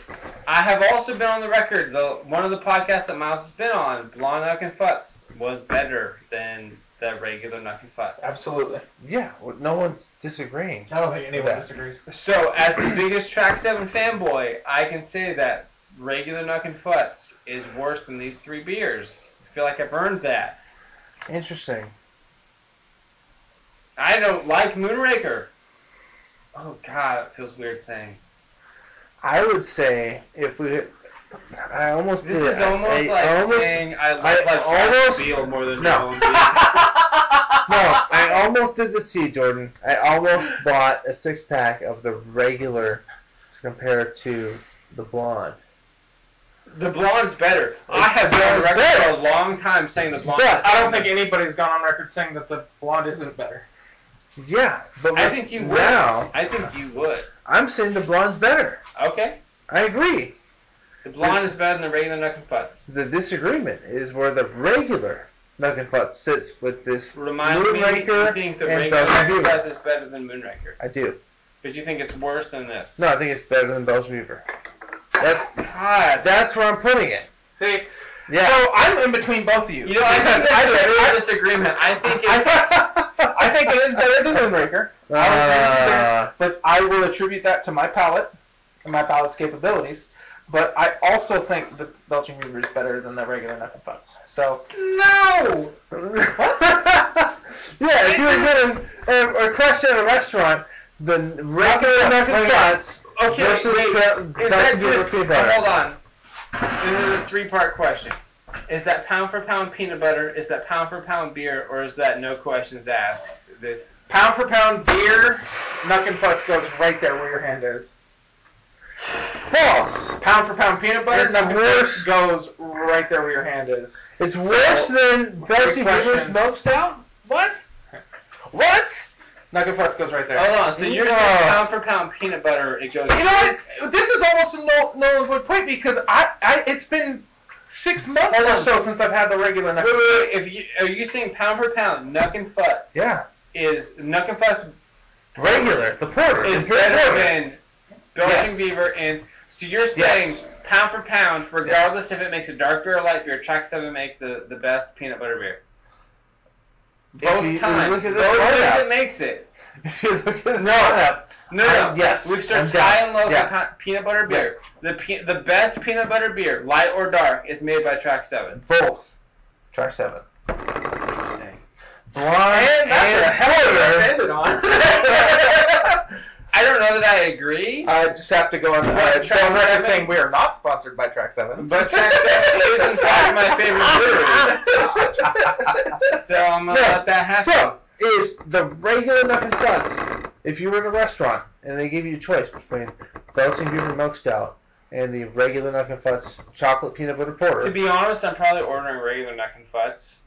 A: I have also been on the record, the one of the podcasts that Miles has been on, Blonde Nuck and Futz, was better than the regular Nuck and Futz.
C: Absolutely.
B: Yeah, well, no one's disagreeing.
C: I don't think anyone
B: Yeah.
C: disagrees.
A: So, as the biggest Track 7 fanboy, I can say that regular Nuck and Futz is worse than these three beers. I feel like I've earned that.
B: Interesting.
A: I don't like Moonraker. Oh, God, it feels weird saying.
B: I would say if we, I almost
A: This
B: did. it.
A: is almost
B: I,
A: like
B: I almost,
A: saying I
B: I
A: like almost
B: almost-
A: Beal more than
B: No.
A: Joel Embiid.
B: no, I almost did this to you, Jordan. I almost bought a six pack of the regular to compare to the blonde.
A: The blonde's better. I have been on record for a long time saying the blonde.
B: But-
C: I don't think anybody's gone on record saying that the blonde isn't better.
B: Yeah, but
A: I
B: right
A: think you would.
B: now
A: I think you would.
B: I'm saying the blonde's better.
A: Okay.
B: I agree.
A: The blonde is better than the regular Nuck and Futz.
B: The disagreement is where the regular Nugget Pot sits with this.
A: Reminds me,
B: Moonraker
A: you think the
B: and
A: Regular
B: uh, Belgian Beaver.
A: Express is better than Moonraker,
B: I do.
A: but you think it's worse than this.
B: No, I think it's better than Belgian Beaver. That,
A: God,
B: that's where I'm putting it.
C: See,
B: Yeah.
C: so I'm in between both of you.
A: you know, I think
C: Because
A: that's
C: I,
A: a
C: I-
A: real disagreement. I think
C: I
A: it's,
C: think- I think it is better than Moonraker,
B: Uh,
C: but I will attribute that to my palate and my palate's capabilities. But I also think the Belgian Beaver is better than the regular Knuckle Futz. So
B: no. yeah, if you were getting a, a question at a restaurant, the regular Nugget Pots
A: okay,
B: versus
A: wait,
B: the
A: is that
B: Belgian Beaver
A: just,
B: peanut butter.
A: hold on. This is a three-part question. Is that pound for pound peanut butter? Is that pound for pound beer? Or is that no questions asked? This
C: pound for pound, beer Knuck and Futz goes right there where your hand is.
B: False.
C: Pound for pound peanut butter,
B: It's
C: Knuck and
B: worse.
C: Futz goes right there where your hand is.
B: It's worse than Belgian Beaver's
C: questions.
B: milk stout.
C: What? What? Knuck and Futz goes right there.
A: hold on. So you're saying
B: No.
A: pound for pound peanut butter? It goes.
C: You know what? This is almost a null, null and void point because I, I it's been six months or so since I've had the regular
A: Wait,
C: knuckle.
A: wait, wait, If you are you saying pound for pound, Nuck and Futz
B: Yeah.
A: is Nuck and Futz
B: Regular. The porter.
A: is
B: Imperial
A: better
B: porter.
A: than Belgian
B: Yes.
A: Beaver, and so you're saying
B: Yes.
A: pound for pound, regardless if it makes a dark beer or light beer, Track Seven makes the, the best peanut butter beer. Both
B: you- if you
A: times,
B: look at this
A: both
B: lineup-
A: times it makes it.
B: If you look at the lineup,
A: No, no,
B: Uh, yes,
A: We've searched
B: I'm down.
A: high and low
B: Yeah.
A: for po- peanut butter beer.
B: Yes.
A: The pe- the best peanut butter beer, light or dark, is made by Track Seven.
B: both. Track seven. Blonde and,
C: that's a hell of a
B: porter.
C: ended on.
A: I don't know that I agree.
C: I just have to go on. Uh,
A: Track
C: don't
A: Seven?
C: saying we are not sponsored by Track Seven.
A: But Track 7 is in fact my favorite brewery. So I'm going to
C: No.
A: let that happen.
C: So
B: is the regular Dunkin' Donuts. If you were in a restaurant and they gave you a choice between Belgian Beaver Milk Stout and the regular Dunkin' Fuzz chocolate peanut butter porter,
A: to be honest, I'm probably ordering regular Nuck and Futz.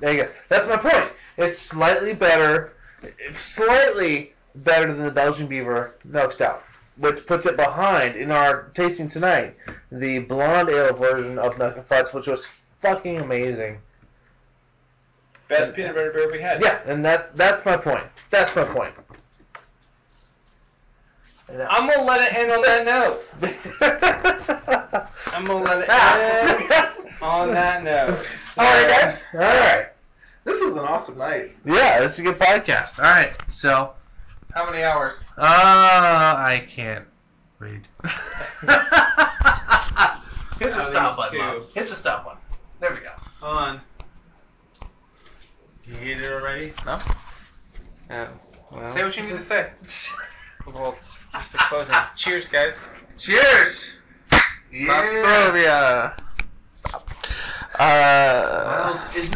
B: there you go. That's my point. It's slightly better, it's slightly better than the Belgian Beaver Milk Stout, which puts it behind in our tasting tonight the blonde ale version of Dunkin' Fuzz, which was fucking amazing.
A: Best peanut butter beer we had.
B: Yeah, and that that's my point. That's my point. uh,
A: I'm going to let it end on that note. I'm going to let it end on that note. So-
C: all right, guys.
B: All right.
C: This is an awesome night.
B: Yeah, this is a good podcast. All right. So,
C: How many hours?
B: uh, I can't read.
C: Hit the
A: Now
C: stop
A: these
C: button.
A: two.
C: Miles. Hit the stop button. There we go.
A: Hold on. You hit it already?
C: No.
A: Oh. Well,
C: Say what you need to say.
A: well, it's just the closing. Cheers, guys.
C: Cheers. Yeah.
B: Nostrovia. Uh,